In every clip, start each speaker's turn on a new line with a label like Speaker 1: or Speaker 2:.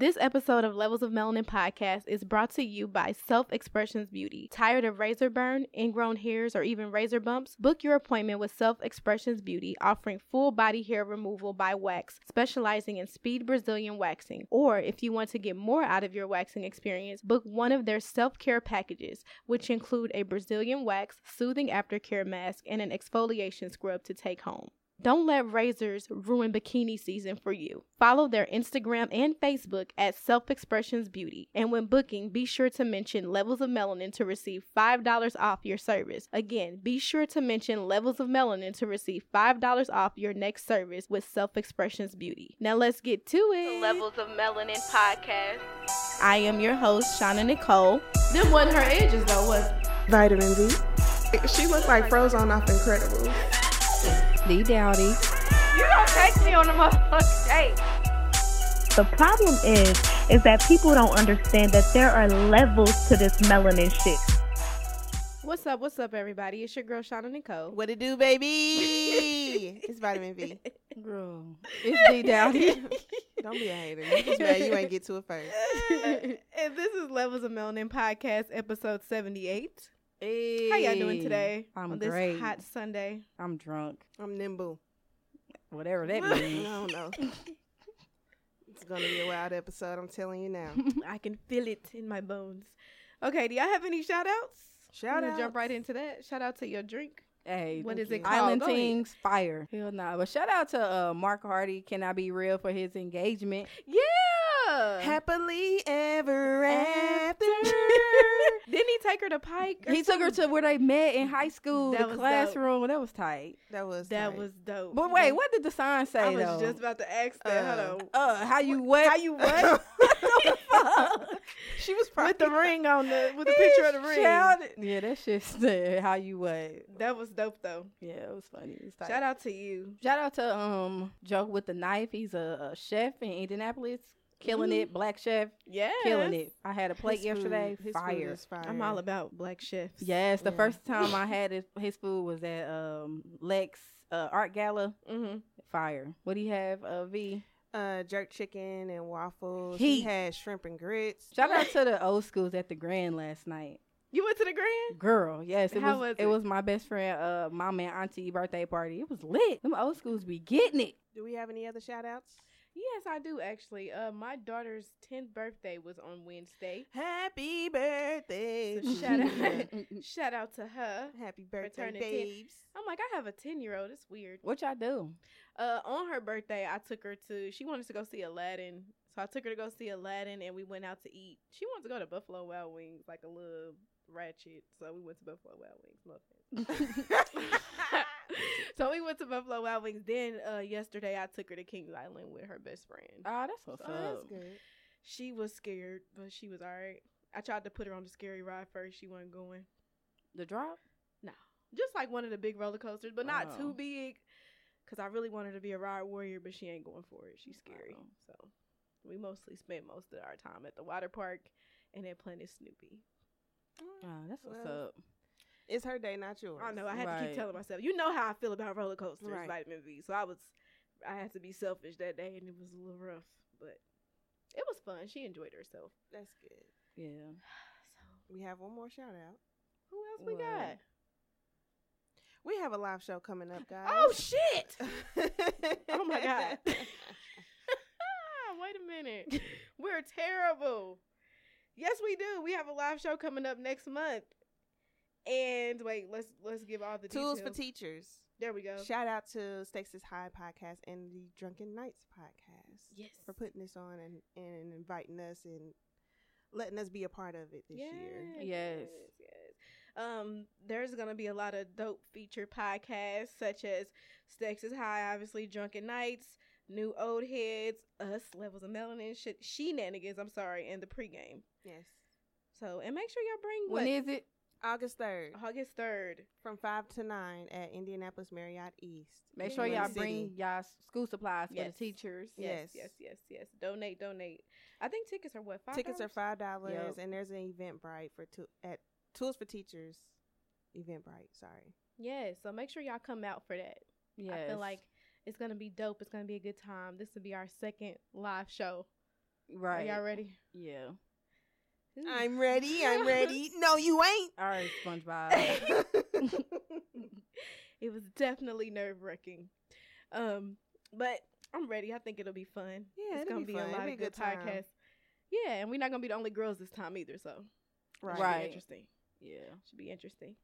Speaker 1: This episode of Levels of Melanin podcast is brought to you by Self Expressions Beauty. Tired of razor burn, ingrown hairs, or even razor bumps? Book your appointment with Self Expressions Beauty, offering full body hair removal by wax, specializing in speed Brazilian waxing. Or if you want to get more out of your waxing experience, book one of their self care packages, which include a Brazilian wax, soothing aftercare mask, and an exfoliation scrub to take home. Don't let razors ruin bikini season for you. Follow their Instagram and Facebook at Self Expressions Beauty. And when booking, be sure to mention Levels of Melanin to receive $5 off your service. Again, be sure to mention Levels of Melanin to receive $5 off your next service with Self Expressions Beauty. Now let's get to it. Levels of Melanin podcast. I am your host, Shauna Nicole. Them wasn't her edges though, was it?
Speaker 2: Vitamin D. She looked like Frozone off Incredible.
Speaker 3: Lee Dowdy.
Speaker 4: You don't take me on a motherfucking date.
Speaker 5: The problem is, is that people don't understand that there are levels to this melanin shit.
Speaker 1: What's up? What's up, everybody? It's your girl, Shauna Nicole.
Speaker 2: What it do, baby? it's Vitamin V.
Speaker 3: Girl.
Speaker 1: It's D Dowdy.
Speaker 2: Don't be a hater. You just mad you ain't get to it first.
Speaker 1: and this is Levels of Melanin Podcast, episode 78. How y'all doing
Speaker 3: Hey,
Speaker 1: today
Speaker 3: I'm
Speaker 1: on this
Speaker 3: great.
Speaker 1: hot Sunday?
Speaker 3: I'm drunk.
Speaker 2: I'm nimble.
Speaker 3: Whatever that
Speaker 2: I
Speaker 3: means.
Speaker 2: don't know. It's gonna be a wild episode. I'm telling you now.
Speaker 1: I can feel it in my bones. Okay, do y'all have any shout outs?
Speaker 2: Shout out.
Speaker 1: Jump right into that. Shout out to your drink.
Speaker 3: hey,
Speaker 1: What
Speaker 2: thank
Speaker 1: is it
Speaker 2: you.
Speaker 1: called?
Speaker 3: Island
Speaker 1: Go ahead.
Speaker 3: Things Fire. Hell nah. But shout out to uh, Mark Hardy, Can I Be Real, for his engagement.
Speaker 1: Yeah.
Speaker 2: Happily ever after.
Speaker 1: Didn't he take her to Pike? or
Speaker 3: He took her
Speaker 1: something?
Speaker 3: to where they met in high school,
Speaker 1: That
Speaker 3: the
Speaker 1: was dope.
Speaker 3: classroom. That was tight.
Speaker 2: That was
Speaker 1: That
Speaker 2: tight.
Speaker 1: was dope.
Speaker 3: But wait, what did the sign say,
Speaker 1: I was
Speaker 3: though?
Speaker 1: just about to ask that.
Speaker 2: Uh,
Speaker 1: Hold on.
Speaker 3: uh, how you what?
Speaker 1: How you what?
Speaker 3: the fuck?
Speaker 2: she was probably
Speaker 1: with the ring on the with the picture of the ring.
Speaker 3: Shouted- Yeah, that shit said how you what.
Speaker 1: That was dope though.
Speaker 3: Yeah, it was funny. It was tight.
Speaker 1: Shout out to you.
Speaker 3: Shout out to um Joe with the knife. He's a, a chef in Indianapolis, killing it. Black chef,
Speaker 1: Yeah.
Speaker 3: killing it. I had a plate
Speaker 2: His
Speaker 3: yesterday.
Speaker 2: food- his food
Speaker 3: fire.
Speaker 2: is fire.
Speaker 1: I'm all about black chefs.
Speaker 3: Yes, the
Speaker 2: Yeah.
Speaker 3: first time I had his, his food was at um Lex uh, Art Gala.
Speaker 1: Mm-hmm.
Speaker 3: Fire. What do you have, uh, V?
Speaker 2: uh, jerk chicken and waffles.
Speaker 3: Heat.
Speaker 2: He had shrimp and grits.
Speaker 3: Shout out to the old schools at the Grand last night.
Speaker 1: You went to the Grand?
Speaker 3: Girl, yes, it
Speaker 1: How
Speaker 3: was.
Speaker 1: was
Speaker 3: it?
Speaker 1: it?
Speaker 3: was my best friend, uh, mom and auntie birthday party. It was lit. Them old schools be getting it.
Speaker 2: Do we have any other shout outs?
Speaker 1: Yes, I do actually. Uh, my daughter's 10th birthday was on Wednesday.
Speaker 2: Happy birthday.
Speaker 1: So shout out.
Speaker 2: Shakira.
Speaker 1: Shout out to her.
Speaker 2: Happy birthday,
Speaker 1: Returning
Speaker 2: babes.
Speaker 1: I'm like, I have a 10 year old. It's weird.
Speaker 3: what y'all do?
Speaker 1: Uh, on her birthday, I took her to. She wanted to go see Aladdin, so I took her to go see Aladdin, and we went out to eat. She wanted to go to Buffalo Wild Wings, like a little ratchet. So we went to Buffalo Wild Wings. No offense. so we went to Buffalo Wild Wings. Then uh, yesterday, I took her to Kings Island with her best friend.
Speaker 3: Oh, that's what's
Speaker 2: Oh,
Speaker 3: up.
Speaker 2: that's good.
Speaker 1: She was scared, but she was all right. I tried to put her on the scary ride first. She wasn't going.
Speaker 3: The drop.
Speaker 1: Just like one of the big roller coasters, but not
Speaker 3: Oh.
Speaker 1: too big. Cause I really wanted to be a ride warrior, but she ain't going for it. She's scary.
Speaker 3: Oh.
Speaker 1: So we mostly spent most of our time at the water park and at Planet Snoopy.
Speaker 3: Oh, that's what's
Speaker 2: Well,
Speaker 3: up.
Speaker 2: uh, It's her day, not yours.
Speaker 1: Oh, I know. I had to
Speaker 3: Right.
Speaker 1: keep telling myself, you know how I feel about roller coasters,
Speaker 2: Right.
Speaker 1: vitamin V. So I was, I had to be selfish that day, and it was a little rough, but it was fun. She enjoyed herself.
Speaker 2: That's good.
Speaker 3: Yeah.
Speaker 1: So
Speaker 2: We have one more shout out.
Speaker 1: who else we
Speaker 3: Well,
Speaker 1: got?
Speaker 2: We have a live show coming up, guys.
Speaker 1: Oh shit!
Speaker 2: oh
Speaker 1: Oh my god. Wait a minute. We're terrible. Yes, we do. We have a live show coming up next month. And wait, let's let's give all the
Speaker 2: Tools for
Speaker 1: details.
Speaker 2: teachers.
Speaker 1: There we go.
Speaker 2: Shout out to Stasis High Podcast and the Drunken Knights Podcast
Speaker 1: Yes.
Speaker 2: for putting this on and, and inviting us and letting us be a part of it this year.
Speaker 3: Yes.
Speaker 1: yes. Um, there's gonna be a lot of dope feature podcasts such as Stex is High, obviously Drunken Nights, New Old Heads, Us Levels of Melanin, shit, Shenanigans. I'm sorry, and the pregame.
Speaker 2: Yes.
Speaker 1: So and make sure y'all bring what
Speaker 3: When is it?
Speaker 2: August 3rd
Speaker 1: August third.
Speaker 2: from 5 to 9 at Indianapolis Marriott East.
Speaker 3: Make
Speaker 1: Yeah.
Speaker 3: sure
Speaker 2: In
Speaker 3: y'all
Speaker 2: the
Speaker 3: bring
Speaker 2: city.
Speaker 3: y'all s- school supplies
Speaker 1: Yes.
Speaker 3: for the teachers.
Speaker 1: Yes, yes,
Speaker 2: Yes.
Speaker 1: yes, yes. Donate, donate. I think tickets are what five.
Speaker 2: Tickets are
Speaker 1: dollars?
Speaker 2: five dollars,
Speaker 3: Yep.
Speaker 2: and there's an Eventbrite for two at Tools for Teachers. Eventbrite, sorry.
Speaker 1: Yeah, so make sure y'all come out for that.
Speaker 3: Yes.
Speaker 1: I feel like it's gonna be dope. It's gonna be a good time. This will be our second live show Are
Speaker 3: Right.
Speaker 1: y'all ready?
Speaker 3: yeah.
Speaker 1: Hmm.
Speaker 2: I'm ready. I'm ready. No, you ain't.
Speaker 3: All right, SpongeBob.
Speaker 1: it was definitely nerve wracking. Um, but I'm ready. I think it'll be fun.
Speaker 2: Yeah,
Speaker 1: it's
Speaker 2: it'll
Speaker 1: gonna
Speaker 2: be
Speaker 1: be,
Speaker 2: fun.
Speaker 1: a
Speaker 2: It'll
Speaker 1: lot
Speaker 2: be a
Speaker 1: of good
Speaker 2: good time.
Speaker 1: podcasts. Yeah, and we're not gonna be the only girls this time either. So it should be
Speaker 3: Right.
Speaker 1: interesting.
Speaker 3: yeah.
Speaker 1: Should be interesting.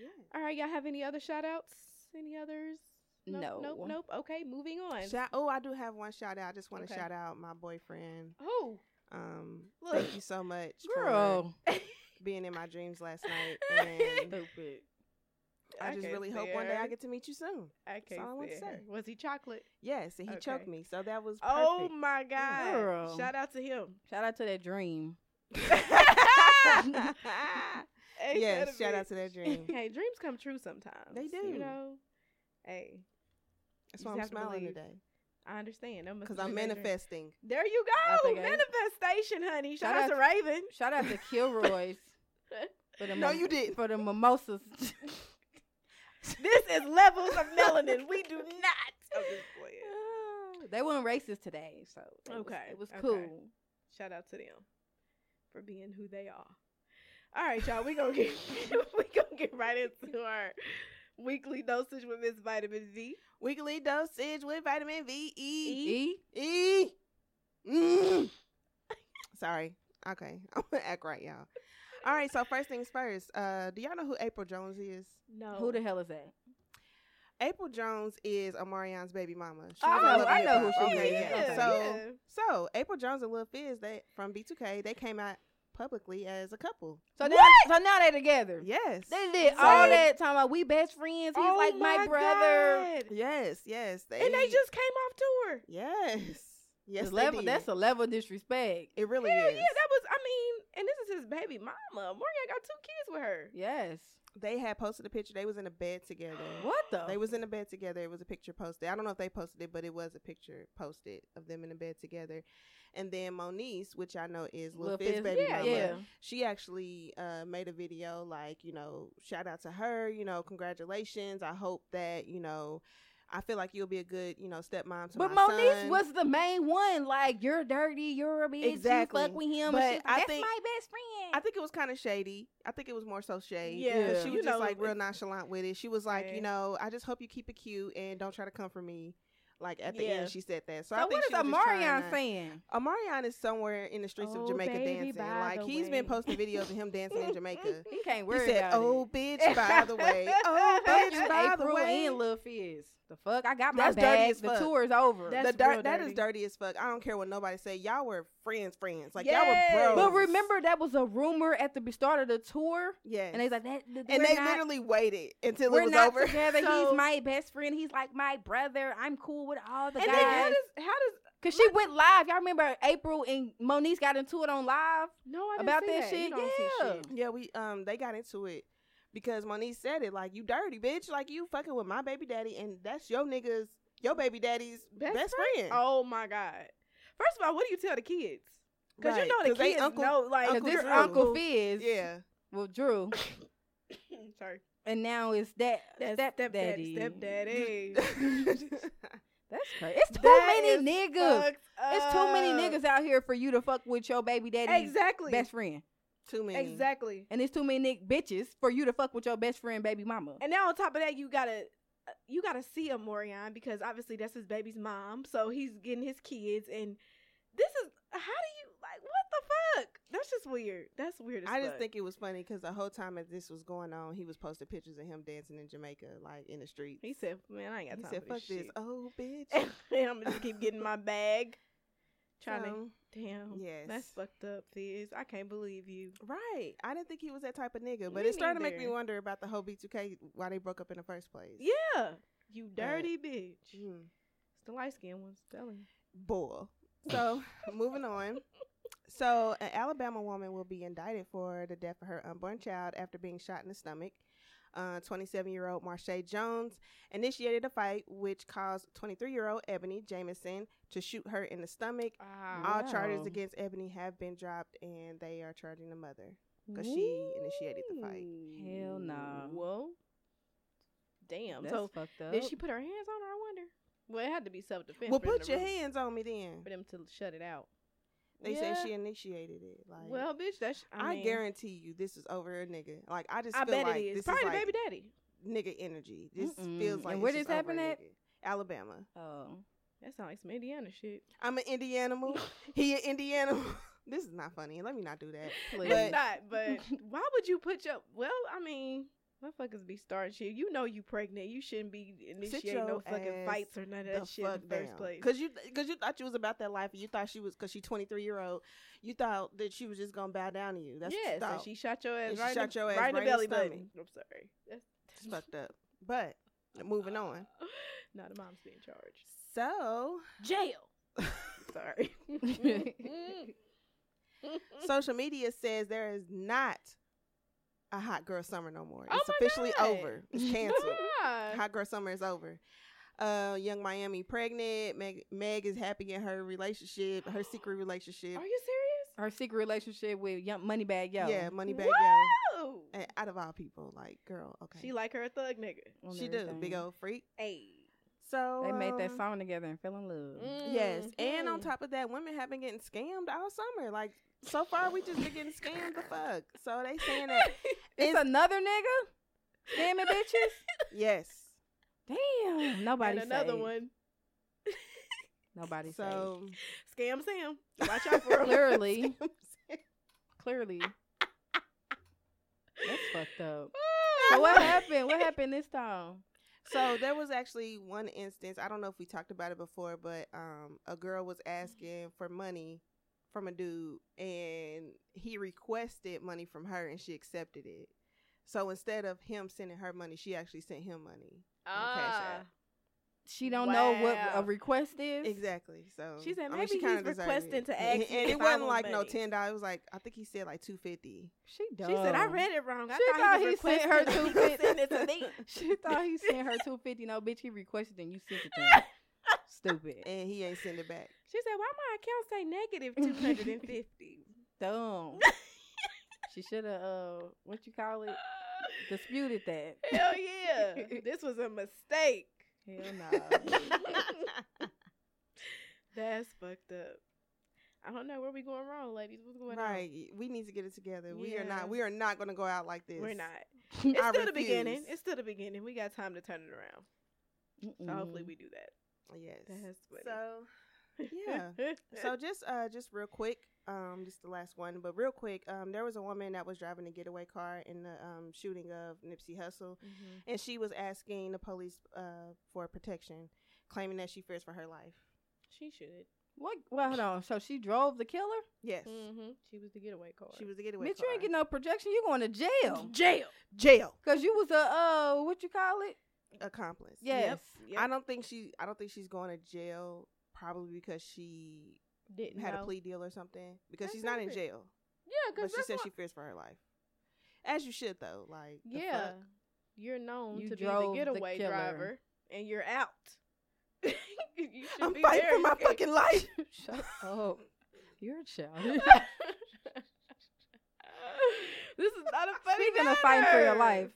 Speaker 2: Yeah.
Speaker 1: All right, y'all have any other shout outs? Any others?
Speaker 3: No.
Speaker 1: Nope, nope, nope. Okay, moving on.
Speaker 2: Shout, oh, I do have one shout out. I just want to
Speaker 1: Okay.
Speaker 2: shout out my boyfriend.
Speaker 1: oh,
Speaker 2: Um,
Speaker 1: Look.
Speaker 2: thank you so much
Speaker 3: Girl.
Speaker 2: for being in my dreams last night. And
Speaker 3: Stupid.
Speaker 2: I just
Speaker 1: can't
Speaker 2: really
Speaker 1: stand
Speaker 2: hope one day I
Speaker 1: her.
Speaker 2: get to meet you soon.
Speaker 1: I can't
Speaker 2: all I want to
Speaker 1: stand
Speaker 2: say.
Speaker 1: her. Was he chocolate?
Speaker 2: Yes, and he choked
Speaker 1: Okay.
Speaker 2: me, so that was perfect.
Speaker 1: Oh my god!
Speaker 3: Girl.
Speaker 1: Shout out to him.
Speaker 3: Shout out to that dream.
Speaker 1: Hey,
Speaker 2: yes,
Speaker 1: son
Speaker 2: shout
Speaker 1: of a
Speaker 2: out to that
Speaker 1: bitch.
Speaker 2: dream.
Speaker 1: hey, dreams come true sometimes.
Speaker 2: They
Speaker 1: You
Speaker 2: do.
Speaker 1: know. Hey,
Speaker 2: That's
Speaker 1: You just
Speaker 2: why I'm
Speaker 1: have to
Speaker 2: smiling
Speaker 1: believe.
Speaker 2: today
Speaker 1: I understand. That must
Speaker 2: because
Speaker 1: be
Speaker 2: I'm
Speaker 1: a great dream.
Speaker 2: manifesting.
Speaker 1: There you
Speaker 3: I
Speaker 1: go,
Speaker 3: think I-
Speaker 1: manifestation, honey. Shout,
Speaker 3: Shout
Speaker 1: out,
Speaker 3: out
Speaker 1: to Raven.
Speaker 3: Shout out to Kilroy's. For the
Speaker 2: No,
Speaker 3: mim-
Speaker 2: you didn't.
Speaker 3: For the mimosas.
Speaker 1: This is levels of melanin. We do not. I'm just playing.
Speaker 3: they weren't racist today, so it
Speaker 1: Okay,
Speaker 3: was, it was
Speaker 1: okay.
Speaker 3: cool.
Speaker 1: Shout out to them for being who they are. All right, y'all. We gonna get we gonna get right into our weekly dosage with Miss Vitamin V.
Speaker 2: Weekly dosage with vitamin V E
Speaker 3: E.
Speaker 2: E. e. Mm. Sorry. Okay, I'm gonna act right, y'all. All right. So first things first. Uh, do y'all know who April Jones is?
Speaker 1: No,
Speaker 3: Who the hell is that?
Speaker 2: April Jones is Omarion's baby mama. She was
Speaker 1: Oh,
Speaker 2: on Love and
Speaker 1: I
Speaker 2: Hip
Speaker 1: know
Speaker 2: Hop.
Speaker 3: who she
Speaker 2: Okay,
Speaker 3: is.
Speaker 2: yeah.
Speaker 3: Yeah,
Speaker 2: So
Speaker 1: yeah.
Speaker 2: so April Jones and Lil Fizz, they from B2K, they came out publicly as a couple.
Speaker 3: So now, so now they together.
Speaker 2: Yes.
Speaker 3: They did all that time. Like, we best friends. He's like my, brother.
Speaker 1: oh God.
Speaker 2: Yes, yes.
Speaker 1: And they just came off tour.
Speaker 2: Yes. Yes,
Speaker 3: It's
Speaker 2: they
Speaker 3: level,
Speaker 2: did.
Speaker 3: that's a level of disrespect.
Speaker 2: it really
Speaker 1: Hell
Speaker 2: is.
Speaker 1: yeah, that was. I mean, and this is his baby mama. Moria got two kids with her.
Speaker 3: yes.
Speaker 2: they had posted a picture. They was in a bed together.
Speaker 3: What the?
Speaker 2: They was in a bed together. It was a picture posted. I don't know if they posted it, but it was a picture posted of them in a bed together. And then Moniece, which I know is Lil,
Speaker 3: Lil
Speaker 2: Fizz,
Speaker 3: Fizz-
Speaker 2: baby
Speaker 1: yeah,
Speaker 2: mama,
Speaker 3: yeah.
Speaker 2: she actually uh, made a video like you know shout out to her you know congratulations i hope that you know i feel like you'll be a good you know stepmom to
Speaker 3: But
Speaker 2: my
Speaker 3: Monique
Speaker 2: son.
Speaker 3: was the main one. Like, you're dirty, you're a bitch,
Speaker 2: Exactly.
Speaker 3: you fuck with him.
Speaker 2: But
Speaker 3: and she's like,
Speaker 2: I
Speaker 3: that's
Speaker 2: think-
Speaker 3: my best friend.
Speaker 2: i think it was kind of shady i think it was more so shade
Speaker 1: Yeah,
Speaker 2: 'cause she
Speaker 1: you
Speaker 2: was
Speaker 1: know,
Speaker 2: just like real
Speaker 1: it's-
Speaker 2: nonchalant with it she was like
Speaker 1: Yeah.
Speaker 2: you know i just hope you keep it cute and don't try to come for me like at the
Speaker 1: Yeah.
Speaker 2: end she said that so,
Speaker 3: so
Speaker 2: i think
Speaker 3: what
Speaker 2: she
Speaker 3: is
Speaker 2: was just trying
Speaker 3: Amarion
Speaker 2: to-
Speaker 3: saying?
Speaker 2: Amarion is somewhere in the streets
Speaker 1: Oh,
Speaker 2: of Jamaica
Speaker 1: baby,
Speaker 2: dancing.
Speaker 1: by
Speaker 2: Like
Speaker 1: the
Speaker 2: he's
Speaker 1: way.
Speaker 2: been posting videos of him dancing in Jamaica.
Speaker 3: He can't
Speaker 2: He
Speaker 3: worry
Speaker 2: said,
Speaker 3: about
Speaker 2: "Oh,
Speaker 3: it.
Speaker 2: bitch, by the way. Oh,
Speaker 3: Fuck
Speaker 2: bitch,
Speaker 3: you,
Speaker 2: by the
Speaker 3: April
Speaker 2: way."
Speaker 3: and Lil Fizz. The fuck? I got my
Speaker 2: That's dirty
Speaker 3: bag.
Speaker 2: as
Speaker 3: The
Speaker 2: fuck.
Speaker 3: tour is over.
Speaker 1: That's
Speaker 2: the dirt
Speaker 1: real
Speaker 2: that
Speaker 1: dirty.
Speaker 2: is dirty as fuck. I don't care what nobody say. Y'all were friends, friends. Like
Speaker 1: Yes.
Speaker 2: y'all were bros.
Speaker 3: but remember, that was a rumor at the be- start of the tour,
Speaker 2: yes.
Speaker 3: and they like that. that
Speaker 2: and
Speaker 3: we're
Speaker 2: they
Speaker 3: not,
Speaker 2: literally waited until
Speaker 3: we're
Speaker 2: it was
Speaker 3: not
Speaker 2: over.
Speaker 3: together.
Speaker 1: So-
Speaker 3: he's my best friend. He's like my brother. I'm cool with all the
Speaker 1: And then how
Speaker 3: guys.
Speaker 1: does how does
Speaker 3: Cause she went live. Y'all remember April and Monique got into it on live.
Speaker 1: no I didn't
Speaker 3: About
Speaker 1: see
Speaker 3: that
Speaker 1: You
Speaker 3: shit?
Speaker 1: know I don't see
Speaker 3: Yeah.
Speaker 1: shit.
Speaker 2: yeah, we um they got into it because Monique said it like you dirty bitch, like you fucking with my baby daddy, and that's your niggas, your baby daddy's best, friend.
Speaker 1: Oh my god! First of all, what do you tell the kids? Because
Speaker 2: Right,
Speaker 1: you know the
Speaker 2: 'cause they
Speaker 1: kids
Speaker 2: Uncle-
Speaker 1: know like
Speaker 3: Cause
Speaker 2: Uncle
Speaker 3: this
Speaker 2: Drew.
Speaker 3: Uncle Fizz,
Speaker 2: yeah,
Speaker 3: well Drew,
Speaker 1: Sorry,
Speaker 3: and now it's that
Speaker 1: that's
Speaker 3: step
Speaker 1: step daddy,
Speaker 3: daddy.
Speaker 1: step daddy.
Speaker 3: That's crazy. It's too
Speaker 1: That is
Speaker 3: many niggas. It's too many niggas out here for you to fuck with your baby daddy's
Speaker 1: Exactly.
Speaker 3: best friend,
Speaker 2: too many.
Speaker 1: Exactly.
Speaker 3: and it's too many nigg bitches for you to fuck with your best friend baby mama.
Speaker 1: And now on top of that, you gotta uh, you gotta see a Morion because obviously that's his baby's mom, so he's getting his kids, and this is how do you like what the fuck? That's just weird. That's weird. As
Speaker 2: I just
Speaker 1: fuck.
Speaker 2: think it was funny because the whole time that this was going on, he was posting pictures of him dancing in Jamaica, like in the street.
Speaker 1: he said, "Man, I ain't got
Speaker 2: he
Speaker 1: time
Speaker 2: said,
Speaker 1: for
Speaker 2: "Fuck
Speaker 1: this,
Speaker 2: this,
Speaker 1: shit."
Speaker 2: oh bitch."
Speaker 1: and I'm gonna just keep getting my bag, trying to
Speaker 2: So-
Speaker 1: Damn. That's
Speaker 2: Yes.
Speaker 1: fucked up, Fizz. I can't believe you.
Speaker 2: Right. I didn't think he was that type of nigga, but
Speaker 1: Me
Speaker 2: it's starting to make me
Speaker 1: neither.
Speaker 2: wonder about the whole B2K why they broke up in the first place.
Speaker 1: Yeah. You
Speaker 2: But-
Speaker 1: dirty bitch. It's
Speaker 2: Mm.
Speaker 1: the light skinned ones telling
Speaker 2: Boy. So, moving on. So, an Alabama woman will be indicted for the death of her unborn child after being shot in the stomach. 27 year old Marsha Jones initiated a fight which caused 23 year old Ebony Jameson to shoot her in the stomach.
Speaker 1: Ah.
Speaker 2: All charges
Speaker 3: Wow.
Speaker 2: against Ebony have been dropped and they are charging the mother because she initiated the fight.
Speaker 3: Hell nah.
Speaker 1: Well, damn.
Speaker 3: That's
Speaker 1: so
Speaker 3: fucked up.
Speaker 1: did she put her hands on her? I wonder. Well, it had to be self defense.
Speaker 2: Well, put your hands on me then.
Speaker 1: for them to shut it out.
Speaker 2: They said
Speaker 1: Yeah.
Speaker 2: she initiated it. Like,
Speaker 1: Well, bitch, that's
Speaker 2: I,
Speaker 1: I, mean,
Speaker 2: guarantee you, this is over her nigga. Like, I just
Speaker 1: I
Speaker 2: feel
Speaker 1: bet
Speaker 2: like
Speaker 1: it is.
Speaker 2: this
Speaker 1: Probably
Speaker 2: is like
Speaker 1: the baby daddy.
Speaker 2: nigga energy. This
Speaker 3: Mm-mm.
Speaker 2: feels
Speaker 3: And
Speaker 2: like
Speaker 3: where
Speaker 2: this
Speaker 3: this happen at?
Speaker 2: Alabama.
Speaker 3: Oh,
Speaker 1: That sounds like some Indiana shit.
Speaker 2: I'm an Indiana. he an Indiana. this is not funny. Let me not do that.
Speaker 3: please.
Speaker 1: It's not, but why would you put your? Well, I mean, motherfuckers be starting shit. You know you pregnant. You shouldn't be initiating no
Speaker 2: your
Speaker 1: fucking
Speaker 2: ass
Speaker 1: fights or none of that shit in the first place.
Speaker 2: Cause you, cause you thought you was about that life. and You thought she was, cause she 23 year old. You thought that she was just gonna bow down to you. That's what
Speaker 1: yeah,
Speaker 2: you
Speaker 1: so
Speaker 2: thought.
Speaker 1: she shot your ass
Speaker 2: And she
Speaker 1: right, in,
Speaker 2: shot
Speaker 1: the,
Speaker 2: your ass
Speaker 1: right in the
Speaker 2: right in the
Speaker 1: belly
Speaker 2: stomach.
Speaker 1: button. I'm sorry. That's
Speaker 2: It's fucked up. But moving on.
Speaker 1: Not the mom's being charged.
Speaker 2: So
Speaker 1: Jail. sorry. Mm,
Speaker 2: social media says there is not a hot girl summer no more.
Speaker 1: Oh
Speaker 2: It's
Speaker 1: my
Speaker 2: officially
Speaker 1: God.
Speaker 2: over. It's canceled.
Speaker 1: God.
Speaker 2: Hot Girl Summer is over. Uh, young Miami pregnant. Meg, Meg is happy in her relationship, her secret relationship.
Speaker 1: Are you serious?
Speaker 3: Her secret relationship with young Moneybag Yo.
Speaker 2: Yeah, money bag yo.
Speaker 1: Whoa.
Speaker 2: And out of all people, like girl, Oh. Eh, okay,
Speaker 1: Oh. She like her a thug nigga.
Speaker 3: on
Speaker 2: she do
Speaker 3: everything.
Speaker 2: big old freak.
Speaker 1: Hey.
Speaker 2: So
Speaker 3: They made that Mm-hmm.
Speaker 2: um,
Speaker 3: song together and fell in love.
Speaker 1: Mm.
Speaker 2: Yes, and on top of that, women have been getting scammed all summer. Like so far, we just been getting scammed the fuck. So they saying that
Speaker 3: It's, another nigga scamming bitches.
Speaker 2: yes.
Speaker 3: Damn, nobody.
Speaker 1: and another
Speaker 3: saved.
Speaker 1: one.
Speaker 3: Nobody. So
Speaker 2: So
Speaker 1: Scam Sam. Watch out for her.
Speaker 3: clearly, clearly, that's fucked up. So what happened? What happened this time?
Speaker 2: So there was actually one instance. I don't know if we talked about it before, but um, a girl was asking for money from a dude, and he requested money from her, and she accepted it. So instead of him sending her money, she actually sent him money.
Speaker 1: Ah.
Speaker 2: App.
Speaker 3: She don't know what
Speaker 1: Wow.
Speaker 3: a request is.
Speaker 2: Exactly. So
Speaker 1: She said,
Speaker 2: I mean,
Speaker 1: "Maybe
Speaker 2: she
Speaker 1: he's
Speaker 2: kinda deserved
Speaker 1: requesting
Speaker 2: it.
Speaker 1: to
Speaker 2: And-
Speaker 1: ask me
Speaker 2: and
Speaker 1: if
Speaker 2: it
Speaker 1: I
Speaker 2: wasn't
Speaker 1: want
Speaker 2: like no
Speaker 1: money.
Speaker 2: ten dollars. It was like I think he said like two fifty.
Speaker 3: She dumb.
Speaker 1: She said, I read it wrong. I
Speaker 3: She
Speaker 1: thought, he,
Speaker 3: thought he sent her
Speaker 1: requested
Speaker 3: two
Speaker 1: it. He sent it to me.
Speaker 3: She thought he sent her two fifty. No, bitch, he requested and you sent it to him. Stupid.
Speaker 2: And he ain't send it back.
Speaker 1: She said, why my account say negative 250?
Speaker 3: Dumb. she should have uh, what you call it? Disputed that.
Speaker 1: Hell yeah. this was a mistake.
Speaker 3: Hell no.
Speaker 1: That's fucked up. I don't know where we going wrong, ladies. What's going
Speaker 2: right. We need to get it together. We are
Speaker 1: Yeah.
Speaker 2: not we are not gonna go out like
Speaker 1: on?
Speaker 2: this.
Speaker 1: We're not. It's
Speaker 2: I
Speaker 1: still the beginning.
Speaker 2: refuse.
Speaker 1: It's still the beginning. We got time to turn it around. So
Speaker 3: Mm-hmm.
Speaker 1: hopefully we do that.
Speaker 2: Yes.
Speaker 1: That's funny.
Speaker 2: So yeah. so just uh just real quick, um, just the last one, but real quick, um, there was a woman that was driving a getaway car in the um shooting of Nipsey Hussle,
Speaker 3: Mm-hmm.
Speaker 1: Mhm.
Speaker 2: and she was asking the police uh for protection, claiming that she fears for her life.
Speaker 1: she should.
Speaker 3: What? Well, hold on. So she drove the killer.
Speaker 2: Yes,
Speaker 1: Mm-hmm. She was the getaway car.
Speaker 2: she was the getaway.
Speaker 3: Bitch,
Speaker 2: car.
Speaker 3: you ain't getting no projection. You going to jail
Speaker 1: jail.
Speaker 2: jail
Speaker 3: because you was a uh, what you call it?
Speaker 2: accomplice.
Speaker 3: Yes.
Speaker 1: Yep.
Speaker 2: I don't think she. I don't think she's going to jail. Probably because she
Speaker 1: Didn't
Speaker 2: had
Speaker 1: know.
Speaker 2: a plea deal or something. Because
Speaker 1: That's
Speaker 2: she's not in
Speaker 1: perfect.
Speaker 2: jail,
Speaker 1: Yeah,
Speaker 2: but
Speaker 1: because
Speaker 2: she said she fears for her life. As you should though. Like the
Speaker 1: Yeah,
Speaker 2: fuck?
Speaker 1: you're known
Speaker 3: You
Speaker 1: to be the
Speaker 3: drove the
Speaker 1: getaway
Speaker 3: killer.
Speaker 1: driver, and you're out. you should
Speaker 2: I'm
Speaker 1: be
Speaker 2: fighting for
Speaker 1: very
Speaker 2: my
Speaker 1: scared.
Speaker 2: fucking life.
Speaker 3: Shut up. You're a child.
Speaker 1: this is not a funny
Speaker 3: Speaking of fighting for your
Speaker 1: matter.
Speaker 3: life,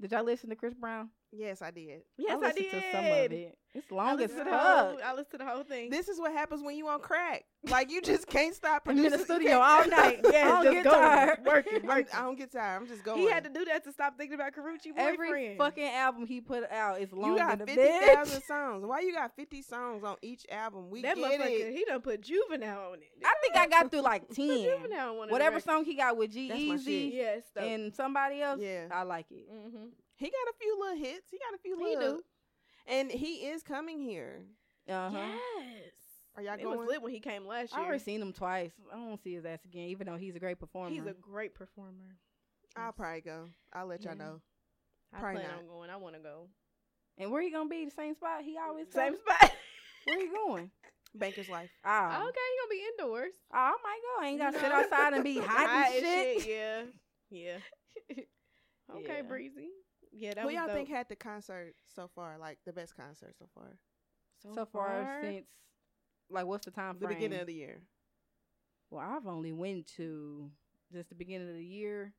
Speaker 3: did y'all listen to Chris Brown?
Speaker 2: Yes, I did.
Speaker 1: Yes, I,
Speaker 3: listened
Speaker 1: did.
Speaker 3: to some of it. It's
Speaker 1: I
Speaker 3: long as
Speaker 1: listened, to the
Speaker 3: fuck.
Speaker 1: whole, I listened to the whole thing.
Speaker 2: This is what happens when you on crack. Like you just can't stop
Speaker 3: I'm in
Speaker 2: producing.
Speaker 3: the
Speaker 2: You
Speaker 3: studio
Speaker 2: can't-
Speaker 3: all night.
Speaker 1: yeah,
Speaker 3: I don't
Speaker 1: just
Speaker 3: get
Speaker 1: going,
Speaker 3: tired.
Speaker 1: working,
Speaker 2: I'm-
Speaker 1: working.
Speaker 2: I don't get tired. I'm just going.
Speaker 1: he had to do that to stop thinking about Karuchi boyfriend.
Speaker 3: Every fucking album he put out is long
Speaker 2: You got
Speaker 3: than a
Speaker 2: fifty
Speaker 3: bitch.
Speaker 2: thousand songs. Why you got fifty songs on each album? We
Speaker 1: that
Speaker 2: get
Speaker 1: motherfucker,
Speaker 2: it.
Speaker 1: he done put juvenile on it.
Speaker 3: I think I got through like
Speaker 1: Put
Speaker 3: ten.
Speaker 1: juvenile on one of the
Speaker 3: Whatever
Speaker 1: records.
Speaker 3: song he got with G
Speaker 2: That's my shit.
Speaker 3: Easy
Speaker 1: Yes, though.
Speaker 3: and somebody else,
Speaker 2: Yeah.
Speaker 3: I like it.
Speaker 1: mm-hmm.
Speaker 2: He got a few little hits. He got a few
Speaker 1: He
Speaker 2: little.
Speaker 1: do.
Speaker 2: And he is coming here.
Speaker 3: Uh huh.
Speaker 1: Yes.
Speaker 2: Are y'all
Speaker 1: it was
Speaker 2: going?
Speaker 1: lit when he came last
Speaker 3: I
Speaker 1: year.
Speaker 3: already seen him twice. I don't see his ass again, even though he's a great performer.
Speaker 1: He's a great performer.
Speaker 2: I'll probably go. I'll let y'all
Speaker 3: Yeah.
Speaker 2: know.
Speaker 1: I
Speaker 2: Probably
Speaker 1: plan
Speaker 2: not.
Speaker 1: on going. I want to go.
Speaker 3: and where he gonna be? The same spot he always
Speaker 1: Same
Speaker 3: go?
Speaker 1: spot.
Speaker 3: Where he going?
Speaker 2: Banker's life.
Speaker 3: Oh,
Speaker 1: okay, you gonna be indoors.
Speaker 3: oh, I might go. I ain't gotta sit
Speaker 1: No.
Speaker 3: outside and be hot, and shit.
Speaker 1: Yeah, yeah. Okay,
Speaker 3: Yeah.
Speaker 1: breezy. Yeah, that
Speaker 2: Who
Speaker 1: was
Speaker 2: y'all
Speaker 1: dope.
Speaker 2: think had the concert so far? Like the best concert so far?
Speaker 3: So far since like what's the time
Speaker 2: The
Speaker 3: frame?
Speaker 2: beginning of the year.
Speaker 3: Well, I've only went to just the beginning of the year.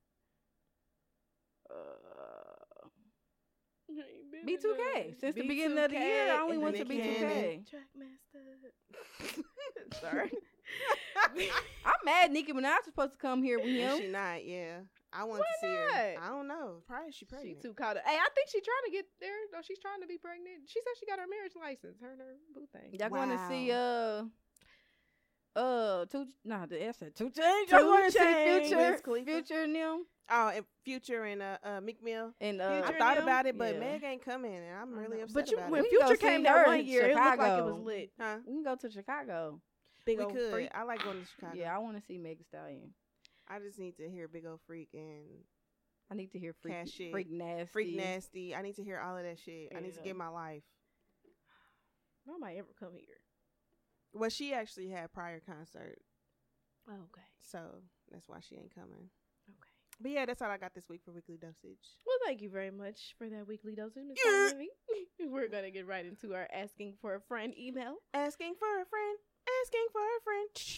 Speaker 3: Uh,
Speaker 1: You ain't been
Speaker 3: B2K.
Speaker 1: indoors.
Speaker 3: Since the beginning of the year, I
Speaker 1: B2K,
Speaker 3: only
Speaker 2: and
Speaker 3: went
Speaker 2: then
Speaker 3: to
Speaker 2: Nicki
Speaker 3: B2K.
Speaker 1: Trackmaster. Sorry.
Speaker 3: I'm mad Nicki Minaj is supposed to come here with
Speaker 2: Is
Speaker 3: him.
Speaker 2: she not, yeah. I want
Speaker 1: Why
Speaker 2: to see her.
Speaker 1: not?
Speaker 2: I don't know. Probably she
Speaker 1: She
Speaker 2: pregnant.
Speaker 1: too caught up. Hey, I think she trying to get there. No, she's trying to be pregnant. She said she got her marriage license. Her and her boo thing.
Speaker 3: Y'all going to see uh uh two nah the that's a two change.
Speaker 1: Two
Speaker 3: Y'all going to see
Speaker 1: Chainz.
Speaker 3: future
Speaker 2: Wiz Khalifa.
Speaker 3: future and them
Speaker 2: Oh, and Future and uh, uh Meek Mill.
Speaker 3: and uh
Speaker 2: I
Speaker 1: Future
Speaker 2: thought
Speaker 1: and
Speaker 2: about
Speaker 1: them?
Speaker 2: it, but
Speaker 3: Yeah.
Speaker 2: Meg ain't coming, and I'm
Speaker 3: I
Speaker 2: really
Speaker 3: know.
Speaker 2: upset
Speaker 1: But you,
Speaker 2: about
Speaker 1: when
Speaker 2: it.
Speaker 3: We can go
Speaker 1: Future
Speaker 3: see
Speaker 1: came
Speaker 3: her
Speaker 1: that one
Speaker 3: in
Speaker 1: year, it looked like it was
Speaker 3: Chicago.
Speaker 1: lit.
Speaker 2: Huh?
Speaker 3: we can go to Chicago.
Speaker 1: Big
Speaker 2: We
Speaker 1: old
Speaker 2: could.
Speaker 1: freak.
Speaker 2: I like going to Chicago.
Speaker 3: Yeah, I want to see Meg Thee Stallion.
Speaker 2: I just need to hear Big Old Freak and
Speaker 3: I need to hear freak
Speaker 2: Cash shit.
Speaker 3: freak nasty.
Speaker 2: Freak Nasty. I need to hear all of that shit. I need to
Speaker 1: Yeah.
Speaker 2: get my life.
Speaker 1: Nobody ever come here.
Speaker 2: Well, she actually had prior concert,
Speaker 1: Okay.
Speaker 2: so that's why she ain't coming.
Speaker 1: Okay.
Speaker 2: But yeah, that's all I got this week for weekly dosage.
Speaker 1: Well, thank you very much for that weekly dosage, Miss
Speaker 2: Yeah.
Speaker 1: Ivy. We're gonna get right into our asking for a friend email.
Speaker 2: Asking for a friend. Asking for a friend.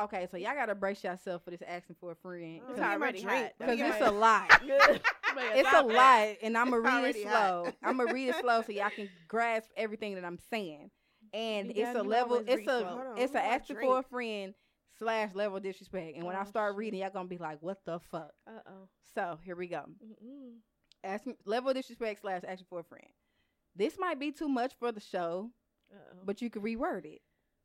Speaker 3: Okay, so y'all gotta brace yourself for this asking for a friend.
Speaker 2: Oh,
Speaker 1: It's
Speaker 2: Let me get my
Speaker 1: already hot.
Speaker 2: drink. Let me
Speaker 3: Because
Speaker 2: get
Speaker 3: it's
Speaker 2: my-
Speaker 3: a lot. It's a lot, and I'm gonna
Speaker 2: It's
Speaker 3: read
Speaker 2: already
Speaker 3: it
Speaker 2: hot.
Speaker 3: slow. I'm gonna read it slow so y'all can grasp everything that I'm saying. And
Speaker 1: You
Speaker 3: it's
Speaker 1: gotta-
Speaker 3: a
Speaker 1: you
Speaker 3: level.
Speaker 1: always
Speaker 3: It's
Speaker 1: read
Speaker 3: a
Speaker 1: slow.
Speaker 2: Hold on, let
Speaker 3: it's a
Speaker 2: me get my
Speaker 3: asking for a friend slash level disrespect. And when
Speaker 1: Oh,
Speaker 3: I start
Speaker 1: shit.
Speaker 3: reading, y'all gonna be like, "What the fuck?"
Speaker 1: Uh oh.
Speaker 3: So here we go. Asking level disrespect slash asking for a friend. This might be too much for the show,
Speaker 1: Uh oh.
Speaker 3: but you can reword it.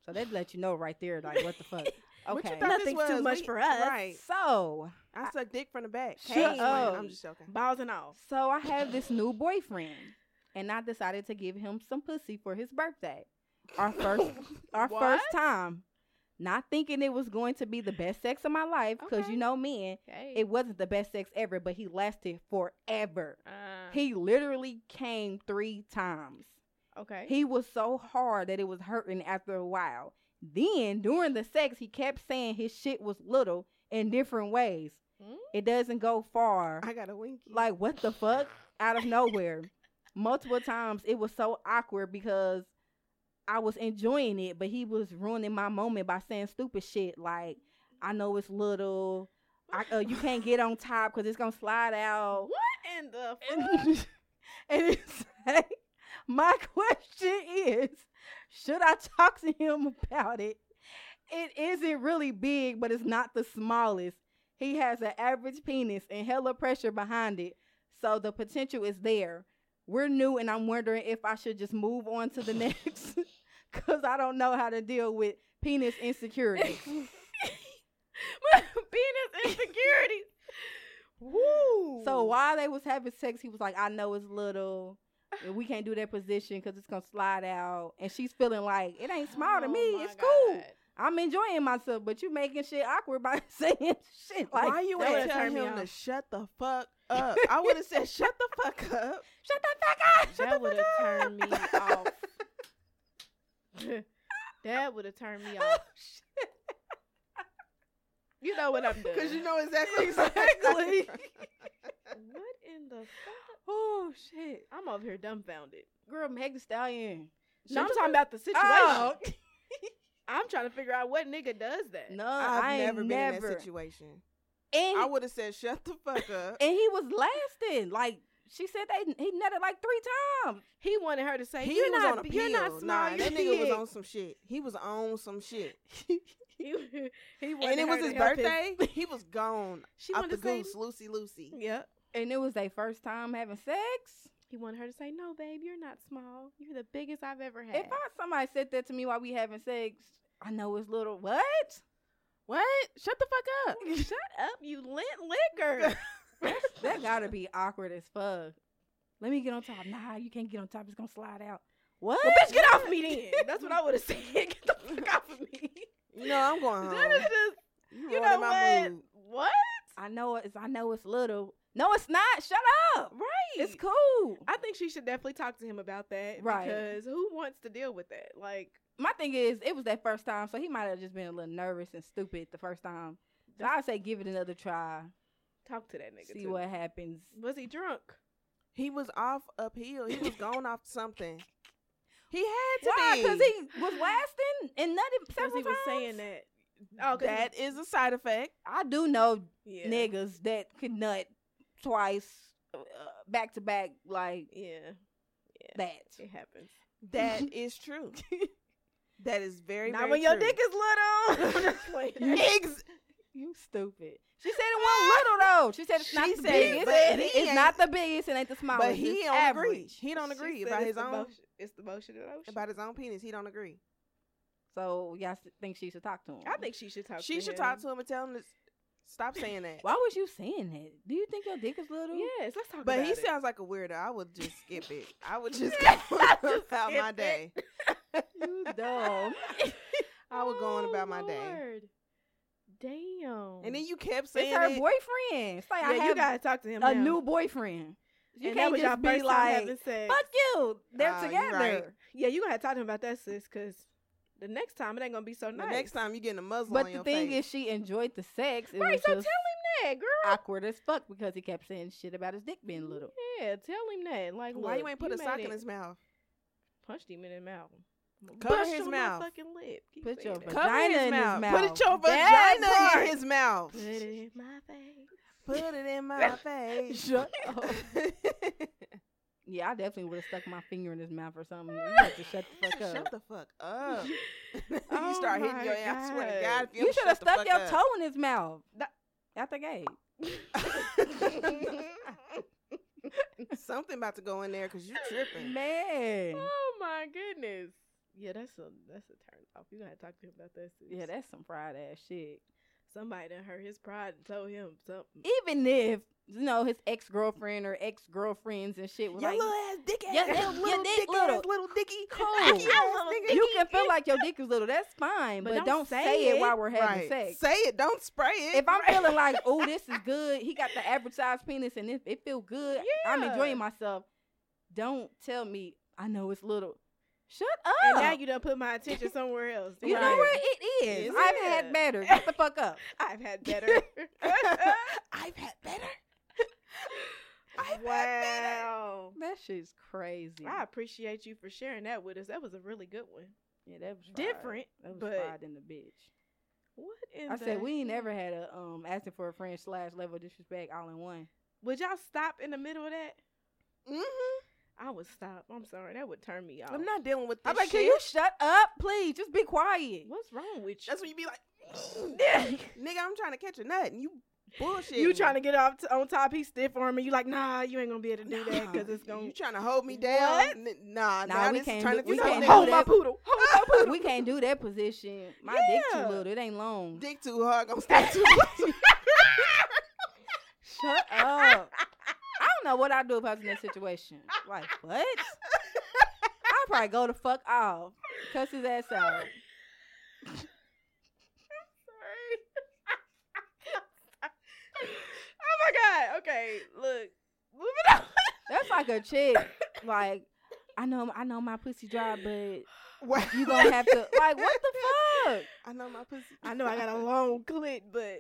Speaker 3: So that let you know right there, like what the fuck.
Speaker 2: What you
Speaker 3: Okay.
Speaker 2: thought this
Speaker 1: Nothing's too
Speaker 2: was?
Speaker 1: much
Speaker 2: We-
Speaker 1: for us.
Speaker 2: Right.
Speaker 3: So
Speaker 2: I suck dick from the back.
Speaker 3: Shut
Speaker 2: Hey,
Speaker 3: up.
Speaker 2: I'm just joking.
Speaker 1: balls and all.
Speaker 3: So I have this new boyfriend, and I decided to give him some pussy for his birthday. Our first, our
Speaker 1: What?
Speaker 3: first time. Not thinking it was going to be the best sex of my life, because
Speaker 1: Okay.
Speaker 3: you know, men,
Speaker 1: Okay.
Speaker 3: it wasn't the best sex ever, but he lasted forever.
Speaker 1: uh,
Speaker 3: He literally came three times.
Speaker 1: okay.
Speaker 3: He was so hard that it was hurting after a while. Then during the sex, he kept saying his shit was little in different ways.
Speaker 1: Mm.
Speaker 3: It doesn't go far
Speaker 2: I got a winky.
Speaker 3: like what the fuck out of nowhere multiple times it was so awkward because i was enjoying it but he was ruining my moment by saying stupid shit like i know it's little I, uh, you can't get on top because it's gonna slide out
Speaker 1: what in the?
Speaker 3: and, and it's like, my question is should i talk to him about it it isn't really big but it's not the smallest he has an average penis and hella pressure behind it so the potential is there we're new and i'm wondering if i should just move on to the next because i don't know how to deal with penis insecurity
Speaker 1: Penis insecurity. Woo.
Speaker 3: So while they was having sex, he was like, "I know it's little, and we can't do that position because it's gonna slide out." And she's feeling like it ain't small to
Speaker 1: Oh
Speaker 3: me.
Speaker 1: my
Speaker 3: It's cool.
Speaker 1: God.
Speaker 3: I'm enjoying myself, but you making shit awkward by saying shit like,
Speaker 2: Why you
Speaker 1: that
Speaker 2: ain't
Speaker 1: would've
Speaker 2: tell
Speaker 1: turned me
Speaker 2: him to
Speaker 1: off.
Speaker 2: shut the fuck up? I would have said shut the fuck up.
Speaker 3: "Shut the fuck up."
Speaker 1: That would have turned me off. that would have turned me off. You know what I'm doing.
Speaker 2: Because you know exactly.
Speaker 3: Exactly.
Speaker 1: What in the?
Speaker 3: oh shit!
Speaker 1: I'm over here dumbfounded.
Speaker 3: Girl, Meg Thee Stallion.
Speaker 1: No, I'm
Speaker 3: She
Speaker 1: talking
Speaker 3: was-
Speaker 1: about the situation.
Speaker 3: Oh.
Speaker 1: I'm trying to figure out what nigga does that.
Speaker 3: No,
Speaker 2: I've
Speaker 3: I ain't
Speaker 2: never been in
Speaker 3: never.
Speaker 2: that situation.
Speaker 3: And,
Speaker 2: I would have said shut the fuck up.
Speaker 3: and he was lasting. Like she said, they he nutted like three times.
Speaker 1: He wanted her to say,
Speaker 2: He
Speaker 1: "You're
Speaker 2: was
Speaker 1: not,
Speaker 2: on a pill.
Speaker 1: you're not small.
Speaker 2: nah,
Speaker 1: you
Speaker 2: that nigga was
Speaker 1: big."
Speaker 2: on some shit. He was on some shit.
Speaker 1: He, he wanted
Speaker 2: and it
Speaker 1: her
Speaker 2: was
Speaker 1: to
Speaker 2: his
Speaker 1: help
Speaker 2: birthday. He was gone.
Speaker 1: She
Speaker 2: Off
Speaker 1: wanted
Speaker 2: the
Speaker 1: to say,
Speaker 2: goose, Lucy, Lucy.
Speaker 1: "Yep."
Speaker 3: And it was their first time having sex.
Speaker 1: He wanted her to say, "No, babe, you're not small. You're the biggest I've ever had."
Speaker 3: If I, somebody said that to me while we having sex, I know it's little what?
Speaker 1: what? Shut the fuck up! Shut up, you lint liquor.
Speaker 3: That gotta be awkward as fuck. Let me get on top. Nah, you can't get on top. It's gonna slide out. What?
Speaker 1: well, bitch, get off me then. That's what I would have said. Get the fuck off of me.
Speaker 2: You know, I'm going
Speaker 1: That is
Speaker 2: home.
Speaker 1: just,
Speaker 2: You,
Speaker 1: you know
Speaker 2: ruining my
Speaker 1: what?
Speaker 2: mood.
Speaker 1: What?
Speaker 3: I know it's. I know it's little. No, it's not. Shut up.
Speaker 1: Right.
Speaker 3: It's cool.
Speaker 1: I think she should definitely talk to him about that.
Speaker 3: Right.
Speaker 1: Because who wants to deal with that? Like,
Speaker 3: My thing is, it was that first time, so he might have just been a little nervous and stupid the first time. So I say give it another try.
Speaker 1: talk to that nigga.
Speaker 3: See
Speaker 1: too.
Speaker 3: what happens.
Speaker 1: Was he drunk?
Speaker 2: He was off uphill. He was gone off something. He had to
Speaker 3: Why?
Speaker 2: be.
Speaker 3: Because he was lasting and nothing.
Speaker 1: Because
Speaker 3: several
Speaker 1: he was
Speaker 3: times.
Speaker 1: saying that. Oh, 'cause he
Speaker 2: That is a side effect.
Speaker 3: I do know
Speaker 1: Yeah.
Speaker 3: niggas that can nut twice uh, back to back like
Speaker 1: Yeah.
Speaker 3: that.
Speaker 1: It happens.
Speaker 2: That is true. That is very
Speaker 3: Not
Speaker 2: very
Speaker 3: when your
Speaker 2: true.
Speaker 3: dick is little. I'm just playing.
Speaker 2: Ex-
Speaker 3: You stupid. She said it wasn't little though. She said it's not
Speaker 2: She
Speaker 3: the
Speaker 2: said it,
Speaker 3: biggest.
Speaker 2: but
Speaker 3: It-
Speaker 2: he
Speaker 3: it's
Speaker 2: ain't-
Speaker 3: not the biggest. It ain't the smallest.
Speaker 2: but he
Speaker 3: it's
Speaker 2: don't
Speaker 3: average.
Speaker 2: agree. He don't agree about his own
Speaker 1: it's the motion of the ocean.
Speaker 2: about his own penis. He don't agree.
Speaker 3: So y'all s- think she should talk to him?
Speaker 1: I think she should talk.
Speaker 2: She
Speaker 1: to
Speaker 2: should
Speaker 1: him.
Speaker 2: talk to him and tell him to s- stop saying that.
Speaker 3: Why was you saying that? Do you think your dick is little?
Speaker 1: Yes, let's talk.
Speaker 2: But
Speaker 1: about
Speaker 2: he
Speaker 1: it.
Speaker 2: sounds like a weirdo. I would just skip it. I would just go on about my
Speaker 1: skip it.
Speaker 2: day.
Speaker 3: You dumb.
Speaker 2: I would go on
Speaker 6: Oh,
Speaker 2: about my day.
Speaker 6: Lord. Damn.
Speaker 2: And then you kept saying
Speaker 3: it's her
Speaker 2: it.
Speaker 3: boyfriend. It's like I
Speaker 1: Yeah,
Speaker 3: have
Speaker 1: you gotta talk to him.
Speaker 3: a
Speaker 1: now.
Speaker 3: new boyfriend. You
Speaker 1: And that
Speaker 3: can't
Speaker 1: was
Speaker 3: just
Speaker 1: your
Speaker 3: be
Speaker 1: first time
Speaker 3: like,
Speaker 1: having sex.
Speaker 3: "Fuck you." They're
Speaker 2: Ah, you
Speaker 3: together.
Speaker 2: right.
Speaker 1: Yeah, you gonna have to talk to him about that, sis, because the next time it ain't gonna be so
Speaker 2: The
Speaker 1: nice.
Speaker 2: next time you getting a muzzle
Speaker 3: But
Speaker 2: on
Speaker 3: the
Speaker 2: your
Speaker 3: thing
Speaker 2: face.
Speaker 3: is, she enjoyed the sex. It
Speaker 1: right?
Speaker 3: was
Speaker 1: So tell him
Speaker 3: just
Speaker 1: that, girl.
Speaker 3: awkward as fuck because he kept saying shit about his dick being little.
Speaker 1: Yeah, tell him that. Like,
Speaker 2: Why you
Speaker 1: look,
Speaker 2: ain't put a
Speaker 1: made
Speaker 2: sock in
Speaker 1: it.
Speaker 2: his mouth?
Speaker 1: Punched him in his mouth.
Speaker 2: Cover
Speaker 1: Bust
Speaker 2: his
Speaker 1: your
Speaker 2: mouth.
Speaker 1: Fucking lip. Keep
Speaker 3: Put your
Speaker 1: saying that.
Speaker 3: vagina in his
Speaker 2: Put
Speaker 3: mouth.
Speaker 2: it your
Speaker 3: That
Speaker 2: vagina
Speaker 3: part.
Speaker 2: in his mouth.
Speaker 1: Put it in my face.
Speaker 2: Put it in my face.
Speaker 3: Shut up. Yeah, I definitely would have stuck my finger in his mouth or something. You have to shut the fuck up.
Speaker 2: Shut the fuck up.
Speaker 1: Oh
Speaker 2: you start hitting
Speaker 1: my
Speaker 2: your ass. I swear to
Speaker 1: God.
Speaker 2: God, if
Speaker 3: you
Speaker 2: don't
Speaker 3: should have
Speaker 2: shut the
Speaker 3: stuck
Speaker 2: fuck
Speaker 3: your
Speaker 2: up.
Speaker 3: toe in his mouth. Out the gate.
Speaker 2: Something about to go in there because you tripping.
Speaker 3: Man.
Speaker 1: Oh my goodness. Yeah, that's a that's a turn off. You gonna have to talk to him about that. Sis.
Speaker 3: Yeah, that's some fried ass shit.
Speaker 1: somebody done hurt his pride and told him something.
Speaker 3: Even if, you know, his ex girlfriend or ex girlfriends and shit was
Speaker 2: Your
Speaker 3: like,
Speaker 2: little ass dick ass.
Speaker 3: Your-
Speaker 2: little,
Speaker 3: your
Speaker 2: little
Speaker 3: dick
Speaker 2: dick
Speaker 3: little.
Speaker 2: ass little dicky.
Speaker 3: Cool.
Speaker 2: Dicky ass nigga.
Speaker 3: you can feel like your dick is little. That's fine, but,
Speaker 1: But
Speaker 3: don't,
Speaker 1: don't
Speaker 3: say,
Speaker 1: say
Speaker 3: it
Speaker 1: it.
Speaker 3: while we're
Speaker 2: Right.
Speaker 3: having sex.
Speaker 2: Say it. Don't spray it.
Speaker 3: if I'm feeling like, oh, this is good, he got the average size penis and it, it feel good. I'm enjoying myself. Don't tell me I know it's little. Shut up.
Speaker 1: And now you done put my attention somewhere else.
Speaker 3: You know
Speaker 1: Right.
Speaker 3: where it is.
Speaker 1: It's
Speaker 3: I've
Speaker 1: here.
Speaker 3: had better. Shut the fuck up.
Speaker 1: I've had better.
Speaker 2: I've had better.
Speaker 1: wow.
Speaker 3: That shit's crazy.
Speaker 1: I appreciate you for sharing that with us. That was a really good one.
Speaker 3: Yeah, that was fried.
Speaker 1: Different,
Speaker 3: That was
Speaker 1: but-
Speaker 3: fried in the bitch.
Speaker 1: What in
Speaker 3: I said
Speaker 1: the
Speaker 3: we ain't
Speaker 1: heck?
Speaker 3: ever had a um asking for a friend slash level of disrespect all in one.
Speaker 1: Would y'all stop in the middle of that?
Speaker 2: Mm-hmm.
Speaker 1: I would stop. I'm sorry. That would turn me off.
Speaker 2: I'm not dealing with this
Speaker 3: I'm like,
Speaker 2: shit.
Speaker 3: can you shut up, please? Just be quiet.
Speaker 1: What's wrong with you?
Speaker 2: That's when you be like, nigga, I'm trying to catch a nut, and you bullshit.
Speaker 1: you trying to get off t- on top? He's stiff arming you. Like, nah, you ain't gonna be able to do that because it's gonna.
Speaker 2: You trying to hold me down?
Speaker 1: What?
Speaker 2: N- nah,
Speaker 3: Nah,
Speaker 2: nah,
Speaker 3: we
Speaker 2: this
Speaker 3: can't
Speaker 2: is turning
Speaker 3: do- we
Speaker 2: to
Speaker 3: can't
Speaker 2: something
Speaker 3: do
Speaker 1: hold my
Speaker 3: that.
Speaker 1: poodle. Hold my poodle.
Speaker 3: we can't do that position. My dick
Speaker 1: Yeah.
Speaker 3: too little. It ain't long.
Speaker 2: dick too hard. I'm stay too much.
Speaker 3: Shut up. I don't know what I do if I was in that situation. Like what? I'd probably go the fuck off, cuss his ass out.
Speaker 1: oh my god. Okay, look. Moving on.
Speaker 3: That's like a chick. Like I know, I know my pussy dry, but
Speaker 2: Wow.
Speaker 3: you gonna have to. Like what the fuck?
Speaker 2: I know my pussy.
Speaker 1: I know I got a long clit, but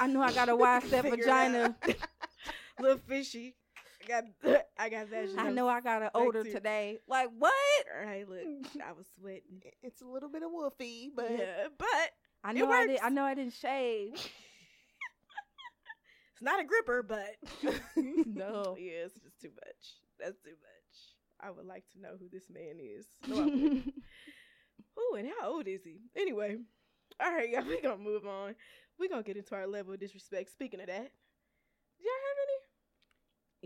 Speaker 3: I know I got a wide set
Speaker 2: Figure it
Speaker 3: vagina.
Speaker 1: little fishy. I got I got that.
Speaker 3: I know I got an odor
Speaker 1: Sexy.
Speaker 3: today. Like what?
Speaker 1: All right, look, I was sweating.
Speaker 2: It's a little bit of wolfy, but
Speaker 1: yeah, but
Speaker 3: I
Speaker 1: It
Speaker 3: know I did.
Speaker 1: works.
Speaker 3: I know I didn't shave.
Speaker 1: it's not a gripper, but
Speaker 3: No.
Speaker 1: yeah, it's just too much. That's too much. I would like to know who this man is. No, I wouldn't.
Speaker 3: Wait,
Speaker 1: Ooh, and how old is he? Anyway, all right, y'all, we gonna move on. We gonna get into our level of disrespect. Speaking of that, did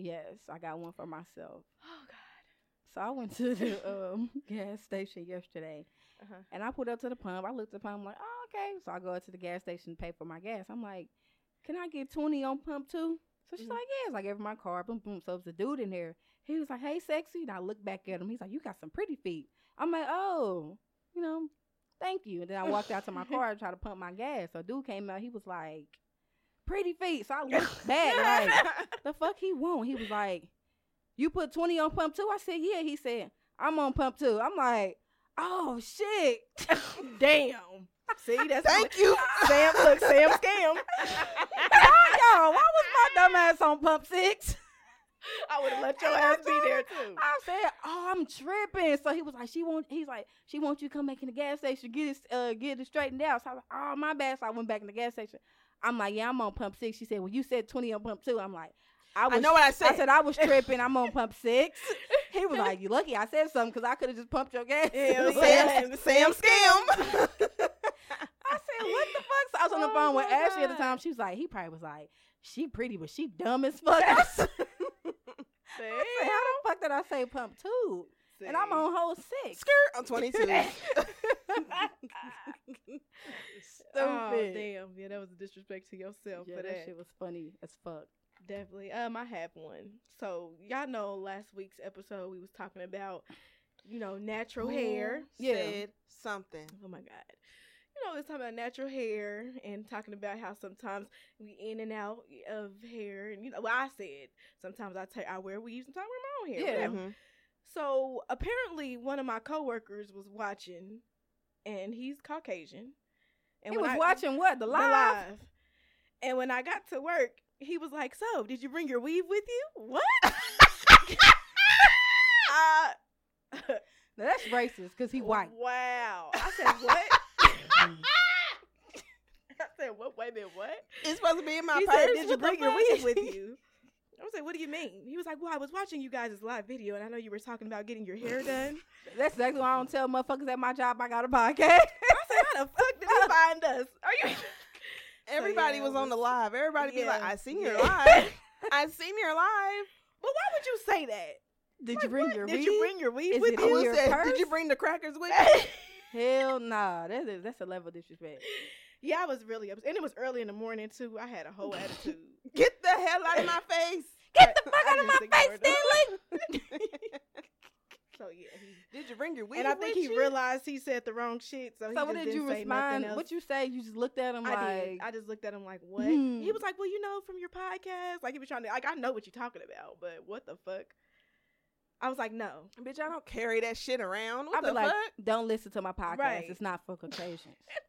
Speaker 1: y'all
Speaker 3: yes, I got one for myself.
Speaker 1: have any? Oh God.
Speaker 3: So I went to the um, gas station yesterday,
Speaker 1: Uh-huh.
Speaker 3: and I pulled up to the pump. I looked at the pump, I'm like, oh okay. So I go up to the gas station to pay for my gas. I'm like, can I get twenty on pump too? So she's
Speaker 1: Mhm.
Speaker 3: like, yeah. So I gave her my card. Boom, boom. So it was a dude in there. He was like, hey, sexy. And I looked back at him. He's like, you got some pretty feet. I'm like, oh, you know, thank you. And then I walked out to my car to try to pump my gas. So dude came out. He was like, pretty feet. So I looked back like the fuck he won't. He was like, "You put twenty on pump two? I said, "Yeah." He said, "I'm on pump two. I'm like, "Oh shit!"
Speaker 1: Damn. See, that's
Speaker 2: thank you.
Speaker 1: Sam. Look, Sam scam.
Speaker 3: Why y'all? Why was my dumb ass on pump six?
Speaker 1: I would have let your
Speaker 3: And I
Speaker 1: ass be
Speaker 3: told
Speaker 1: there too.
Speaker 3: I said, "Oh, I'm tripping." So he was like, "She won't." He's like, "She wants you to come back in the gas station get it uh, get it straightened out." So I was like, "Oh, my bad." So I went back in the gas station. I'm like, "Yeah, I'm on pump six. She said, "Well, you said twenty on pump two. I'm like,
Speaker 2: I know what I said.
Speaker 3: I said I was tripping. I'm on pump six. He was like, "You lucky I said something because I could have just pumped your gas."
Speaker 1: Yeah,
Speaker 2: Sam, Sam Skim.
Speaker 3: I said, "What the fuck?" So I was on the
Speaker 1: Oh
Speaker 3: phone with
Speaker 1: my
Speaker 3: Ashley at the
Speaker 1: God.
Speaker 3: time. She was like, "He probably was like, she pretty, but she dumb as fuck." I said,
Speaker 1: Damn.
Speaker 3: "How the fuck did I say pump two? And I'm
Speaker 1: Sam.
Speaker 3: on hole six.
Speaker 2: Skirt. I'm 22.
Speaker 1: Oh,
Speaker 3: Stupid.
Speaker 1: damn. Yeah, that was a disrespect to yourself
Speaker 3: Yeah,
Speaker 1: for
Speaker 3: that,
Speaker 1: that.
Speaker 3: shit was funny as fuck.
Speaker 1: Definitely. Um, I have one. So y'all know last week's episode we was talking about, you know, natural hair.
Speaker 3: Yeah.
Speaker 2: Said something.
Speaker 1: Oh my god. You know, it's talking about natural hair and talking about how sometimes we in and out of hair and you know well I said sometimes I take I wear weaves sometimes I wear my own hair.
Speaker 3: Yeah.
Speaker 1: whatever.
Speaker 2: Mhm.
Speaker 1: So apparently one of my coworkers was watching and he's Caucasian. And
Speaker 3: And he
Speaker 1: when
Speaker 3: was
Speaker 1: I-
Speaker 3: watching what the
Speaker 1: the
Speaker 3: live.
Speaker 1: live. And when I got to work, he was like, "So, did you bring your weave with you?" What? I-
Speaker 3: Now, that's racist because he white.
Speaker 1: Wow. I said, "What?" I said, "What? Wait a minute, what?"
Speaker 2: It's supposed to be in my
Speaker 1: he
Speaker 2: purse.
Speaker 1: said, "Did you
Speaker 2: What the
Speaker 1: bring your
Speaker 2: fuck?"
Speaker 1: weave with you?" I was like, "What do you mean?" He was like, "Well, I was watching you guys' live video, and I know you were talking about getting your hair done."
Speaker 3: That's exactly why I don't tell motherfuckers at my job I got a podcast.
Speaker 1: I said, "How the fuck did he find us? Are you?"
Speaker 2: Everybody
Speaker 1: yeah,
Speaker 2: was
Speaker 1: it
Speaker 2: on the
Speaker 1: was-
Speaker 2: live. Everybody be like,
Speaker 1: Yeah,
Speaker 2: I seen your
Speaker 1: yeah.
Speaker 2: live. I seen your live.
Speaker 1: But why would you say that?
Speaker 3: Did
Speaker 1: Like,
Speaker 3: you bring
Speaker 1: what?
Speaker 3: your
Speaker 1: Did
Speaker 3: weed?
Speaker 1: you bring your weave
Speaker 3: Is
Speaker 1: with
Speaker 3: it
Speaker 2: I
Speaker 3: in
Speaker 1: you?
Speaker 2: would
Speaker 3: your
Speaker 2: said, did you
Speaker 3: purse?
Speaker 2: bring the crackers with you?
Speaker 3: Hell nah. That is that's a level of disrespect.
Speaker 1: Yeah, I was really upset. And it was early in the morning, too. I had a whole attitude.
Speaker 2: Get the hell out of my face.
Speaker 3: Get
Speaker 1: I-
Speaker 3: the fuck
Speaker 1: I
Speaker 3: out of my
Speaker 1: just
Speaker 3: face,
Speaker 1: ignored him.
Speaker 3: Stanley.
Speaker 1: So, yeah. he-
Speaker 2: Did you bring your weave
Speaker 1: and I think
Speaker 2: with
Speaker 1: he
Speaker 2: you?
Speaker 1: realized he said the wrong shit. So, he
Speaker 3: So what
Speaker 1: just
Speaker 3: did you
Speaker 1: didn't say nothing
Speaker 3: respond?
Speaker 1: else.
Speaker 3: What you say? You just looked at him like
Speaker 1: I did. I just looked at him like, what?
Speaker 3: Hmm.
Speaker 1: He was like, well, you know, from your podcast. Like, he was trying to, like, I know what you're talking about, but what the fuck? I was like, no.
Speaker 2: Bitch, I don't carry that shit around. What
Speaker 3: I'd be
Speaker 2: the
Speaker 3: like,
Speaker 2: fuck?
Speaker 3: don't listen to my podcast.
Speaker 1: Right.
Speaker 3: It's not for Caucasians.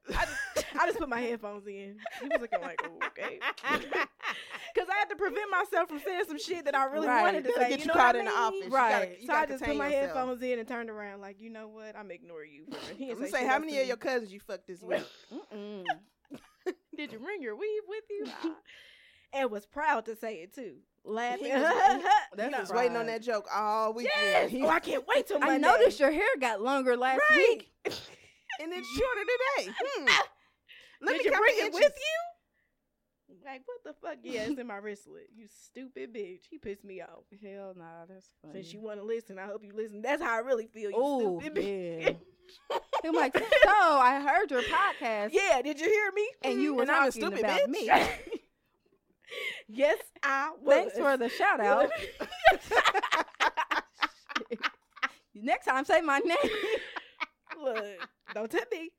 Speaker 1: I just, I just put my headphones in. He was looking like, okay. Because I had to prevent myself from saying some shit that I really
Speaker 3: Right.
Speaker 1: wanted to
Speaker 2: Gotta
Speaker 1: say.
Speaker 2: get
Speaker 1: you
Speaker 2: you
Speaker 1: know what
Speaker 2: caught
Speaker 1: I
Speaker 2: in the
Speaker 1: mean?
Speaker 2: office. You
Speaker 3: Right.
Speaker 2: gotta- you
Speaker 1: so I
Speaker 2: gotta
Speaker 1: just put
Speaker 2: contain
Speaker 1: my
Speaker 2: yourself.
Speaker 1: headphones in and turned around, like, you know what? I'm ignore you. for it." He
Speaker 2: I'm
Speaker 1: didn't
Speaker 2: gonna
Speaker 1: shit
Speaker 2: say, how
Speaker 1: else
Speaker 2: many
Speaker 1: to
Speaker 2: of
Speaker 1: me.
Speaker 2: your cousins you fucked this week?
Speaker 3: Mm-mm.
Speaker 1: did you bring your weave with you? Ah. and was proud to say it too, laughing.
Speaker 2: He was-
Speaker 3: That's
Speaker 2: He
Speaker 1: No.
Speaker 2: was waiting on that
Speaker 3: right.
Speaker 2: joke all weekend.
Speaker 1: Yes.
Speaker 2: He-
Speaker 1: Oh, I can't wait till Monday.
Speaker 3: I noticed your hair got longer last
Speaker 1: Right.
Speaker 3: week.
Speaker 2: and it's shorter today. Hmm.
Speaker 1: Did
Speaker 2: Let me
Speaker 1: you
Speaker 2: count
Speaker 1: bring
Speaker 2: the
Speaker 1: it
Speaker 2: inches.
Speaker 1: with you? Like what the fuck? Yeah, it's in my wristlet. You stupid bitch. He pissed me off.
Speaker 3: Hell nah, that's funny.
Speaker 1: Since you want to listen, I hope you listen. That's how I really feel. You
Speaker 3: Oh
Speaker 1: stupid bitch.
Speaker 3: yeah. I'm like, so I heard your podcast
Speaker 1: Yeah, did you hear me?
Speaker 3: and you were
Speaker 2: and I'm a
Speaker 3: talking
Speaker 2: stupid
Speaker 3: about
Speaker 2: bitch.
Speaker 3: me.
Speaker 1: yes, I was.
Speaker 3: Thanks for the shout out. Next time, say my name.
Speaker 1: Look, don't tell me.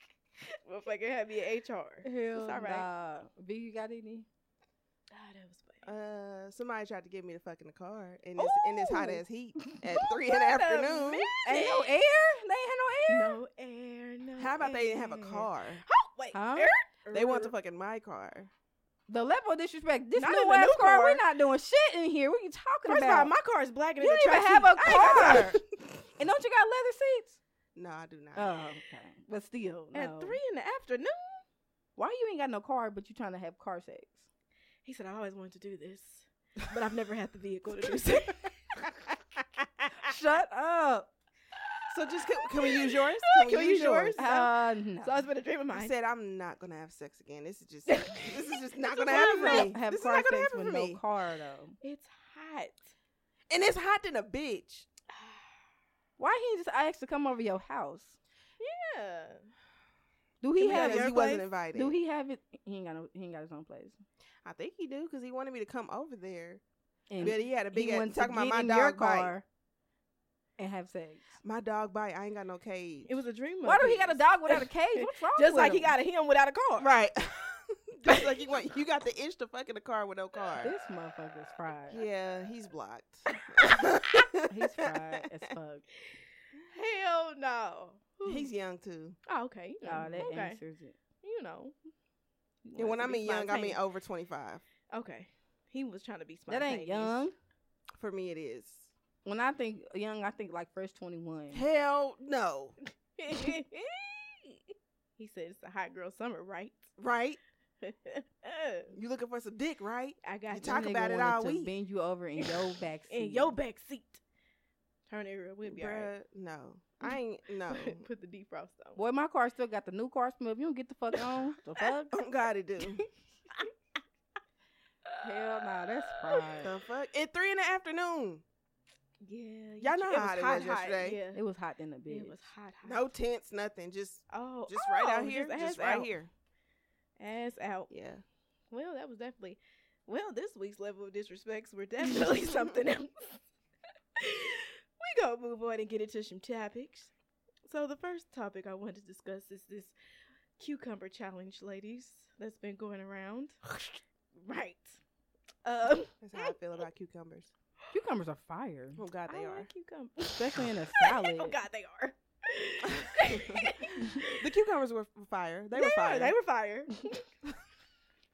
Speaker 1: Motherfucker had me in HR.
Speaker 3: Hell
Speaker 1: all right.
Speaker 3: nah. V, you got any?
Speaker 1: Ah, that was funny.
Speaker 2: Uh, somebody tried to give me the fucking car in this in this hot
Speaker 3: Ooh.
Speaker 2: ass heat at three in the afternoon.
Speaker 3: Ain't no air. They ain't no air.
Speaker 1: No air, no.
Speaker 2: How about they didn't have a
Speaker 1: air.
Speaker 2: car?
Speaker 1: Oh, wait,
Speaker 3: Huh?
Speaker 1: air?
Speaker 2: They want the fucking my car.
Speaker 3: The level of disrespect. This
Speaker 1: Not in
Speaker 3: new
Speaker 1: the
Speaker 3: ass
Speaker 1: new
Speaker 3: car,
Speaker 1: car.
Speaker 3: we're not doing shit in here. What you talking
Speaker 1: First of
Speaker 3: about?
Speaker 1: all, my car is black and
Speaker 3: you
Speaker 1: in the
Speaker 3: don't even
Speaker 1: trash
Speaker 3: have a
Speaker 1: seat. I ain't got
Speaker 3: car. and don't you got leather seats?
Speaker 2: No, I do not.
Speaker 3: Oh, okay. But still, no.
Speaker 1: At three in the afternoon?
Speaker 3: Why you ain't got no car, but you trying to have car sex?
Speaker 1: He said, I always wanted to do this, but I've never had the vehicle to do so. Ah.
Speaker 3: Shut up.
Speaker 2: So just can, can we use yours?
Speaker 1: Can we use yours? So-
Speaker 3: Uh, no.
Speaker 1: So it's been a dream of
Speaker 2: I
Speaker 1: mine.
Speaker 2: said I'm not gonna have sex again. This is just this is just not gonna
Speaker 1: what
Speaker 2: happen
Speaker 1: I
Speaker 2: for me.
Speaker 3: have
Speaker 2: This is
Speaker 3: car
Speaker 2: not gonna
Speaker 3: sex
Speaker 2: happen
Speaker 3: with
Speaker 2: for
Speaker 3: no
Speaker 2: me.
Speaker 3: car though.
Speaker 1: It's hot.
Speaker 2: And it's hot than a bitch.
Speaker 3: Why he just asked to come over your house?
Speaker 1: Yeah.
Speaker 3: Do he
Speaker 1: Can we
Speaker 3: have?
Speaker 2: because
Speaker 1: your
Speaker 2: he wasn't
Speaker 1: place?
Speaker 2: invited.
Speaker 3: Do he have it? He ain't got no. He ain't got his own place.
Speaker 2: I think he do because he wanted me to come over there.
Speaker 3: And
Speaker 2: But he had a big
Speaker 3: he
Speaker 2: ass,
Speaker 3: wanted to
Speaker 2: talking about
Speaker 3: get
Speaker 2: my
Speaker 3: in your
Speaker 2: dog bite.
Speaker 3: car and have sex.
Speaker 2: My dog bite. I ain't got no cage.
Speaker 1: It was a dream of
Speaker 3: Why do he got a
Speaker 1: his.
Speaker 3: dog without a cage? What's wrong?
Speaker 1: Just
Speaker 3: with
Speaker 1: like he
Speaker 3: him?
Speaker 1: got a him without a car.
Speaker 2: right. just like you want. You got the itch to fuck in the car with no car.
Speaker 3: This motherfucker's fried.
Speaker 2: Yeah, he's blocked.
Speaker 3: He's fried as fuck.
Speaker 1: Hell no.
Speaker 2: He's young too.
Speaker 1: Oh, okay. You know.
Speaker 3: No, that
Speaker 1: okay.
Speaker 3: answers it.
Speaker 1: You know. He
Speaker 2: And when
Speaker 1: wants
Speaker 2: I
Speaker 1: to be
Speaker 2: mean young, I mean oh.
Speaker 1: spontaneous.
Speaker 2: over twenty five.
Speaker 1: Okay. He was trying to be
Speaker 3: That
Speaker 1: spontaneous.
Speaker 3: ain't young.
Speaker 2: For me, it is.
Speaker 3: When I think young, I think like first twenty one.
Speaker 2: Hell no.
Speaker 1: he said it's a hot girl summer, right?
Speaker 2: Right?
Speaker 1: you
Speaker 2: You looking for some dick, right?
Speaker 1: I got
Speaker 2: You
Speaker 1: you
Speaker 2: talk
Speaker 3: That nigga
Speaker 2: about it
Speaker 3: wanted
Speaker 2: all
Speaker 3: to
Speaker 2: week.
Speaker 3: Bend you over in your back seat.
Speaker 1: in your back seat. Turn it real. We'll be all right.
Speaker 2: Bruh, Oh. no. I ain't no.
Speaker 1: Put the defrost on.
Speaker 3: boy, my car still got the new car smell. If you don't get the fuck on, the fuck?
Speaker 2: Oh God, it do.
Speaker 3: Hell nah, that's fried.
Speaker 2: the fuck? At three in the afternoon.
Speaker 1: Yeah, you
Speaker 2: Y'all know
Speaker 1: can't-
Speaker 2: how hot it was yesterday.
Speaker 1: Yeah,
Speaker 3: It was hot in the bitch.
Speaker 1: it was hot. hot.
Speaker 2: No tents, nothing. Just
Speaker 1: oh,
Speaker 2: just right out
Speaker 1: oh,
Speaker 2: here. Just,
Speaker 1: ass
Speaker 2: right
Speaker 1: out.
Speaker 2: here.
Speaker 1: Ass out.
Speaker 2: Yeah.
Speaker 1: Well, that was definitely. Well, this week's level of disrespects were definitely something else. we gonna move on and get into some topics. So the first topic I want to discuss is this cucumber challenge, ladies. That's been going around. right. Um,
Speaker 2: That's how I feel about cucumbers.
Speaker 3: Cucumbers are fire.
Speaker 2: Oh God,
Speaker 1: I
Speaker 2: they are.
Speaker 1: like cucumbers,
Speaker 3: Especially in a salad.
Speaker 1: oh God, they are.
Speaker 2: The cucumbers were f- fire. They were
Speaker 1: are,
Speaker 2: fire.
Speaker 1: They were fire.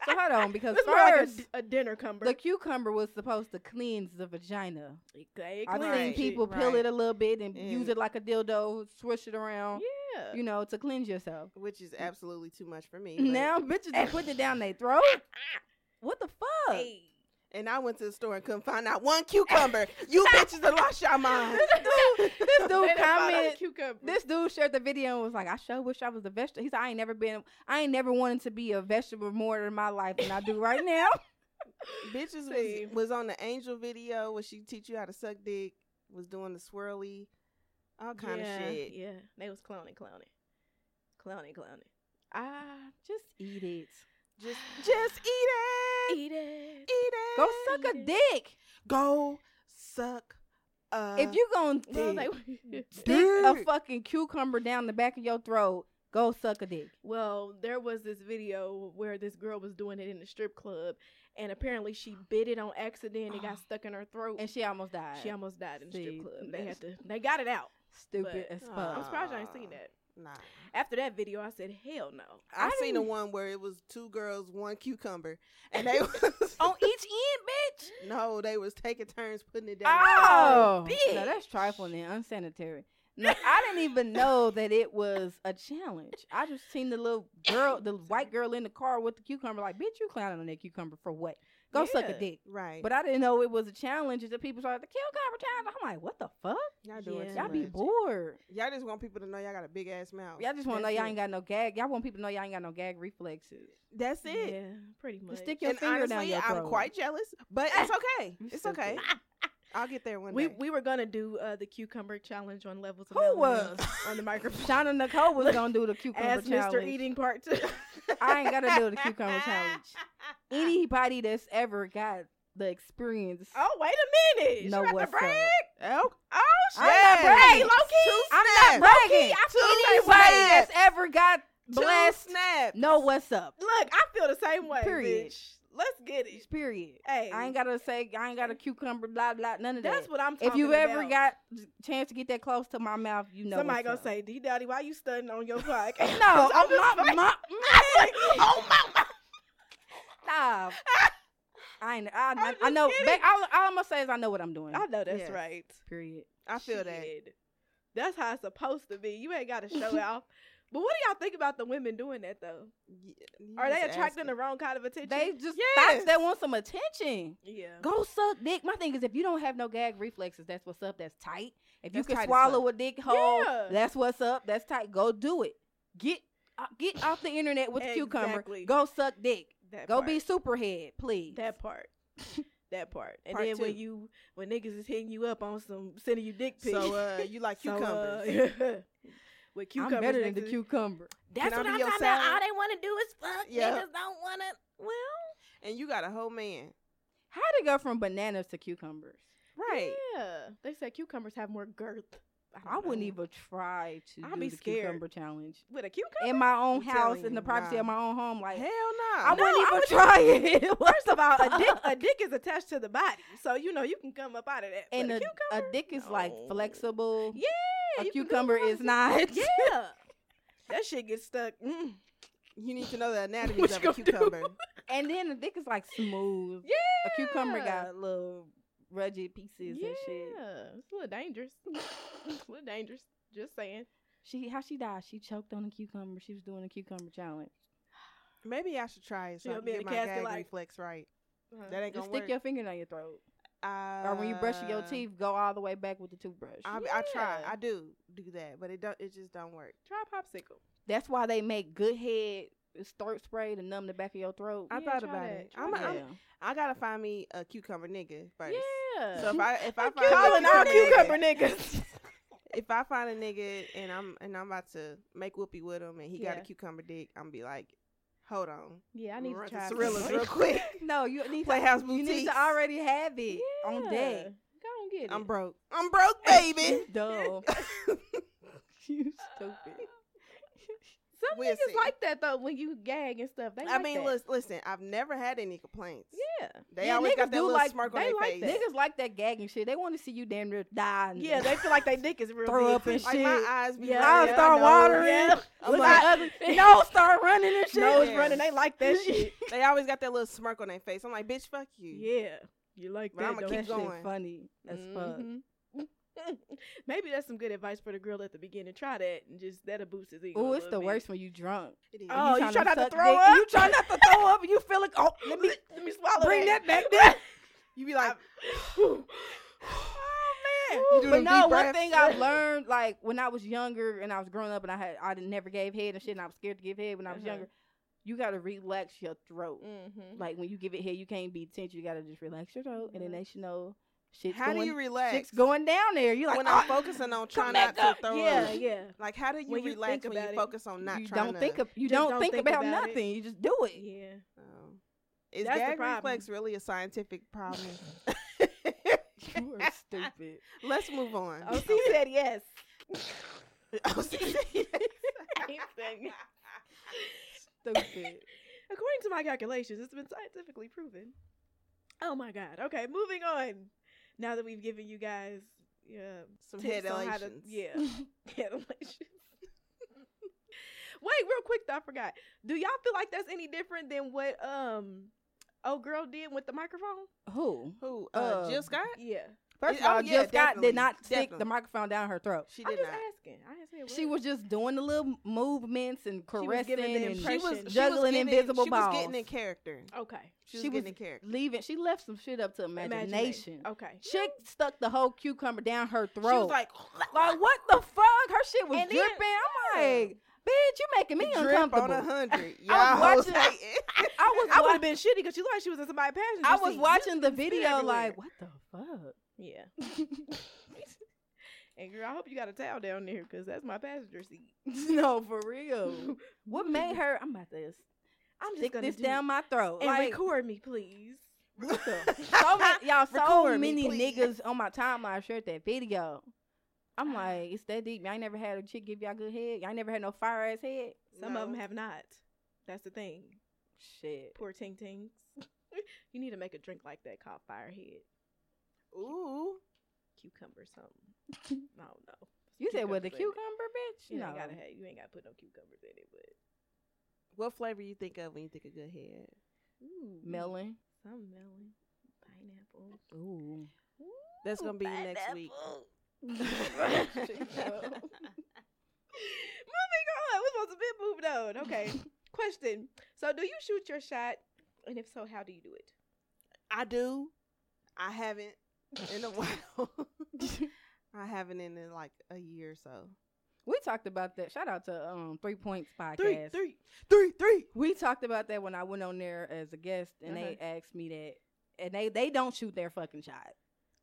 Speaker 3: So hold on, because
Speaker 1: It's more like a,
Speaker 3: first
Speaker 1: d- a dinner cumber.
Speaker 3: the cucumber was supposed to cleanse the vagina.
Speaker 1: It
Speaker 3: I've
Speaker 1: cleans
Speaker 3: seen
Speaker 2: Right,
Speaker 1: it.
Speaker 3: people peel
Speaker 2: right.
Speaker 3: it a little bit and use
Speaker 2: And-
Speaker 3: it like a dildo, swish it around,
Speaker 1: Yeah.
Speaker 3: you know, to cleanse yourself.
Speaker 2: Which is absolutely too much for me. but-
Speaker 3: Now bitches are putting it down their throat. What the fuck?
Speaker 1: Hey.
Speaker 2: and I went to the store and couldn't find out one cucumber. you bitches have lost your mind.
Speaker 3: This dude, this
Speaker 1: They
Speaker 3: dude
Speaker 1: done found out
Speaker 3: comment.
Speaker 1: cucumber.
Speaker 3: This dude shared the video and was like, "I sure wish I was a vegetable." He said, "I ain't never been. I ain't never wanted to be a vegetable more in my life than I do right now."
Speaker 2: Bitches
Speaker 1: See.
Speaker 2: was, was on the angel video where she teach you how to suck dick. Was doing the swirly, all kind
Speaker 1: yeah,
Speaker 2: of shit.
Speaker 1: Yeah, they was clowning, clowning, clowning, clowning. Ah, just
Speaker 3: Eat it.
Speaker 2: Just, just eat it.
Speaker 1: eat it.
Speaker 2: Eat it.
Speaker 3: Go suck a
Speaker 1: Eat it.
Speaker 3: dick.
Speaker 2: Go suck. A
Speaker 3: if you gonna
Speaker 1: Uh, Well,
Speaker 3: dick,
Speaker 1: they,
Speaker 3: stick a
Speaker 2: dick.
Speaker 3: fucking cucumber down the back of your throat, go suck a dick.
Speaker 1: well, there was this video where this girl was doing it in the strip club, and apparently she bit it on accident. It got stuck in her throat,
Speaker 3: And she almost died.
Speaker 1: she almost died in the
Speaker 3: See,
Speaker 1: strip club. They
Speaker 3: that's-
Speaker 1: had to, they got it out.
Speaker 3: stupid
Speaker 1: but-
Speaker 3: as fuck.
Speaker 1: I'm surprised I ain't seen
Speaker 2: Aw.
Speaker 1: that.
Speaker 2: nah.
Speaker 1: After that video, I said, "Hell no."
Speaker 2: I, seen the
Speaker 3: didn't-
Speaker 2: one where it was two girls, one cucumber, and they was
Speaker 3: On each end, bitch.
Speaker 2: no, they was taking turns putting it down.
Speaker 3: Oh,
Speaker 1: bitch.
Speaker 3: no, that's trifling and unsanitary. No, I didn't even know that it was a challenge. I just seen the little girl, the white girl in the car with the cucumber. Like, bitch, you clowning on that cucumber for what? Go suck a
Speaker 1: Yeah.
Speaker 3: dick.
Speaker 2: Right,
Speaker 3: But I didn't know it was a challenge. That people started the cucumber challenge. I'm like, what the fuck?
Speaker 2: y'all doing
Speaker 1: Yeah.
Speaker 2: too
Speaker 3: Y'all be
Speaker 2: much.
Speaker 3: bored.
Speaker 2: Y'all just want people to know y'all got a big ass mouth.
Speaker 3: Y'all just want to know
Speaker 1: That's
Speaker 3: y'all
Speaker 1: it.
Speaker 3: ain't got no gag. Y'all want people to know y'all ain't got no gag reflexes.
Speaker 2: That's it.
Speaker 1: Yeah, pretty much.
Speaker 3: stick your
Speaker 2: and
Speaker 3: finger
Speaker 2: honestly,
Speaker 3: down your
Speaker 2: I'm
Speaker 3: throat.
Speaker 2: quite jealous, but it's okay.
Speaker 3: You
Speaker 2: It's
Speaker 3: stupid.
Speaker 2: okay. I'll get there one
Speaker 1: we
Speaker 2: day.
Speaker 1: we were gonna do uh, the cucumber challenge on levels. Of
Speaker 3: Who
Speaker 1: Melanin
Speaker 3: was?
Speaker 1: on the microphone?
Speaker 3: Shauna Nicole was gonna do the cucumber
Speaker 1: Ask
Speaker 3: challenge.
Speaker 1: Mr. Eating Part Two.
Speaker 3: I ain't gotta do the cucumber challenge. Anybody that's ever got the experience,
Speaker 1: Oh, wait a minute. She
Speaker 3: Know
Speaker 1: about to
Speaker 3: what's up.
Speaker 1: brag?
Speaker 2: Oh,
Speaker 1: Oh, shit.
Speaker 3: I'm not bragging.
Speaker 2: Loki.
Speaker 3: I'm not bragging.
Speaker 1: I feel
Speaker 3: Anybody
Speaker 2: that.
Speaker 3: that's ever got blessed,
Speaker 2: snap.
Speaker 3: know what's up.
Speaker 1: Look, I feel the same way.
Speaker 3: Period.
Speaker 1: Bitch. Let's get it.
Speaker 3: Period.
Speaker 1: Hey,
Speaker 3: I ain't gotta say I ain't got a cucumber, blah blah, none of
Speaker 1: That's
Speaker 3: that.
Speaker 1: what I'm talking
Speaker 3: if you ever
Speaker 1: about.
Speaker 3: got the chance to get that close to my mouth, you know
Speaker 1: somebody
Speaker 3: what's
Speaker 1: gonna
Speaker 3: up.
Speaker 1: say, D Daddy, why you stunning on your podcast?
Speaker 3: no.
Speaker 1: I'm
Speaker 3: I'm
Speaker 1: just
Speaker 3: not.
Speaker 1: like-
Speaker 3: My,
Speaker 1: oh my
Speaker 3: stop. I ain't. I, I,
Speaker 1: just
Speaker 3: I know.
Speaker 1: kidding.
Speaker 3: Ba- all, all I'm gonna say is I know what I'm doing.
Speaker 1: I know that's
Speaker 2: Yes.
Speaker 1: right.
Speaker 3: period.
Speaker 2: I feel that.
Speaker 1: Shit. That's how it's supposed to be. You ain't gotta show off. But what do y'all think about the women doing that though?
Speaker 2: Y- you
Speaker 1: Are they
Speaker 2: just
Speaker 1: attracting the
Speaker 2: asking.
Speaker 1: wrong kind of attention?
Speaker 3: They just
Speaker 1: Yes.
Speaker 3: thoughts that want some attention.
Speaker 1: yeah.
Speaker 3: Go suck dick. My thing is, if you don't have no gag reflexes, that's what's up. That's tight. If
Speaker 2: That's
Speaker 3: you
Speaker 2: tight
Speaker 3: can
Speaker 2: as
Speaker 3: swallow a dick whole,
Speaker 1: Yeah.
Speaker 3: that's what's up. That's tight. Go do it. Get uh, get off the internet with the cucumber.
Speaker 1: Exactly.
Speaker 3: Go suck dick.
Speaker 1: That
Speaker 3: Go
Speaker 1: part.
Speaker 3: be superhead, please.
Speaker 1: That part. That part. And
Speaker 2: Part
Speaker 1: then when
Speaker 2: two.
Speaker 1: you when niggas is hitting you up on some sending you dick pics.
Speaker 2: So uh, you like
Speaker 1: So, uh,
Speaker 2: cucumbers?
Speaker 1: with
Speaker 3: I'm
Speaker 1: cucumbers.
Speaker 3: better than
Speaker 1: next
Speaker 3: the
Speaker 1: to-
Speaker 3: cucumber.
Speaker 2: That's what I'm talking about. All
Speaker 3: they want to do is fuck.
Speaker 2: Yeah. Niggas
Speaker 3: don't want to. Well,
Speaker 2: and you got a whole man,
Speaker 3: how to go from bananas to cucumbers?
Speaker 2: right?
Speaker 1: Yeah. They said cucumbers have more girth. don't
Speaker 3: I wouldn't
Speaker 1: know.
Speaker 3: even try to
Speaker 1: I'd
Speaker 3: do
Speaker 1: be
Speaker 3: the
Speaker 1: scared.
Speaker 3: cucumber challenge
Speaker 1: with a cucumber.
Speaker 3: in my own
Speaker 2: I'm
Speaker 3: house,
Speaker 2: telling
Speaker 3: in the
Speaker 2: you,
Speaker 3: privacy
Speaker 2: nah.
Speaker 3: of my own home. Like,
Speaker 2: Hell
Speaker 3: I
Speaker 2: nah.
Speaker 1: No,
Speaker 3: wouldn't
Speaker 1: I
Speaker 3: even
Speaker 1: would-
Speaker 3: try it.
Speaker 1: First of all, a dick a dick is attached to the body, so you know you can come up out of that. But
Speaker 3: and
Speaker 1: a,
Speaker 3: a, a
Speaker 1: cucumber,
Speaker 3: dick is like
Speaker 1: No.
Speaker 3: flexible.
Speaker 1: Yeah,
Speaker 3: a
Speaker 1: you can do
Speaker 3: cucumber
Speaker 1: whatever
Speaker 3: is
Speaker 1: you-
Speaker 3: not.
Speaker 1: Yeah, that shit gets stuck. Mm.
Speaker 2: You need to know the anatomy
Speaker 1: What
Speaker 2: of
Speaker 1: you
Speaker 2: a
Speaker 1: gonna do?
Speaker 2: cucumber.
Speaker 3: And then the dick is like smooth.
Speaker 1: Yeah,
Speaker 3: A cucumber got little rugged pieces
Speaker 1: yeah.
Speaker 3: and shit.
Speaker 1: It's a little dangerous. it's a little dangerous. Just saying.
Speaker 3: She how she died? She choked on a cucumber. She was doing a cucumber challenge.
Speaker 2: Maybe I should try it so
Speaker 1: She'll
Speaker 2: I can
Speaker 1: be in
Speaker 2: get
Speaker 1: the
Speaker 2: my
Speaker 1: casket
Speaker 2: gag
Speaker 1: like-
Speaker 2: reflex right.
Speaker 1: Huh.
Speaker 2: That ain't
Speaker 3: Just
Speaker 2: gonna
Speaker 3: stick
Speaker 2: work.
Speaker 3: your finger down your throat,
Speaker 2: uh,
Speaker 3: or when you brushing your teeth, go all the way back with the toothbrush.
Speaker 2: I, I try.
Speaker 1: Yeah.
Speaker 2: I do do that, but it don't. It just don't work.
Speaker 1: Try popsicle.
Speaker 3: That's why they make good head throat spray to numb the back of your throat.
Speaker 2: I
Speaker 1: Yeah,
Speaker 2: thought
Speaker 1: try
Speaker 2: about
Speaker 1: that.
Speaker 2: it.
Speaker 1: Try
Speaker 2: I'm,
Speaker 1: that.
Speaker 2: I'm, I gotta find me a cucumber nigga first.
Speaker 1: Yeah.
Speaker 2: So if I if I find
Speaker 1: calling all
Speaker 2: nigga-
Speaker 1: cucumber niggas.
Speaker 2: if I find a nigga and I'm and I'm about to make whoopee with him and he got
Speaker 1: Yeah.
Speaker 2: a cucumber dick, I'm be like, hold on,
Speaker 1: yeah, I need
Speaker 2: run
Speaker 1: to try
Speaker 2: Cirillas
Speaker 1: this.
Speaker 2: real quick.
Speaker 3: no, you need
Speaker 2: Playhouse
Speaker 3: to, you need
Speaker 2: Boutiques.
Speaker 3: to already have it
Speaker 1: Yeah.
Speaker 3: on deck.
Speaker 1: Go and get it.
Speaker 2: I'm broke. I'm broke, baby.
Speaker 3: You dumb. you stupid.
Speaker 1: Some
Speaker 2: We'll
Speaker 1: niggas
Speaker 2: see.
Speaker 1: like that though. When you gag and stuff, they.
Speaker 2: I
Speaker 1: like
Speaker 2: mean,
Speaker 1: that.
Speaker 2: lis- listen, I've never had any complaints.
Speaker 1: Yeah.
Speaker 2: They
Speaker 3: Yeah,
Speaker 2: always
Speaker 3: niggas
Speaker 2: got that
Speaker 3: do
Speaker 2: little
Speaker 3: like-
Speaker 2: smirk on
Speaker 1: they
Speaker 2: their
Speaker 1: like
Speaker 2: face.
Speaker 1: that.
Speaker 3: Niggas like that gagging shit. They want to see you damn near die. and
Speaker 1: Yeah, they feel like they dick is real.
Speaker 3: throw
Speaker 1: big.
Speaker 3: up and
Speaker 2: like
Speaker 3: shit.
Speaker 2: my eyes be
Speaker 1: Yeah,
Speaker 2: running,
Speaker 3: Eyes
Speaker 1: yeah,
Speaker 2: I
Speaker 3: start
Speaker 2: know.
Speaker 3: watering.
Speaker 1: Yeah.
Speaker 2: I'm
Speaker 3: Look
Speaker 2: like,
Speaker 3: at other- nose start running and shit.
Speaker 1: Nose
Speaker 2: Yeah.
Speaker 1: running, they like that shit.
Speaker 2: they always got that little smirk on their face. I'm like, bitch, fuck you.
Speaker 1: Yeah, you like
Speaker 2: But
Speaker 1: that?
Speaker 2: I'ma
Speaker 1: don't
Speaker 2: keep
Speaker 1: you?
Speaker 3: that
Speaker 2: going. Mm-hmm.
Speaker 3: shit funny as fuck.
Speaker 1: Mhm. Maybe that's some good advice for the girl at the beginning. Try that and just that'll boost his ego. a
Speaker 3: Oh, it's
Speaker 1: little
Speaker 3: the
Speaker 1: bit.
Speaker 3: worst when you drunk.
Speaker 2: It is.
Speaker 3: and
Speaker 1: Oh, you
Speaker 3: tryna
Speaker 1: try not to
Speaker 3: suck
Speaker 1: throw
Speaker 3: dick, and You
Speaker 1: up?
Speaker 3: try not to throw up, and you feel like, oh, let me
Speaker 1: let me swallow.
Speaker 3: bring
Speaker 1: that.
Speaker 3: that back down.
Speaker 2: you be like,
Speaker 1: oh
Speaker 3: man.
Speaker 2: Oh, You do
Speaker 3: but
Speaker 2: them
Speaker 3: no,
Speaker 2: deep
Speaker 3: one
Speaker 2: breaths.
Speaker 3: thing I've learned, like when I was younger and I was growing up, and I had I didn't- never gave head and shit, and I was scared to give head when I was
Speaker 1: Uh-huh.
Speaker 3: younger. You gotta relax your throat.
Speaker 1: Mm-hmm.
Speaker 3: Like when you give it head, you can't be tense. You gotta just relax your throat, and then they should know shit's
Speaker 2: how do
Speaker 3: going.
Speaker 2: you relax?
Speaker 3: shit's going down there. You like
Speaker 2: when
Speaker 3: "Ah."
Speaker 2: I'm focusing on trying
Speaker 3: back
Speaker 2: not to throw
Speaker 1: Yeah,
Speaker 2: up.
Speaker 1: yeah,
Speaker 2: Like, how do you
Speaker 1: When you
Speaker 2: relax
Speaker 1: think
Speaker 2: when
Speaker 1: about
Speaker 2: you
Speaker 1: it,
Speaker 2: focus on not
Speaker 3: you
Speaker 2: trying
Speaker 3: don't
Speaker 2: to?
Speaker 3: think of, you
Speaker 1: Just
Speaker 3: don't,
Speaker 1: don't
Speaker 3: think,
Speaker 1: think
Speaker 3: about,
Speaker 1: about it.
Speaker 3: nothing. You just do it.
Speaker 1: yeah.
Speaker 2: Oh. Is
Speaker 1: That's the
Speaker 2: gag
Speaker 1: problem.
Speaker 2: reflex really a scientific problem?
Speaker 3: You are stupid.
Speaker 2: Let's move on.
Speaker 1: OC said yes.
Speaker 2: Oh, see?
Speaker 3: stupid.
Speaker 1: According to my calculations, it's been scientifically proven. Oh my god. Okay, moving on. Now that we've given you guys uh,
Speaker 2: Some
Speaker 1: tips
Speaker 2: head
Speaker 1: on how to,
Speaker 2: elations.
Speaker 1: yeah, head elations. Wait, real quick though, I forgot. Do y'all feel like that's any different than what um old girl did with the microphone?
Speaker 3: Who?
Speaker 2: Who? Uh,
Speaker 3: Uh,
Speaker 2: Jill Scott?
Speaker 1: Yeah,
Speaker 3: First of
Speaker 2: oh,
Speaker 3: all,
Speaker 2: yeah,
Speaker 3: Jill Scott
Speaker 2: definitely,
Speaker 3: did not stick the
Speaker 2: definitely.
Speaker 3: microphone down her throat.
Speaker 2: She
Speaker 1: I'm
Speaker 2: did
Speaker 1: just
Speaker 2: not.
Speaker 1: asking. I didn't say a
Speaker 3: She
Speaker 1: word.
Speaker 3: was just doing the little movements and caressing
Speaker 1: giving the
Speaker 3: and
Speaker 1: impression-
Speaker 2: she
Speaker 3: juggling
Speaker 2: getting in-
Speaker 3: invisible
Speaker 2: she
Speaker 3: balls.
Speaker 2: was getting in character.
Speaker 1: okay.
Speaker 2: She was
Speaker 3: She
Speaker 2: getting
Speaker 3: was-
Speaker 2: in character.
Speaker 3: leaving. She left some shit up to imagination.
Speaker 1: Okay.
Speaker 3: Chick stuck the whole cucumber down her throat.
Speaker 2: She was like,
Speaker 3: Like, what the fuck? Her shit was
Speaker 1: And then-
Speaker 3: dripping. I'm like, bitch, you making me
Speaker 2: drip on
Speaker 3: uncomfortable.
Speaker 2: a hundred.
Speaker 3: I
Speaker 2: Y'all
Speaker 3: was
Speaker 2: was
Speaker 3: watching- I was
Speaker 1: I would
Speaker 3: wa-
Speaker 1: have been shitty because she looked like she was in somebody's passion.
Speaker 3: I
Speaker 1: You
Speaker 3: was
Speaker 1: see,
Speaker 3: watching the
Speaker 1: you spit
Speaker 3: video
Speaker 1: everywhere.
Speaker 3: like, what the fuck?
Speaker 1: Yeah. and girl, I hope you got a towel down there because that's my passenger seat.
Speaker 3: no, for real. What made her? I'm about to
Speaker 1: I'm just
Speaker 3: stick
Speaker 1: gonna
Speaker 3: this
Speaker 1: do
Speaker 3: down my throat.
Speaker 1: and
Speaker 3: like,
Speaker 1: record me, please.
Speaker 3: what the- so many, y'all, so
Speaker 2: Record me,
Speaker 3: many
Speaker 2: please.
Speaker 3: niggas on my timeline shared that video. I'm like, it's that deep. Y'all ain't never had a chick give y'all good head. Y'all ain't never had no fire ass head.
Speaker 1: Some of them
Speaker 2: No.
Speaker 1: have not. That's the thing.
Speaker 3: Shit.
Speaker 1: Poor ting tings. you need to make a drink like that called Firehead
Speaker 2: Ooh.
Speaker 1: cucumber something. I don't know.
Speaker 3: You said with the
Speaker 1: Cucumbers in
Speaker 3: cucumber,
Speaker 1: it.
Speaker 3: bitch?
Speaker 1: You
Speaker 3: no.
Speaker 1: ain't gotta have, you ain't gotta put no cucumbers in it, but
Speaker 2: What flavor you think of when you think of good head?
Speaker 1: Ooh,
Speaker 3: Melon.
Speaker 1: some melon, pineapple.
Speaker 3: Ooh.
Speaker 2: That's gonna be next week.
Speaker 1: Moving on. We're supposed to be moved on. Okay. Question. So do you shoot your shot? And if so, how do you do it?
Speaker 2: I do. I haven't in a while. I haven't in, in like a year or so.
Speaker 3: We talked about that. Shout out to um Three Points Podcast.
Speaker 1: three.
Speaker 2: Three, three.
Speaker 3: We talked about that when I went on there as a guest, and they asked me that, and they they don't shoot their fucking shot.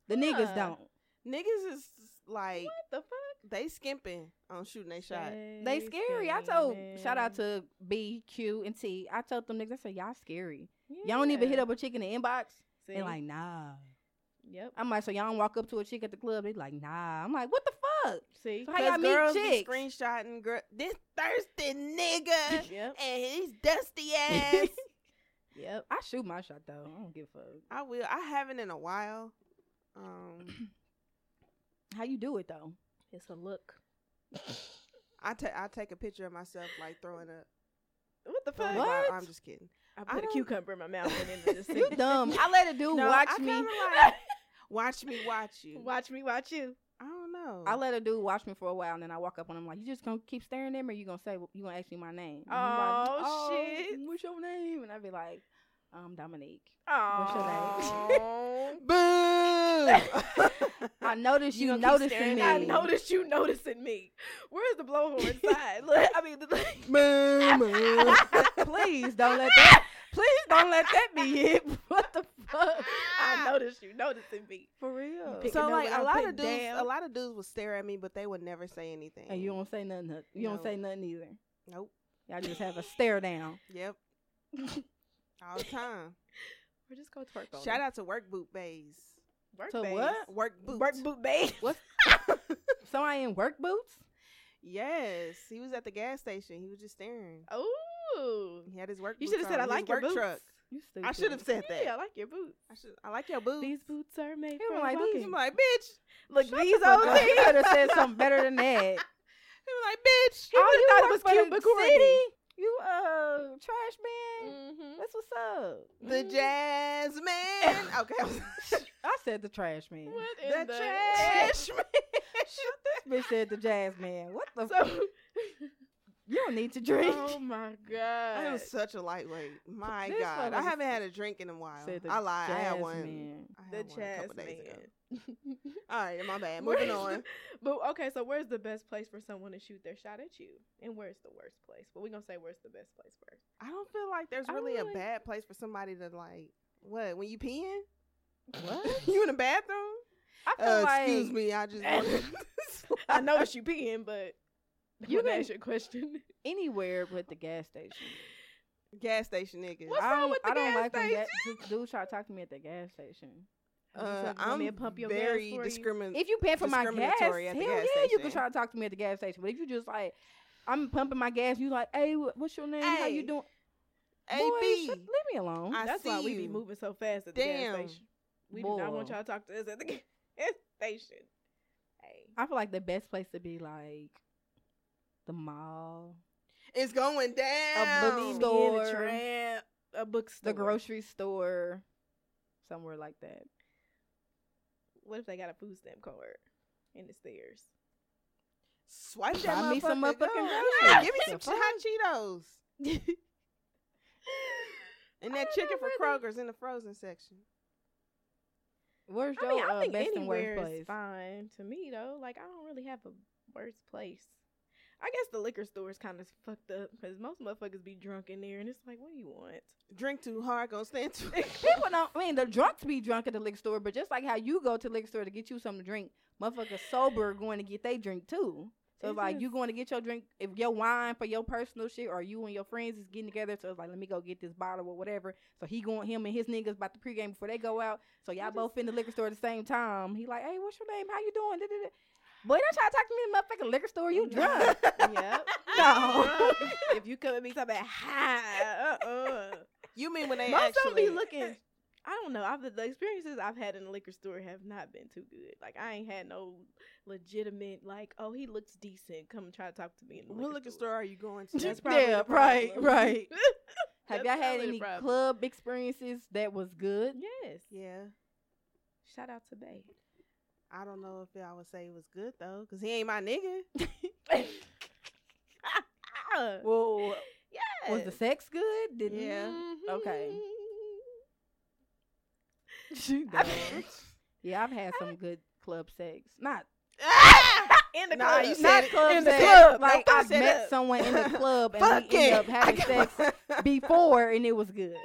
Speaker 3: The niggas
Speaker 1: Huh.
Speaker 3: don't.
Speaker 2: Niggas is like
Speaker 1: What the fuck?
Speaker 2: they skimping on shooting they shot.
Speaker 3: They scary. I told shout out to B, Q, and T. I told them niggas, I said y'all scary. Y'all don't even hit up a chick in the inbox. They like nah.
Speaker 1: Yep.
Speaker 3: I'm like, so y'all don't walk up to a chick at the club. They like nah. I'm like, what the fuck?
Speaker 1: See.
Speaker 3: So how y'all meet
Speaker 2: girls
Speaker 3: chicks?
Speaker 2: be screenshotting girl this thirsty nigga
Speaker 1: Yep.
Speaker 2: and his dusty ass.
Speaker 1: Yep.
Speaker 3: I shoot my shot though. I don't give a fuck.
Speaker 2: I will. I haven't in a while. Um,
Speaker 3: How you do it though?
Speaker 1: It's a look.
Speaker 2: I ta- I take a picture of myself like throwing up.
Speaker 1: What the
Speaker 2: Throwing
Speaker 1: fuck?
Speaker 2: up
Speaker 3: What?
Speaker 2: while- I'm just kidding.
Speaker 1: I
Speaker 2: I
Speaker 1: put a
Speaker 2: don't-
Speaker 1: cucumber in my mouth and then just
Speaker 3: You dumb. I let a dude
Speaker 2: No,
Speaker 3: watch
Speaker 2: I
Speaker 3: me.
Speaker 2: kinda like, watch me watch you.
Speaker 1: Watch me watch you.
Speaker 2: I don't know.
Speaker 3: I let a dude watch me for a while, and then I walk up on him like, "You just gonna keep staring at me? Or you gonna say you gonna ask me my name?" And he like,
Speaker 1: Oh, shit.
Speaker 3: What's your name? And I'd be like, "Um, Dominique."
Speaker 1: Oh,
Speaker 2: Boo!
Speaker 3: I noticed you,
Speaker 1: you
Speaker 3: noticing me.
Speaker 1: I noticed you noticing me. Where's the blowhorn side? Like, I mean, the,
Speaker 2: Boo!
Speaker 3: Please don't let that. Please don't let that be it. What the fuck?
Speaker 1: I noticed you noticing me.
Speaker 3: For real.
Speaker 1: pick- picking
Speaker 2: so
Speaker 1: up
Speaker 2: like
Speaker 1: what
Speaker 2: a
Speaker 1: I'm
Speaker 2: lot
Speaker 1: putting
Speaker 2: of dudes, a
Speaker 1: down.
Speaker 2: lot of dudes will stare at me, but they would never say anything.
Speaker 3: and you don't say nothing. huh? You
Speaker 2: No.
Speaker 3: don't say nothing either.
Speaker 2: Nope.
Speaker 3: Y'all just have a stare down.
Speaker 2: Yep. All the time.
Speaker 1: Or just go twerk on
Speaker 2: Shout
Speaker 1: it.
Speaker 2: out to work boot bays.
Speaker 1: Work
Speaker 3: To
Speaker 1: babes.
Speaker 3: what?
Speaker 2: Work boot.
Speaker 1: Work boot babe.
Speaker 3: Somebody in work boots.
Speaker 2: Yes, he was at the gas station. He was just staring.
Speaker 1: Oh,
Speaker 2: He had his work.
Speaker 1: you
Speaker 2: boots
Speaker 1: should have
Speaker 2: on,
Speaker 1: said I
Speaker 2: his
Speaker 1: like your
Speaker 2: work
Speaker 1: boots.
Speaker 2: Truck.
Speaker 3: You
Speaker 2: I should have said
Speaker 3: stupid.
Speaker 2: that.
Speaker 1: Yeah, I like your boots.
Speaker 2: I should. I like your boots.
Speaker 1: These boots are made
Speaker 3: They were
Speaker 1: from
Speaker 3: like,
Speaker 1: like
Speaker 3: these-
Speaker 2: I'm like, bitch.
Speaker 1: Look,
Speaker 3: Shut the
Speaker 1: these
Speaker 3: fuck
Speaker 1: old
Speaker 3: up.
Speaker 1: things.
Speaker 3: You could have said something better than that.
Speaker 2: He was like, bitch.
Speaker 3: Oh, you
Speaker 1: thought it
Speaker 3: work
Speaker 1: was
Speaker 3: for
Speaker 1: cute
Speaker 3: the
Speaker 1: McCourtney.
Speaker 3: city? You uh trash man.
Speaker 1: Mm. Mm-hmm.
Speaker 3: That's what's up. Mm.
Speaker 2: The jazz man. Okay.
Speaker 3: I said the trash man.
Speaker 1: What
Speaker 2: The
Speaker 1: in the
Speaker 2: trash
Speaker 3: This bitch said the jazz man. What the? f-
Speaker 1: So,
Speaker 3: you don't need to drink.
Speaker 1: oh my
Speaker 2: I
Speaker 1: god.
Speaker 2: am such a lightweight. My
Speaker 3: This
Speaker 2: God, I
Speaker 3: motherfucker
Speaker 2: haven't had a drink in a while.
Speaker 3: said the
Speaker 2: I lied. I had
Speaker 3: jazz
Speaker 2: one.
Speaker 3: man.
Speaker 2: I
Speaker 1: the
Speaker 2: had one a
Speaker 1: chest
Speaker 2: couple days ago.
Speaker 1: man.
Speaker 2: All right, my bad.
Speaker 1: Where
Speaker 2: Moving
Speaker 1: is
Speaker 2: on.
Speaker 1: the- but okay, so where's the best place for someone to shoot their shot at you, and where's the worst place? Well, we're gonna say where's the best place first.
Speaker 2: I don't feel like there's
Speaker 1: I
Speaker 2: really a
Speaker 1: really-
Speaker 2: bad place for somebody to like. What when you peeing?
Speaker 3: What?
Speaker 2: you in the bathroom?
Speaker 3: I feel
Speaker 2: Uh,
Speaker 3: like
Speaker 2: excuse me, I just.
Speaker 1: I noticed you peeing, but
Speaker 3: You
Speaker 1: you can
Speaker 3: can-
Speaker 1: ask your question.
Speaker 3: anywhere but the gas station.
Speaker 2: gas station niggas.
Speaker 1: What's
Speaker 3: I don't,
Speaker 1: wrong with the
Speaker 3: I don't
Speaker 1: gas
Speaker 3: like when
Speaker 1: station?
Speaker 3: that dude try to talk to me at the gas station.
Speaker 2: Uh,
Speaker 1: You want me
Speaker 2: I'm
Speaker 1: to pump your gas
Speaker 2: very
Speaker 1: for you?
Speaker 2: discriminatory.
Speaker 3: If you paying for my gas, hell
Speaker 2: discriminatory
Speaker 3: yeah,
Speaker 2: at the gas
Speaker 3: you
Speaker 2: station.
Speaker 3: can try to talk to me at the gas station. But if you just like, I'm pumping my gas, you like, hey, wh- what's your name? How
Speaker 2: Hey,
Speaker 3: you doing? Boy,
Speaker 2: AB,
Speaker 3: shut- leave me alone.
Speaker 2: I
Speaker 1: That's
Speaker 2: see
Speaker 1: why we
Speaker 2: you.
Speaker 1: be moving so fast at
Speaker 2: Damn.
Speaker 1: the gas station. We do not want
Speaker 3: Boy.
Speaker 1: y'all to talk to us at the gas station. Hey,
Speaker 3: I feel like the best place to be like the mall,
Speaker 2: It's going down.
Speaker 3: bookstore.
Speaker 1: Being a tramp, a bookstore,
Speaker 3: the grocery store, somewhere like that.
Speaker 1: What if they got a food stamp card in the stairs?
Speaker 2: Swipe that
Speaker 3: Buy me
Speaker 2: motherfucking
Speaker 3: some motherfucking
Speaker 2: gum.
Speaker 3: groceries.
Speaker 2: Give me
Speaker 3: The
Speaker 2: some
Speaker 3: fuck?
Speaker 2: hot Cheetos and
Speaker 1: I
Speaker 2: that
Speaker 1: don't know,
Speaker 2: chicken for
Speaker 1: really.
Speaker 2: Kroger's in the frozen section.
Speaker 3: Where's
Speaker 1: I
Speaker 3: your
Speaker 1: mean, I
Speaker 3: uh,
Speaker 1: think
Speaker 3: best and
Speaker 1: anywhere is
Speaker 3: worst place?
Speaker 1: fine to me though. Like I don't really have a worst place. I guess the liquor store is kind of fucked up because most motherfuckers be drunk in there, and it's like, what do you want?
Speaker 2: Drink too hard, gonna stand too.
Speaker 3: People don't. I mean, the drunks be drunk at the liquor store, but just like how you go to the liquor store to get you something to drink, motherfuckers sober going to get they drink too. So
Speaker 1: It's
Speaker 3: like you
Speaker 1: just-
Speaker 3: going to get your drink if your wine for your personal shit, or you and your friends is getting together. So it's like let me go get this bottle or whatever. So he going him and his niggas about the pregame before they go out. So y'all
Speaker 1: just-
Speaker 3: both in the liquor store at the same time. He like, hey, what's your name? How you doing? Da-da-da. Boy, don't try to talk to me in the motherfucking liquor store. You drunk?
Speaker 1: yep.
Speaker 3: No.
Speaker 1: if you come at me talking about high, uh-uh.
Speaker 2: you mean when they
Speaker 1: most
Speaker 2: actually
Speaker 1: of them be looking. I don't know. I've the experiences I've had in the liquor store have not been too good. Like I ain't had no legitimate like, oh, he looks decent. Come try to talk to me in the
Speaker 2: What
Speaker 1: liquor,
Speaker 2: liquor store are you going to?
Speaker 1: That's
Speaker 2: That's
Speaker 1: probably
Speaker 3: Yeah,
Speaker 1: the
Speaker 3: right,
Speaker 1: problem.
Speaker 3: right. Have y'all
Speaker 1: That's
Speaker 3: had
Speaker 1: probably the
Speaker 3: any
Speaker 1: problem.
Speaker 3: club experiences that was good?
Speaker 1: Yes.
Speaker 2: yeah.
Speaker 1: Shout out to Bay.
Speaker 2: I don't know if I would say it was good though, cause he ain't my nigga.
Speaker 1: Ah,
Speaker 3: Well,
Speaker 1: yes.
Speaker 3: was the sex good? Did mm,
Speaker 2: Yeah.
Speaker 3: Okay.
Speaker 1: Mm-hmm. I-
Speaker 3: Yeah, I've had some good club sex. Not
Speaker 1: in the
Speaker 2: Nah,
Speaker 1: club.
Speaker 2: you said
Speaker 3: not
Speaker 2: it.
Speaker 3: club
Speaker 2: In the
Speaker 3: sex.
Speaker 2: club.
Speaker 3: Like
Speaker 2: Don't
Speaker 3: I
Speaker 2: set
Speaker 3: met
Speaker 2: up.
Speaker 3: someone in the club and
Speaker 2: Fuck
Speaker 3: we ended up
Speaker 2: it. I
Speaker 3: having
Speaker 2: got-
Speaker 3: sex before, and it was good.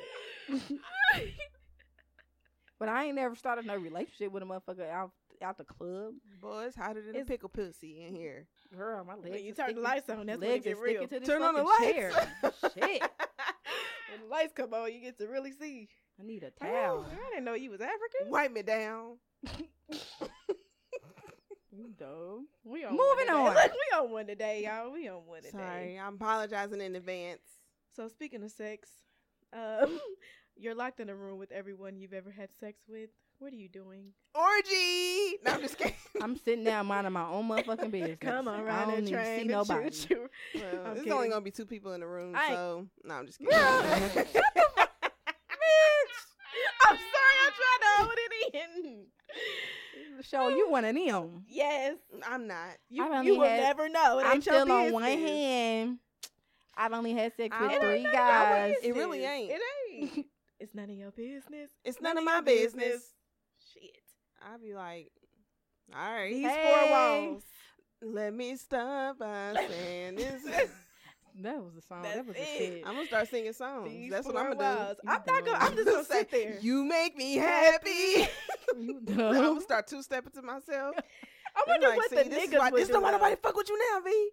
Speaker 3: But I ain't never started no relationship with a motherfucker out out the club.
Speaker 2: Boy, it's hotter than a
Speaker 1: It's-
Speaker 2: pickle pussy in here.
Speaker 3: Girl, my legs.
Speaker 1: When you
Speaker 3: are
Speaker 1: turn the
Speaker 3: sticking-
Speaker 1: lights on, that's when it
Speaker 3: legs are
Speaker 1: get real.
Speaker 3: sticking to this
Speaker 2: Turn on the
Speaker 3: fucking
Speaker 2: lights.
Speaker 3: chair. Shit,
Speaker 1: when the lights come on, you get to really see.
Speaker 3: I need a
Speaker 1: Oh,
Speaker 3: towel.
Speaker 1: I didn't know you was African.
Speaker 2: Wipe me down.
Speaker 3: You dumb.
Speaker 1: We on
Speaker 3: Moving
Speaker 1: one
Speaker 3: on.
Speaker 1: today. Look, we on one today, y'all. We on one today.
Speaker 2: Sorry, I'm apologizing in advance.
Speaker 1: So speaking of sex, um, you're locked in a room with everyone you've ever had sex with. What are you doing?
Speaker 2: Orgy. No, I'm just kidding.
Speaker 3: I'm sitting down minding my own motherfucking business.
Speaker 1: Come on,
Speaker 3: I
Speaker 1: ride
Speaker 3: don't
Speaker 1: that
Speaker 3: need
Speaker 1: train.
Speaker 3: to see
Speaker 1: and
Speaker 3: nobody.
Speaker 1: Shoot you.
Speaker 2: Well,
Speaker 1: I'm
Speaker 2: it's only
Speaker 1: kidding.
Speaker 2: gonna be two people in the room,
Speaker 1: I ain't-
Speaker 2: so no, I'm just kidding.
Speaker 1: Girl, shut the fuck, bitch. I'm sorry, I tried to hold it in.
Speaker 3: show. You one of them.
Speaker 1: Yes.
Speaker 2: I'm not.
Speaker 1: You,
Speaker 3: I've only
Speaker 1: you will
Speaker 3: had-
Speaker 1: never know. It
Speaker 3: I'm
Speaker 1: ain't your
Speaker 3: still on one
Speaker 1: business.
Speaker 3: hand. I've only had sex
Speaker 2: I
Speaker 3: with
Speaker 2: don't
Speaker 3: three
Speaker 2: know. I
Speaker 3: guys.
Speaker 2: wouldn't- It really
Speaker 1: Business.
Speaker 2: ain't.
Speaker 1: It ain't. it's none of your business.
Speaker 2: It's none, of
Speaker 1: your
Speaker 2: my business.
Speaker 1: Shit.
Speaker 2: I'd be like, all right.
Speaker 1: These
Speaker 3: Hey.
Speaker 1: four walls.
Speaker 2: Let me stop by saying this.
Speaker 3: That was the song.
Speaker 1: That's
Speaker 3: that was
Speaker 1: it.
Speaker 3: a shit.
Speaker 2: I'm gonna start singing songs.
Speaker 1: These
Speaker 2: That's what
Speaker 1: four
Speaker 2: I'm gonna
Speaker 1: walls.
Speaker 2: do.
Speaker 3: You
Speaker 1: I'm not gonna. I'm just gonna sit there.
Speaker 2: You make me happy.
Speaker 3: You
Speaker 2: I'm
Speaker 3: dumb.
Speaker 2: gonna start two stepping to myself.
Speaker 1: Uh-huh. I
Speaker 2: They
Speaker 1: wonder
Speaker 2: like,
Speaker 1: what
Speaker 2: "See,
Speaker 1: the
Speaker 2: this is
Speaker 1: niggas
Speaker 2: why-
Speaker 1: would
Speaker 2: This
Speaker 1: do.
Speaker 2: don't want
Speaker 1: though.
Speaker 2: nobody fuck with you now, V.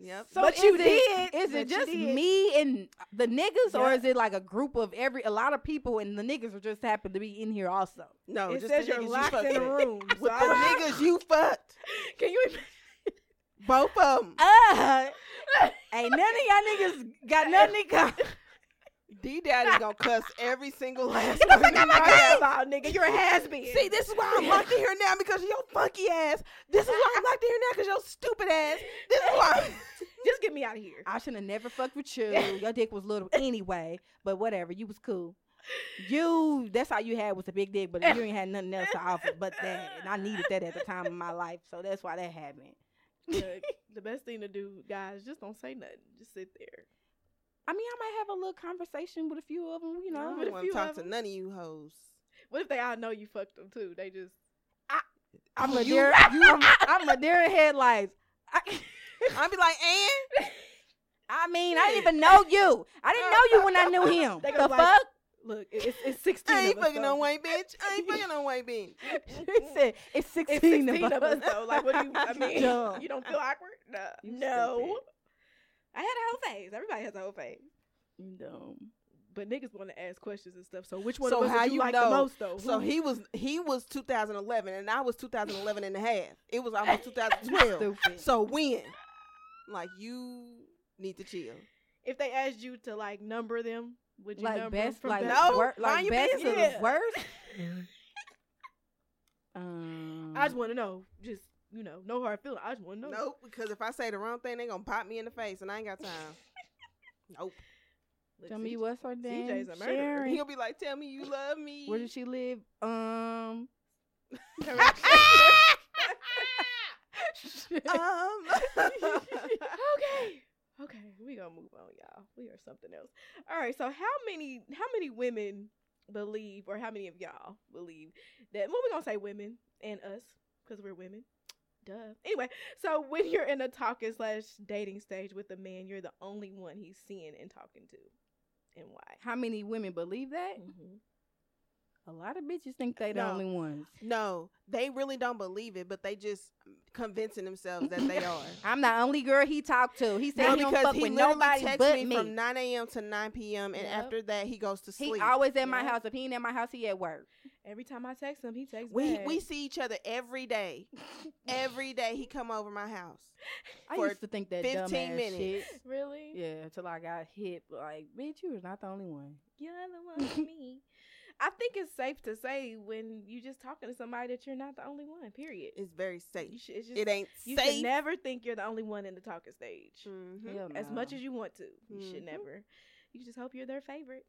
Speaker 2: Yep.
Speaker 3: So
Speaker 1: But
Speaker 3: is
Speaker 1: you
Speaker 3: it-
Speaker 1: did.
Speaker 3: Is it
Speaker 1: But you
Speaker 3: just
Speaker 1: did.
Speaker 3: me and the niggas, or
Speaker 1: Yeah.
Speaker 3: is it like a group of every a lot of people and the niggas are just happen to be in here also?
Speaker 2: no,
Speaker 1: It
Speaker 2: just
Speaker 1: says
Speaker 2: the
Speaker 1: you're
Speaker 2: niggas
Speaker 1: locked
Speaker 2: you fucked
Speaker 1: in a
Speaker 2: with.
Speaker 1: room.
Speaker 2: With
Speaker 1: so
Speaker 2: the
Speaker 1: I'm-
Speaker 2: niggas you fucked.
Speaker 1: Can you imagine?
Speaker 2: Both of them.
Speaker 3: Uh,
Speaker 1: Oh
Speaker 3: ain't none of y'all niggas got nothing in common.
Speaker 2: D Daddy's gonna cuss every single last
Speaker 1: Get the fuck out
Speaker 2: one
Speaker 1: my
Speaker 2: right now.
Speaker 1: grandma, nigga. You're a has been.
Speaker 2: See, this is why I'm locked in here now because of your funky ass. This is why I'm locked in here now because your stupid ass. This is why.
Speaker 1: just get me out of here.
Speaker 3: I should have never fucked with you. Your dick was little anyway, but whatever. You was cool. You, that's all you had was a big dick, but you ain't had nothing else to offer but that. And I needed that at the time of my life, so that's why that happened.
Speaker 1: Look, the best thing to do, guys, just don't say nothing. Just sit there.
Speaker 3: I mean, I might have a little conversation with a few of them, you
Speaker 2: I
Speaker 3: know.
Speaker 2: don't
Speaker 1: but if
Speaker 2: want to
Speaker 1: you
Speaker 2: talk
Speaker 1: ever-
Speaker 2: to none of you hoes.
Speaker 1: What if they all know you fucked them too? They just
Speaker 3: I'm a
Speaker 2: You-
Speaker 3: deer. I'm, I'm a deer in headlights. I,
Speaker 2: I'd be like, and
Speaker 3: I mean, I didn't even know you. I didn't know you when I knew him.
Speaker 1: They
Speaker 3: The
Speaker 1: gonna like-
Speaker 3: fuck?
Speaker 1: look. it- It's, it's sixteen.
Speaker 2: I ain't
Speaker 1: of us,
Speaker 2: fucking
Speaker 1: so-
Speaker 2: no white bitch. I ain't fucking no white bitch.
Speaker 3: She said, it's 16,
Speaker 1: It's sixteen
Speaker 3: of us.
Speaker 1: though. Like, what do you? I mean,
Speaker 3: Dumb.
Speaker 1: you don't feel awkward? No.
Speaker 3: You
Speaker 1: no.
Speaker 3: stupid.
Speaker 1: I had a whole phase. Everybody has a whole phase.
Speaker 3: No.
Speaker 1: But niggas want to ask questions and stuff. So which one
Speaker 2: So
Speaker 1: of us
Speaker 2: how
Speaker 1: did you,
Speaker 2: you
Speaker 1: like
Speaker 2: know?
Speaker 1: the most though?
Speaker 2: So
Speaker 1: Who-
Speaker 2: he was he was 2011 and I was 2011 and a half. It was almost 2012.
Speaker 3: Stupid.
Speaker 2: so when? Like you need to chill.
Speaker 1: if they asked you to like number them, would you
Speaker 3: like
Speaker 1: number them
Speaker 3: best,
Speaker 1: from
Speaker 3: like
Speaker 1: best?
Speaker 2: No,
Speaker 3: wor-
Speaker 2: mind
Speaker 3: like
Speaker 2: your
Speaker 3: best to
Speaker 1: business.
Speaker 3: worst. um,
Speaker 1: I just want to know. Just you know, no hard feeling. I just want to know.
Speaker 2: Nope, because if I say the wrong thing, they gonna pop me in the face and I ain't got time. nope.
Speaker 1: Look,
Speaker 3: tell me
Speaker 1: CJ
Speaker 3: what's her
Speaker 1: CJ's
Speaker 3: name?
Speaker 1: a murderer.
Speaker 2: He'll
Speaker 3: Sharon.
Speaker 2: be like, "Tell me you love me."
Speaker 3: Where does she live? Um,
Speaker 2: um.
Speaker 1: okay. Okay, we gonna move on, y'all. We are something else. All right. So how many how many women believe, or how many of y'all believe that? Well, we gonna say women and us because we're women. Duh. Anyway, so when you're in a talking slash dating stage with a man, you're the only one he's seeing and talking to, and why?
Speaker 3: how many women believe that?
Speaker 2: Mm-hmm.
Speaker 3: A lot of bitches think they the
Speaker 2: No.
Speaker 3: only ones.
Speaker 2: no, they really don't believe it, but they just convincing themselves that they are.
Speaker 3: I'm the only girl he talked to. He said
Speaker 2: No,
Speaker 3: he don't fuck with
Speaker 2: literally
Speaker 3: nobody
Speaker 2: texts
Speaker 3: but
Speaker 2: me,
Speaker 3: me.
Speaker 2: from 9 a.m. to 9 p.m. and
Speaker 1: Yep.
Speaker 2: after that he goes to
Speaker 3: he
Speaker 2: sleep.
Speaker 3: always at my
Speaker 1: Yeah.
Speaker 3: house. If he ain't at my house, he at work.
Speaker 1: Every time I text him, he texts
Speaker 2: we
Speaker 1: back.
Speaker 2: we see each other every day. every day he come over my house.
Speaker 3: I
Speaker 2: For
Speaker 3: used to think that
Speaker 2: 15
Speaker 3: dumbass
Speaker 2: minutes.
Speaker 3: shit.
Speaker 1: really
Speaker 3: Yeah, until I got hit. Like, bitch, you was not the only one.
Speaker 1: You're the one me. I think it's safe to say when you just talking to somebody that you're not the only one. Period.
Speaker 2: It's very
Speaker 1: You
Speaker 2: safe.
Speaker 1: should, it's just,
Speaker 2: It ain't
Speaker 1: you
Speaker 2: safe.
Speaker 1: should never think you're the only one in the talking stage.
Speaker 2: Mhm.
Speaker 3: Hell
Speaker 1: As
Speaker 3: Mm, no. Mm-hmm.
Speaker 1: much as you want to, you should
Speaker 2: Mhm.
Speaker 1: never. You just hope you're their favorite.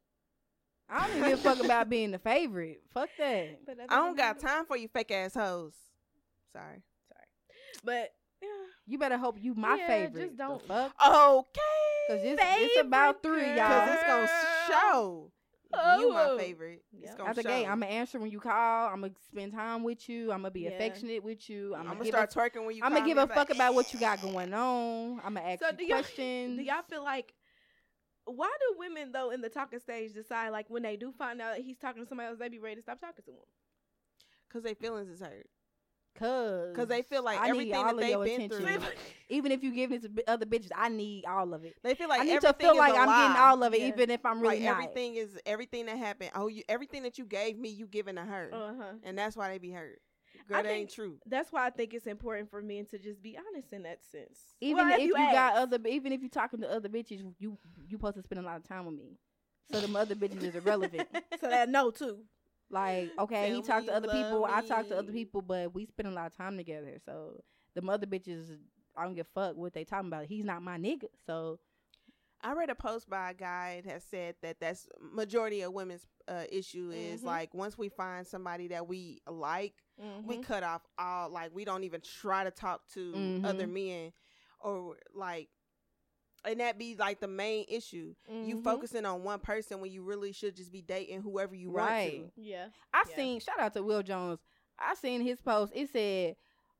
Speaker 3: I don't even give a fuck about being the favorite. Fuck that.
Speaker 1: But other
Speaker 2: I
Speaker 1: than
Speaker 2: don't got
Speaker 1: that-
Speaker 2: time for you fake ass hoes. Sorry.
Speaker 1: But yeah,
Speaker 3: You better hope you my
Speaker 1: Yeah,
Speaker 3: favorite.
Speaker 1: just don't-
Speaker 3: the fuck.
Speaker 2: Okay.
Speaker 3: Cause it's, it's about
Speaker 1: Favorite
Speaker 3: three,
Speaker 2: Because
Speaker 3: y'all.
Speaker 2: it's gonna show you my
Speaker 1: Oh.
Speaker 2: favorite. It's
Speaker 1: Yep.
Speaker 2: gonna
Speaker 3: Out the
Speaker 2: show.
Speaker 3: gate, I'ma answer when you call. I'ma spend time with you. I'ma be
Speaker 1: Yeah.
Speaker 3: affectionate with you. I'ma,
Speaker 2: I'm gonna
Speaker 3: give
Speaker 2: start
Speaker 3: a,
Speaker 2: twerking when you.
Speaker 3: I'ma
Speaker 2: call
Speaker 3: give
Speaker 2: me
Speaker 3: a
Speaker 2: and be
Speaker 3: fuck
Speaker 2: like,
Speaker 3: about what you got going on. I'ma ask
Speaker 1: So do
Speaker 3: you
Speaker 1: y'all-
Speaker 3: questions.
Speaker 1: do y'all feel like? Why do women though in the talking stage decide like when they do find out he's talking to somebody else, they be ready to stop talking to him?
Speaker 2: Cause they feelings is hurt.
Speaker 3: Cause,
Speaker 2: Cause they feel like
Speaker 3: I
Speaker 2: everything
Speaker 3: need all
Speaker 2: that
Speaker 3: of
Speaker 2: they've
Speaker 3: your
Speaker 2: been
Speaker 3: attention.
Speaker 2: through.
Speaker 3: Even if you give it to b- other bitches, I need all of it.
Speaker 2: They feel like
Speaker 3: I need to
Speaker 2: everything
Speaker 3: feel
Speaker 2: is
Speaker 3: like
Speaker 2: a
Speaker 3: I'm getting
Speaker 2: lie.
Speaker 3: all of it,
Speaker 1: Yeah.
Speaker 3: even if I'm really
Speaker 2: like
Speaker 3: not.
Speaker 2: everything is everything that happened. Oh, you everything that you gave me, you giving to her,
Speaker 1: Uh huh.
Speaker 2: and that's why they be hurt. Girl,
Speaker 1: I
Speaker 2: that ain't
Speaker 1: think-
Speaker 2: true.
Speaker 1: That's why I think it's important for men to just be honest in that sense.
Speaker 3: Even
Speaker 1: Well,
Speaker 3: if, you, got
Speaker 1: ask.
Speaker 3: other, even if you talking to other bitches, you you supposed to spend a lot of time with me. So them other bitches is irrelevant.
Speaker 1: so that no too.
Speaker 3: Like, okay,
Speaker 2: Tell
Speaker 3: he
Speaker 2: me
Speaker 3: talked
Speaker 2: you
Speaker 3: to other
Speaker 2: love
Speaker 3: people, I talked to other
Speaker 2: me.
Speaker 3: people, but we spend a lot of time together. So the mother bitches, I don't give a fuck what they talking about. He's not my nigga, so
Speaker 2: I read a post by a guy that said that that's majority of women's uh, issue is
Speaker 1: Mhm.
Speaker 2: like once we find somebody that we like, we
Speaker 1: Mhm.
Speaker 2: cut off all like we don't even try to talk to
Speaker 1: Mm-hmm.
Speaker 2: other men or like and that be like the main issue. You
Speaker 1: Mhm.
Speaker 2: focusing on one person when you really should just be dating whoever you want
Speaker 3: Right.
Speaker 1: Yeah.
Speaker 3: I
Speaker 1: Yeah.
Speaker 3: seen shout out to Will Jones. I seen his post. It said,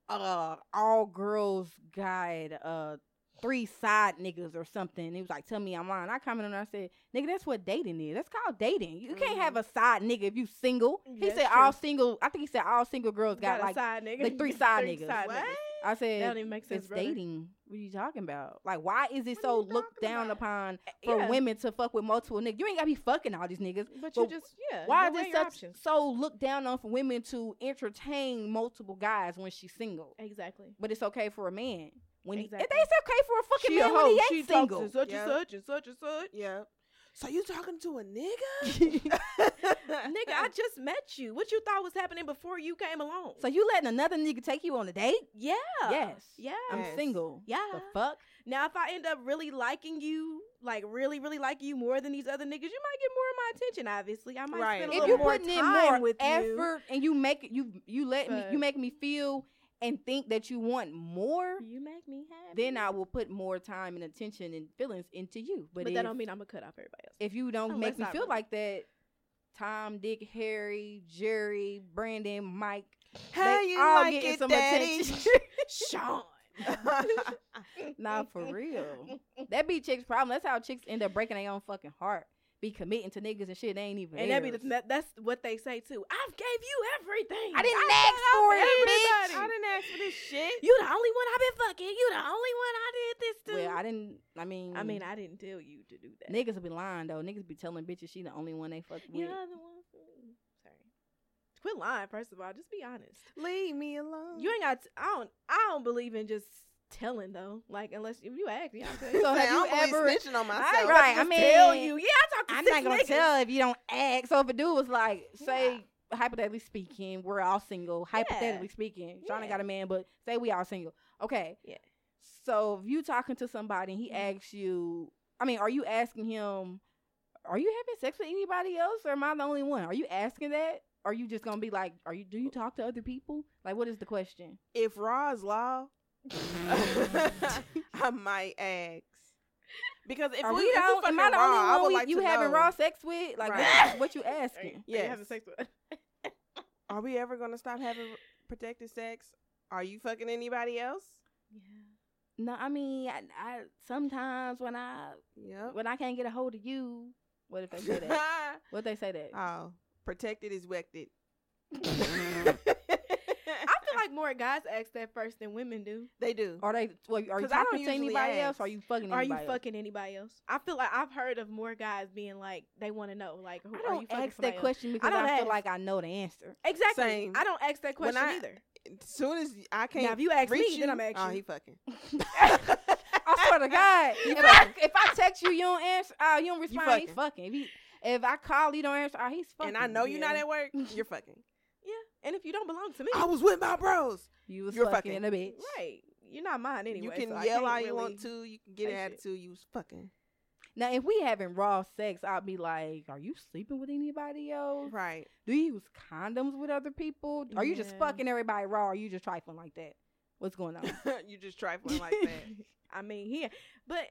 Speaker 3: "Uh, all girls guide uh three side niggas or something." It was like, "Tell me I'm lying." I commented and I said, "Nigga, that's what dating is. That's called dating. You can't have a side nigga if you single."
Speaker 1: Mm-hmm. Yeah,
Speaker 3: he said,
Speaker 1: that's
Speaker 3: "All
Speaker 1: true.
Speaker 3: single." I think he said all single girls got,
Speaker 1: a
Speaker 3: like.
Speaker 1: side nigga.
Speaker 3: like three side niggas.
Speaker 2: to.
Speaker 1: side
Speaker 2: What?
Speaker 1: niggas.
Speaker 3: I
Speaker 1: That don't
Speaker 3: said,
Speaker 1: even make sense.
Speaker 3: "It's
Speaker 1: brother.
Speaker 3: dating." What are you talking about? Like, why is
Speaker 2: What
Speaker 3: it
Speaker 2: are
Speaker 3: so
Speaker 2: you
Speaker 3: looked
Speaker 2: talking
Speaker 3: down
Speaker 2: about?
Speaker 3: upon for
Speaker 1: Yeah.
Speaker 3: women to fuck with multiple niggas? You ain't gotta be fucking all these niggas.
Speaker 1: But you
Speaker 3: But
Speaker 1: just yeah.
Speaker 3: Why
Speaker 1: you
Speaker 3: is
Speaker 1: weigh
Speaker 3: it
Speaker 1: your
Speaker 3: such
Speaker 1: options.
Speaker 3: so looked down on for women to entertain multiple guys when she's single?
Speaker 1: Exactly.
Speaker 3: But it's okay for a man when he,
Speaker 1: Exactly.
Speaker 3: it's okay for a fucking
Speaker 1: She a
Speaker 3: man when
Speaker 1: hoe.
Speaker 3: he
Speaker 1: She
Speaker 3: ain't
Speaker 1: talks
Speaker 3: single.
Speaker 1: to such
Speaker 2: Yeah.
Speaker 1: and such and such and such.
Speaker 2: Yeah. So you talking to a nigga?
Speaker 3: so
Speaker 1: Nigga, I just met you. What you thought was happening before you came along?
Speaker 3: you letting another nigga take you on a date?
Speaker 1: yeah.
Speaker 3: Yes.
Speaker 1: Yeah.
Speaker 3: I'm
Speaker 2: Yes.
Speaker 3: single.
Speaker 1: Yeah.
Speaker 3: The fuck?
Speaker 1: Now, if I end up really liking you, like really, really liking you more than these other niggas, you might get more of my attention. Obviously, I might
Speaker 2: Right.
Speaker 1: spend a
Speaker 3: If
Speaker 1: little
Speaker 3: you
Speaker 1: more
Speaker 3: putting in
Speaker 1: time
Speaker 3: more
Speaker 1: with you.
Speaker 3: effort and you make it, you you let me
Speaker 1: But-
Speaker 3: you make me feel and think that you want more,
Speaker 1: You make me happy.
Speaker 3: then I will put more time and attention and feelings into you. But,
Speaker 1: But, that
Speaker 3: if-
Speaker 1: don't mean I'm gonna cut off everybody else.
Speaker 3: if you don't
Speaker 1: No,
Speaker 3: make
Speaker 1: that's
Speaker 3: me
Speaker 1: Oh, not
Speaker 3: feel
Speaker 1: right.
Speaker 3: like that, Tom, Dick, Harry, Jerry, Brandon, Mike,
Speaker 2: How
Speaker 3: they
Speaker 2: you
Speaker 3: all
Speaker 2: like
Speaker 3: getting
Speaker 2: it,
Speaker 3: some
Speaker 2: daddy?
Speaker 3: attention.
Speaker 1: Sean.
Speaker 3: nah, for real. That be chicks' problem. That's how chicks end up breaking their own fucking heart. Be committing to niggas and shit. They ain't even.
Speaker 1: And that be the,
Speaker 3: theirs.
Speaker 1: that, that's what they say too. I gave you everything.
Speaker 3: I didn't
Speaker 1: set
Speaker 3: ask
Speaker 1: up
Speaker 3: for it,
Speaker 1: everybody.
Speaker 3: bitch.
Speaker 2: didn't ask for this shit.
Speaker 1: You the only one I've been fucking. You the only one I did this to.
Speaker 3: Well, I didn't. I mean,
Speaker 1: I mean, I didn't tell you to do that.
Speaker 3: niggas be lying though. Niggas be telling bitches she the only one they fuck with.
Speaker 1: yeah, the one. mm, Sorry. Quit lying. First of all, just be honest.
Speaker 2: Leave me alone.
Speaker 1: You ain't got. T- I don't. I don't believe in just telling though. Like unless if you ask, yeah. I'll tell you.
Speaker 3: So
Speaker 2: Say,
Speaker 3: have you
Speaker 2: I don't
Speaker 3: ever?
Speaker 2: believe snitching on myself.
Speaker 3: right, I
Speaker 1: Just tell
Speaker 3: mean,
Speaker 1: you. Yeah, I talked to
Speaker 3: I'm
Speaker 1: six
Speaker 3: not gonna
Speaker 1: niggas.
Speaker 3: tell if you don't ask. So if a dude was like, say, hypothetically speaking, we're all single. Hypothetically speaking, Shauna
Speaker 1: Yeah.
Speaker 3: got a man, but say we all single. Okay.
Speaker 1: Yeah.
Speaker 3: So if you talking to somebody and he
Speaker 2: Mm-hmm.
Speaker 3: asks you, I mean, are you asking him, are you having sex with anybody else, or am I the only one? Are you asking that? Are you just gonna be like, are you? Do you talk to other people? Like, what is the question?
Speaker 2: If raw is law, I might ask. Because if
Speaker 3: Are
Speaker 2: we,
Speaker 3: we
Speaker 2: if
Speaker 3: the
Speaker 2: we
Speaker 3: only-
Speaker 2: fucking
Speaker 3: am I the only
Speaker 2: raw, I
Speaker 3: one
Speaker 2: would
Speaker 3: we-
Speaker 2: like
Speaker 3: you
Speaker 2: to
Speaker 3: having
Speaker 2: know,
Speaker 3: raw sex with? Like,
Speaker 2: Right.
Speaker 3: what, what you
Speaker 1: Are you- are
Speaker 3: asking?
Speaker 1: you having
Speaker 2: Yes.
Speaker 1: sex with?
Speaker 2: Are we ever gonna stop having protected sex? Are you fucking anybody else?
Speaker 3: No, I mean, I, I sometimes when I
Speaker 2: Yep.
Speaker 3: when I can't get a hold of you, what if they say that? what if they say that?
Speaker 2: oh, protected is wected.
Speaker 1: I feel like more guys ask that first than women do.
Speaker 2: they do.
Speaker 3: are they? Well, are you
Speaker 2: 'Cause I
Speaker 3: talking
Speaker 2: don't
Speaker 3: to
Speaker 2: usually
Speaker 3: anybody else?
Speaker 2: ask.
Speaker 3: Or are you fucking?
Speaker 1: Are you
Speaker 3: anybody else?
Speaker 1: fucking anybody else? I feel like I've heard of more guys being like they want to know like who
Speaker 3: I
Speaker 1: are you
Speaker 3: don't
Speaker 1: fucking
Speaker 3: ask
Speaker 1: somebody
Speaker 3: that
Speaker 1: else?
Speaker 3: question because I,
Speaker 1: don't
Speaker 3: feel
Speaker 1: ask.
Speaker 3: like I know the answer.
Speaker 1: Exactly.
Speaker 2: Same.
Speaker 1: I don't ask that
Speaker 2: When
Speaker 1: question
Speaker 2: I-
Speaker 1: either.
Speaker 2: As soon as I can't
Speaker 1: Now if you ask
Speaker 2: reach
Speaker 1: me,
Speaker 2: you,
Speaker 1: then I'm asking.
Speaker 2: oh, he
Speaker 1: you.
Speaker 2: fucking.
Speaker 3: I swear to God, if I, if I text you, you don't answer. Oh, you don't respond. He's
Speaker 2: fucking.
Speaker 3: fucking. If, he, if I call, you don't answer. Oh, he's fucking.
Speaker 2: and I know you're not
Speaker 3: Yeah.
Speaker 2: at work. You're fucking.
Speaker 1: yeah. And if you don't belong to me,
Speaker 2: I was with my bros.
Speaker 3: You was
Speaker 2: You're fucking.
Speaker 3: fucking, in a bitch.
Speaker 1: right? You're not mine anyway.
Speaker 2: you can
Speaker 1: so I
Speaker 2: yell
Speaker 1: can't
Speaker 2: all you
Speaker 1: really-
Speaker 2: want to. You can get an
Speaker 1: say shit.
Speaker 2: attitude. You was fucking.
Speaker 3: Now, if we having raw sex, I'd be like, "Are you sleeping with anybody else?
Speaker 2: Right.
Speaker 3: Do you use condoms with other people? Are you just
Speaker 1: Yeah.
Speaker 3: fucking everybody raw? Or are you just trifling like that? What's going on?
Speaker 2: you just trifling like that.
Speaker 1: I mean, yeah, but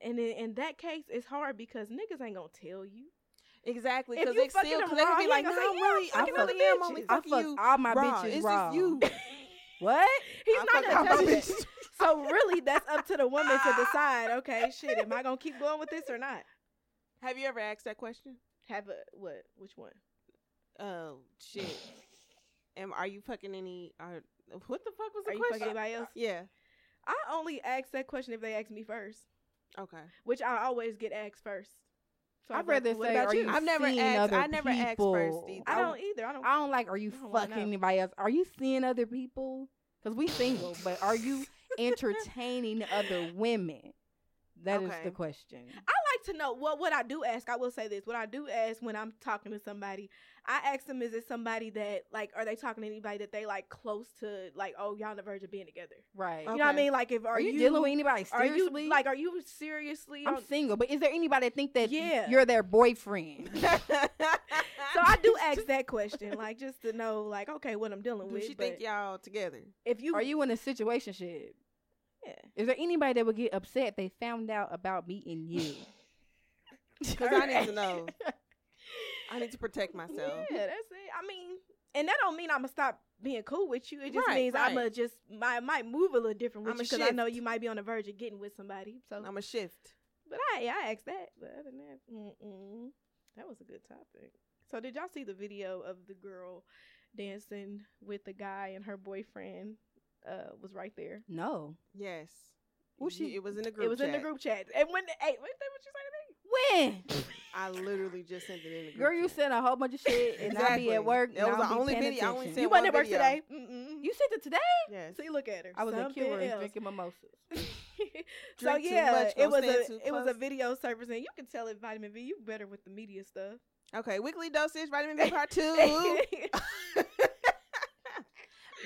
Speaker 1: and in, in that case, it's hard because niggas ain't gonna tell you.
Speaker 2: Exactly.
Speaker 1: If
Speaker 2: Because
Speaker 1: you
Speaker 2: they
Speaker 1: fucking
Speaker 2: still,
Speaker 1: him
Speaker 2: because they
Speaker 1: raw,
Speaker 2: could
Speaker 1: he
Speaker 2: be like,
Speaker 1: ain't
Speaker 2: no,
Speaker 1: gonna
Speaker 2: I'm
Speaker 1: say, yeah, I'm
Speaker 2: really, I
Speaker 1: fucking other
Speaker 2: really am only
Speaker 1: bitches.
Speaker 3: I
Speaker 2: fucking
Speaker 3: fuck
Speaker 2: you.
Speaker 3: all my
Speaker 2: raw.
Speaker 3: bitches
Speaker 2: It's
Speaker 3: raw.
Speaker 2: just you.
Speaker 3: What?
Speaker 1: He's
Speaker 2: I
Speaker 1: not
Speaker 2: fuck all
Speaker 1: gonna
Speaker 2: my
Speaker 1: tell you. that.
Speaker 2: bitches.
Speaker 1: So really, that's up to the woman to decide. Okay, shit, am I gonna keep going with this or not?
Speaker 2: Have you ever asked that question?
Speaker 1: Have a what? Which one?
Speaker 2: Oh shit. Am are you fucking any? Are, what the fuck was the
Speaker 1: Are you
Speaker 2: question?
Speaker 1: fucking anybody else?
Speaker 2: yeah.
Speaker 1: I only ask that question if they ask me first,
Speaker 2: Okay.
Speaker 1: which I always get asked first. So
Speaker 3: I'd
Speaker 1: I'm like,
Speaker 3: rather
Speaker 1: "What
Speaker 3: say,
Speaker 1: about
Speaker 3: are you
Speaker 1: you?"
Speaker 2: I've never
Speaker 3: seeing
Speaker 2: asked-
Speaker 3: other
Speaker 2: I never asked
Speaker 3: people?
Speaker 2: first either.
Speaker 1: I don't either. I don't.
Speaker 3: I don't like. Are you
Speaker 1: I don't wanna
Speaker 3: fucking
Speaker 1: know.
Speaker 3: anybody else? Are you seeing other people? Because we single, but are you entertaining other women? That is
Speaker 2: Okay.
Speaker 3: the question.
Speaker 1: I like to know what what I do ask. I will say this: what I do ask when I'm talking to somebody, I ask them, is it somebody that like, are they talking to anybody that they like close to? Like, oh, y'all on the verge of being together.
Speaker 3: Right.
Speaker 1: You know what I
Speaker 2: Okay.
Speaker 1: mean? Like, if are,
Speaker 3: Are you, dealing with anybody
Speaker 1: are you
Speaker 3: seriously?
Speaker 1: like, are you seriously?
Speaker 3: I'm
Speaker 1: on-
Speaker 3: single, but is there anybody that think that
Speaker 1: Yeah.
Speaker 3: you're their boyfriend?
Speaker 1: so I do ask that question, like just to know, like, okay, what I'm dealing
Speaker 2: Do
Speaker 1: with.
Speaker 2: she think
Speaker 1: but
Speaker 2: y'all together?
Speaker 1: if you
Speaker 3: Are you in a situation ship?
Speaker 1: Yeah.
Speaker 3: Is there anybody that would get upset if they found out about me and you?
Speaker 2: Because I need to know. I need to protect myself.
Speaker 1: Yeah, that's it. I mean, and that don't mean I'm gonna stop being cool with you. It just
Speaker 2: Right,
Speaker 1: means
Speaker 2: right.
Speaker 1: I'm gonna just I might move a little different with
Speaker 2: I'ma
Speaker 1: you because I know
Speaker 2: shift.
Speaker 1: you might be on the verge of getting with somebody. So,
Speaker 2: I'm a shift.
Speaker 1: but I I asked that. But other than that, mm-mm, that was a good topic. So did y'all see the video of the girl dancing with the guy and her boyfriend? Uh, was right there.
Speaker 3: No.
Speaker 2: Yes.
Speaker 3: Who
Speaker 2: You-
Speaker 3: she-
Speaker 2: It was in the group.
Speaker 1: it was in the
Speaker 2: chat.
Speaker 1: group chat. And when, hey, what that what you say to me?
Speaker 3: When?
Speaker 2: I literally just sent it in the group.
Speaker 3: Girl, you
Speaker 2: chat.
Speaker 3: said a whole bunch of shit, and I be
Speaker 2: Exactly.
Speaker 3: at work.
Speaker 2: That
Speaker 3: and
Speaker 2: was
Speaker 3: I
Speaker 2: the
Speaker 3: don't be
Speaker 2: only
Speaker 3: paying
Speaker 2: video- I only
Speaker 3: attention.
Speaker 2: said
Speaker 1: You
Speaker 2: In
Speaker 1: wasn't at
Speaker 2: one
Speaker 1: work
Speaker 2: video.
Speaker 1: today. Mm-mm.
Speaker 3: You sent it today.
Speaker 2: Yes.
Speaker 1: See, look at her.
Speaker 3: I was at
Speaker 1: Something
Speaker 3: Cuba
Speaker 1: else.
Speaker 3: drinking mimosas.
Speaker 1: so
Speaker 2: Drink too
Speaker 1: yeah,
Speaker 2: much,
Speaker 1: it
Speaker 2: gonna
Speaker 1: was
Speaker 2: stand
Speaker 1: a
Speaker 2: too
Speaker 1: it was a
Speaker 2: close.
Speaker 1: video service, and you can tell it vitamin V. You better with the media stuff.
Speaker 2: Okay, weekly dosage vitamin B part two.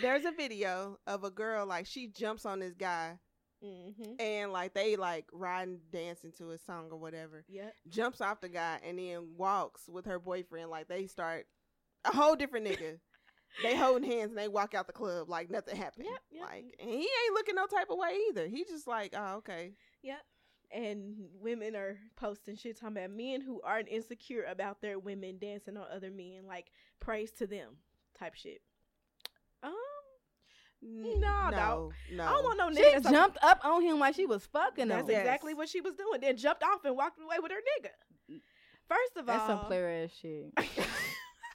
Speaker 2: There's a video of a girl like she jumps on this guy
Speaker 1: mm-hmm.
Speaker 2: and like they like riding dancing to a song or whatever.
Speaker 1: Yep.
Speaker 2: Jumps off the guy and then walks with her boyfriend like they start a whole different nigga. they holding hands and they walk out the club like nothing happened.
Speaker 1: Yep, yep.
Speaker 2: Like and he ain't looking no type of way either. He just like, oh okay.
Speaker 1: Yep. And women are posting shit talking about men who aren't insecure about their women dancing on other men, like praise to them type shit. Um,
Speaker 2: N-
Speaker 1: No,
Speaker 2: no,
Speaker 1: dog.
Speaker 2: no.
Speaker 1: I don't want no
Speaker 3: She
Speaker 1: nigga. that's on-
Speaker 3: jumped up on him like she was fucking
Speaker 1: That's
Speaker 3: him.
Speaker 2: it.
Speaker 1: exactly
Speaker 2: Yes.
Speaker 1: what she was doing. Then jumped off and walked away with her nigga. First of
Speaker 3: That's
Speaker 1: all,
Speaker 3: some player ass shit.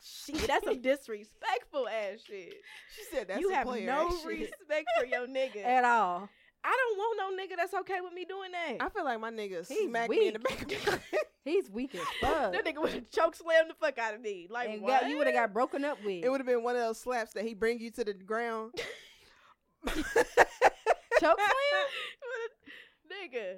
Speaker 1: shit, that's some disrespectful ass shit.
Speaker 2: she said that's
Speaker 1: you
Speaker 2: a
Speaker 1: have
Speaker 2: player.
Speaker 1: no
Speaker 2: That shit-
Speaker 1: respect for your nigga
Speaker 3: At all.
Speaker 1: I don't want no nigga that's okay with me doing that.
Speaker 2: I feel like my nigga
Speaker 3: He's
Speaker 2: smacked me in the
Speaker 3: weak.
Speaker 2: back of my
Speaker 3: He's weak as fuck.
Speaker 1: that nigga would have choke slammed the fuck out of me. Like
Speaker 3: and
Speaker 1: what?
Speaker 3: got, you would have got broken up with.
Speaker 2: It would have been one of those slaps that he bring you to the ground.
Speaker 3: choke slam.
Speaker 1: Would've- nigga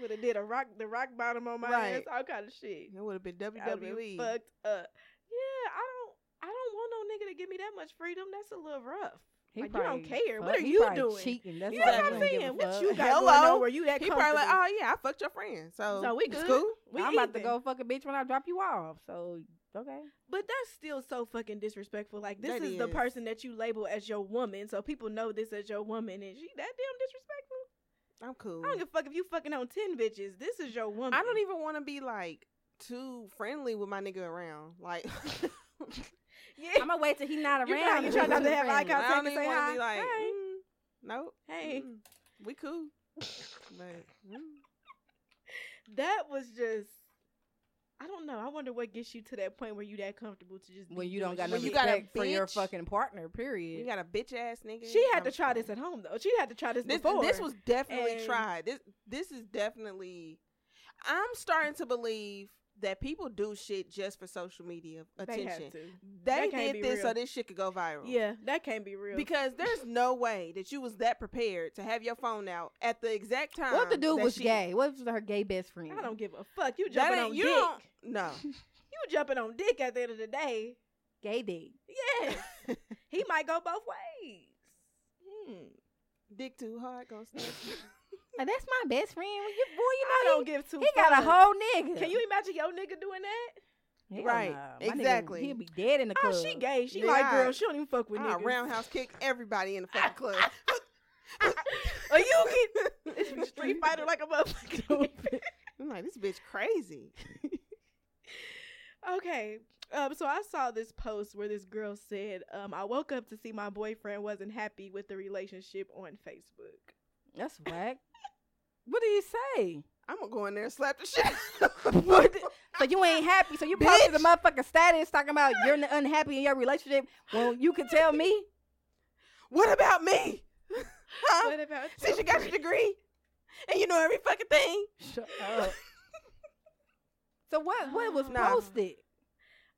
Speaker 1: would have did a rock the rock bottom on my ass,
Speaker 2: Right.
Speaker 1: all kind of shit.
Speaker 2: It would have been E.
Speaker 1: I would've been
Speaker 2: WWE.
Speaker 1: fucked up. Yeah, I don't. I don't want no nigga to give me that much freedom. That's a little rough.
Speaker 3: He
Speaker 1: Like, you don't
Speaker 3: probably
Speaker 1: care. What
Speaker 3: fuck-
Speaker 1: are
Speaker 3: he
Speaker 1: you
Speaker 3: probably
Speaker 1: doing?
Speaker 3: Cheating. That's
Speaker 1: You
Speaker 3: why
Speaker 1: know
Speaker 3: he
Speaker 1: what I'm
Speaker 3: wouldn't give a
Speaker 1: saying? What
Speaker 3: fuck.
Speaker 1: you got going
Speaker 2: Hello?
Speaker 1: on? Where you that
Speaker 2: He probably like,
Speaker 1: comfortable?
Speaker 2: oh yeah, I fucked your friend, so
Speaker 1: So we
Speaker 2: it's
Speaker 1: good?
Speaker 2: cool.
Speaker 1: We
Speaker 3: "Oh, I'm about to
Speaker 1: even.
Speaker 3: go fuck a bitch when I drop you off. So okay.
Speaker 1: But that's still so fucking disrespectful. Like this
Speaker 2: That
Speaker 1: is the
Speaker 2: is.
Speaker 1: person that you label as your woman, so people know this as your woman, and she that damn disrespectful.
Speaker 2: I'm cool.
Speaker 1: I don't give a fuck if you fucking on ten bitches. This is your woman.
Speaker 2: Mm. I don't even want to be like too friendly with my nigga around. Like
Speaker 1: Yeah.
Speaker 3: I'm gonna wait till he not
Speaker 1: You know how
Speaker 3: around.
Speaker 1: you try not to have eye
Speaker 2: I
Speaker 1: contact
Speaker 2: don't
Speaker 1: and
Speaker 2: even
Speaker 1: say
Speaker 2: want
Speaker 1: hi.
Speaker 2: to be like,
Speaker 1: hey.
Speaker 2: mm, nope.
Speaker 1: Hey.
Speaker 2: mm, we cool. but mm,
Speaker 1: That was just. I don't know. I wonder what gets you to that point where you that comfortable to just be
Speaker 3: when you
Speaker 1: doing
Speaker 3: don't got
Speaker 1: shit.
Speaker 3: no
Speaker 2: When you
Speaker 3: respect
Speaker 2: got a
Speaker 3: for your
Speaker 2: bitch.
Speaker 3: fucking partner. Period.
Speaker 2: you got a bitch ass nigga.
Speaker 1: She had
Speaker 2: I'm
Speaker 1: to try
Speaker 2: cool.
Speaker 1: this at home though. She had to try this,
Speaker 2: this,
Speaker 1: before.
Speaker 2: this was definitely
Speaker 1: And-
Speaker 2: tried. This this is definitely. I'm starting to believe that people do shit just for social media
Speaker 1: they had
Speaker 2: attention.
Speaker 1: to.
Speaker 2: They,
Speaker 1: That can't be
Speaker 2: did this so
Speaker 1: real.
Speaker 2: this shit could go viral.
Speaker 1: Yeah, that can't be real.
Speaker 2: Because there's no way that you was that prepared to have your phone out at the exact time.
Speaker 3: What if the dude
Speaker 2: that
Speaker 3: was
Speaker 2: she-
Speaker 3: gay? What if her gay best friend?
Speaker 1: I don't give a fuck. You
Speaker 2: That
Speaker 1: jumping
Speaker 2: ain't-
Speaker 1: on
Speaker 2: you
Speaker 1: dick.
Speaker 2: don't- No.
Speaker 1: You jumping on dick at the end of the day.
Speaker 3: gay dick.
Speaker 1: Yes. he might go both ways. Hmm.
Speaker 2: Dick too hard, go snitch.
Speaker 3: Like, that's my best friend. Well, you, boy, you know
Speaker 1: I
Speaker 3: he-
Speaker 1: don't give two.
Speaker 3: He got a
Speaker 1: fucks.
Speaker 3: whole nigga.
Speaker 1: Can you imagine your nigga doing that?
Speaker 3: Hell
Speaker 2: Right,
Speaker 3: nah. My nigga,
Speaker 2: exactly.
Speaker 3: he'll be dead in the club.
Speaker 1: Oh, she gay. She
Speaker 2: Yeah,
Speaker 1: like
Speaker 2: I-
Speaker 1: girl. She don't even fuck with
Speaker 2: I
Speaker 1: niggas.
Speaker 2: roundhouse kick everybody in the fucking club.
Speaker 1: Or you get it's Street Fighter like a motherfucker.
Speaker 2: I'm like, this bitch crazy.
Speaker 1: okay. Um, so I saw this post where this girl said, um, I woke up to see my boyfriend wasn't happy with the relationship on Facebook.
Speaker 3: That's whack. what do you say?
Speaker 2: I'm gonna go in there and slap the shit. out of him.
Speaker 3: What? So you ain't happy. So you posted a
Speaker 2: Bitch.
Speaker 3: motherfucking status talking about you're n- unhappy in your relationship. Well, you could tell me.
Speaker 2: what about me? Huh?
Speaker 1: What about
Speaker 2: Since you Oh, got your degree and you know every fucking thing.
Speaker 3: Shut up. so what? What was
Speaker 2: Nah.
Speaker 3: posted?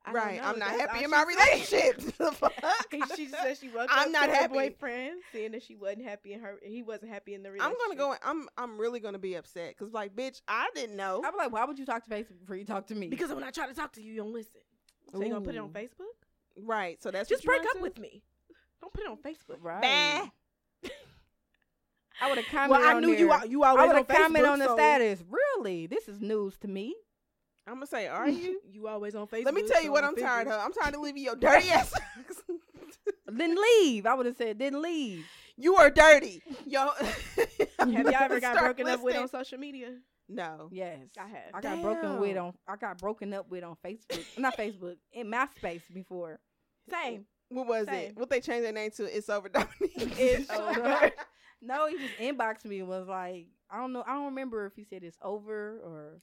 Speaker 1: I don't
Speaker 2: right. I'm
Speaker 1: know.
Speaker 2: not
Speaker 1: That's
Speaker 2: happy
Speaker 1: all
Speaker 2: in my
Speaker 1: she said.
Speaker 2: relationship. The fuck?
Speaker 1: He- she said she woke
Speaker 2: I'm
Speaker 1: up
Speaker 2: not
Speaker 1: to
Speaker 2: happy.
Speaker 1: her boyfriend, seeing that she wasn't happy in her. He wasn't happy in the
Speaker 2: I'm
Speaker 1: relationship.
Speaker 2: gonna go. I'm I'm really gonna be upset because like, bitch, I didn't know.
Speaker 3: I'm like, why would you talk to Facebook before you talk to me?
Speaker 1: because when I try to talk to you, you don't listen. So you gonna put it on
Speaker 3: Ooh.
Speaker 1: Facebook?
Speaker 2: Right. So that's
Speaker 1: Just
Speaker 2: what
Speaker 1: break
Speaker 2: you
Speaker 1: up
Speaker 2: into?
Speaker 1: with me. Don't put it on Facebook.
Speaker 3: right.
Speaker 2: Bah.
Speaker 3: I would have commented.
Speaker 1: Well, I
Speaker 3: on
Speaker 1: knew you.
Speaker 3: there.
Speaker 1: al- You
Speaker 3: I
Speaker 1: always
Speaker 3: would
Speaker 1: on
Speaker 3: have commented
Speaker 1: Facebook,
Speaker 3: on the
Speaker 1: so-
Speaker 3: status. Really, this is news to me.
Speaker 2: I'm gonna say, are you?
Speaker 1: You always on Facebook.
Speaker 2: Let me tell you
Speaker 1: so
Speaker 2: what
Speaker 1: I
Speaker 2: I'm tired
Speaker 1: figured-
Speaker 2: of. I'm tired of leaving your dirty ass.
Speaker 3: Then leave. I would have said, then leave.
Speaker 2: you are dirty. Yo.
Speaker 1: Have y'all ever got
Speaker 2: Start
Speaker 1: broken up with
Speaker 2: listening.
Speaker 1: on social media?
Speaker 2: No.
Speaker 3: Yes,
Speaker 1: I have.
Speaker 3: I got broken with
Speaker 2: Damn.
Speaker 3: on. I got broken up with on Facebook. Not Facebook. In MySpace before.
Speaker 1: Same.
Speaker 2: What was
Speaker 1: Same.
Speaker 2: it? What they changed their name to? It's over, Dominique.
Speaker 3: It's over. No, he just inboxed me and was like, I don't know. I don't remember if he said it's over or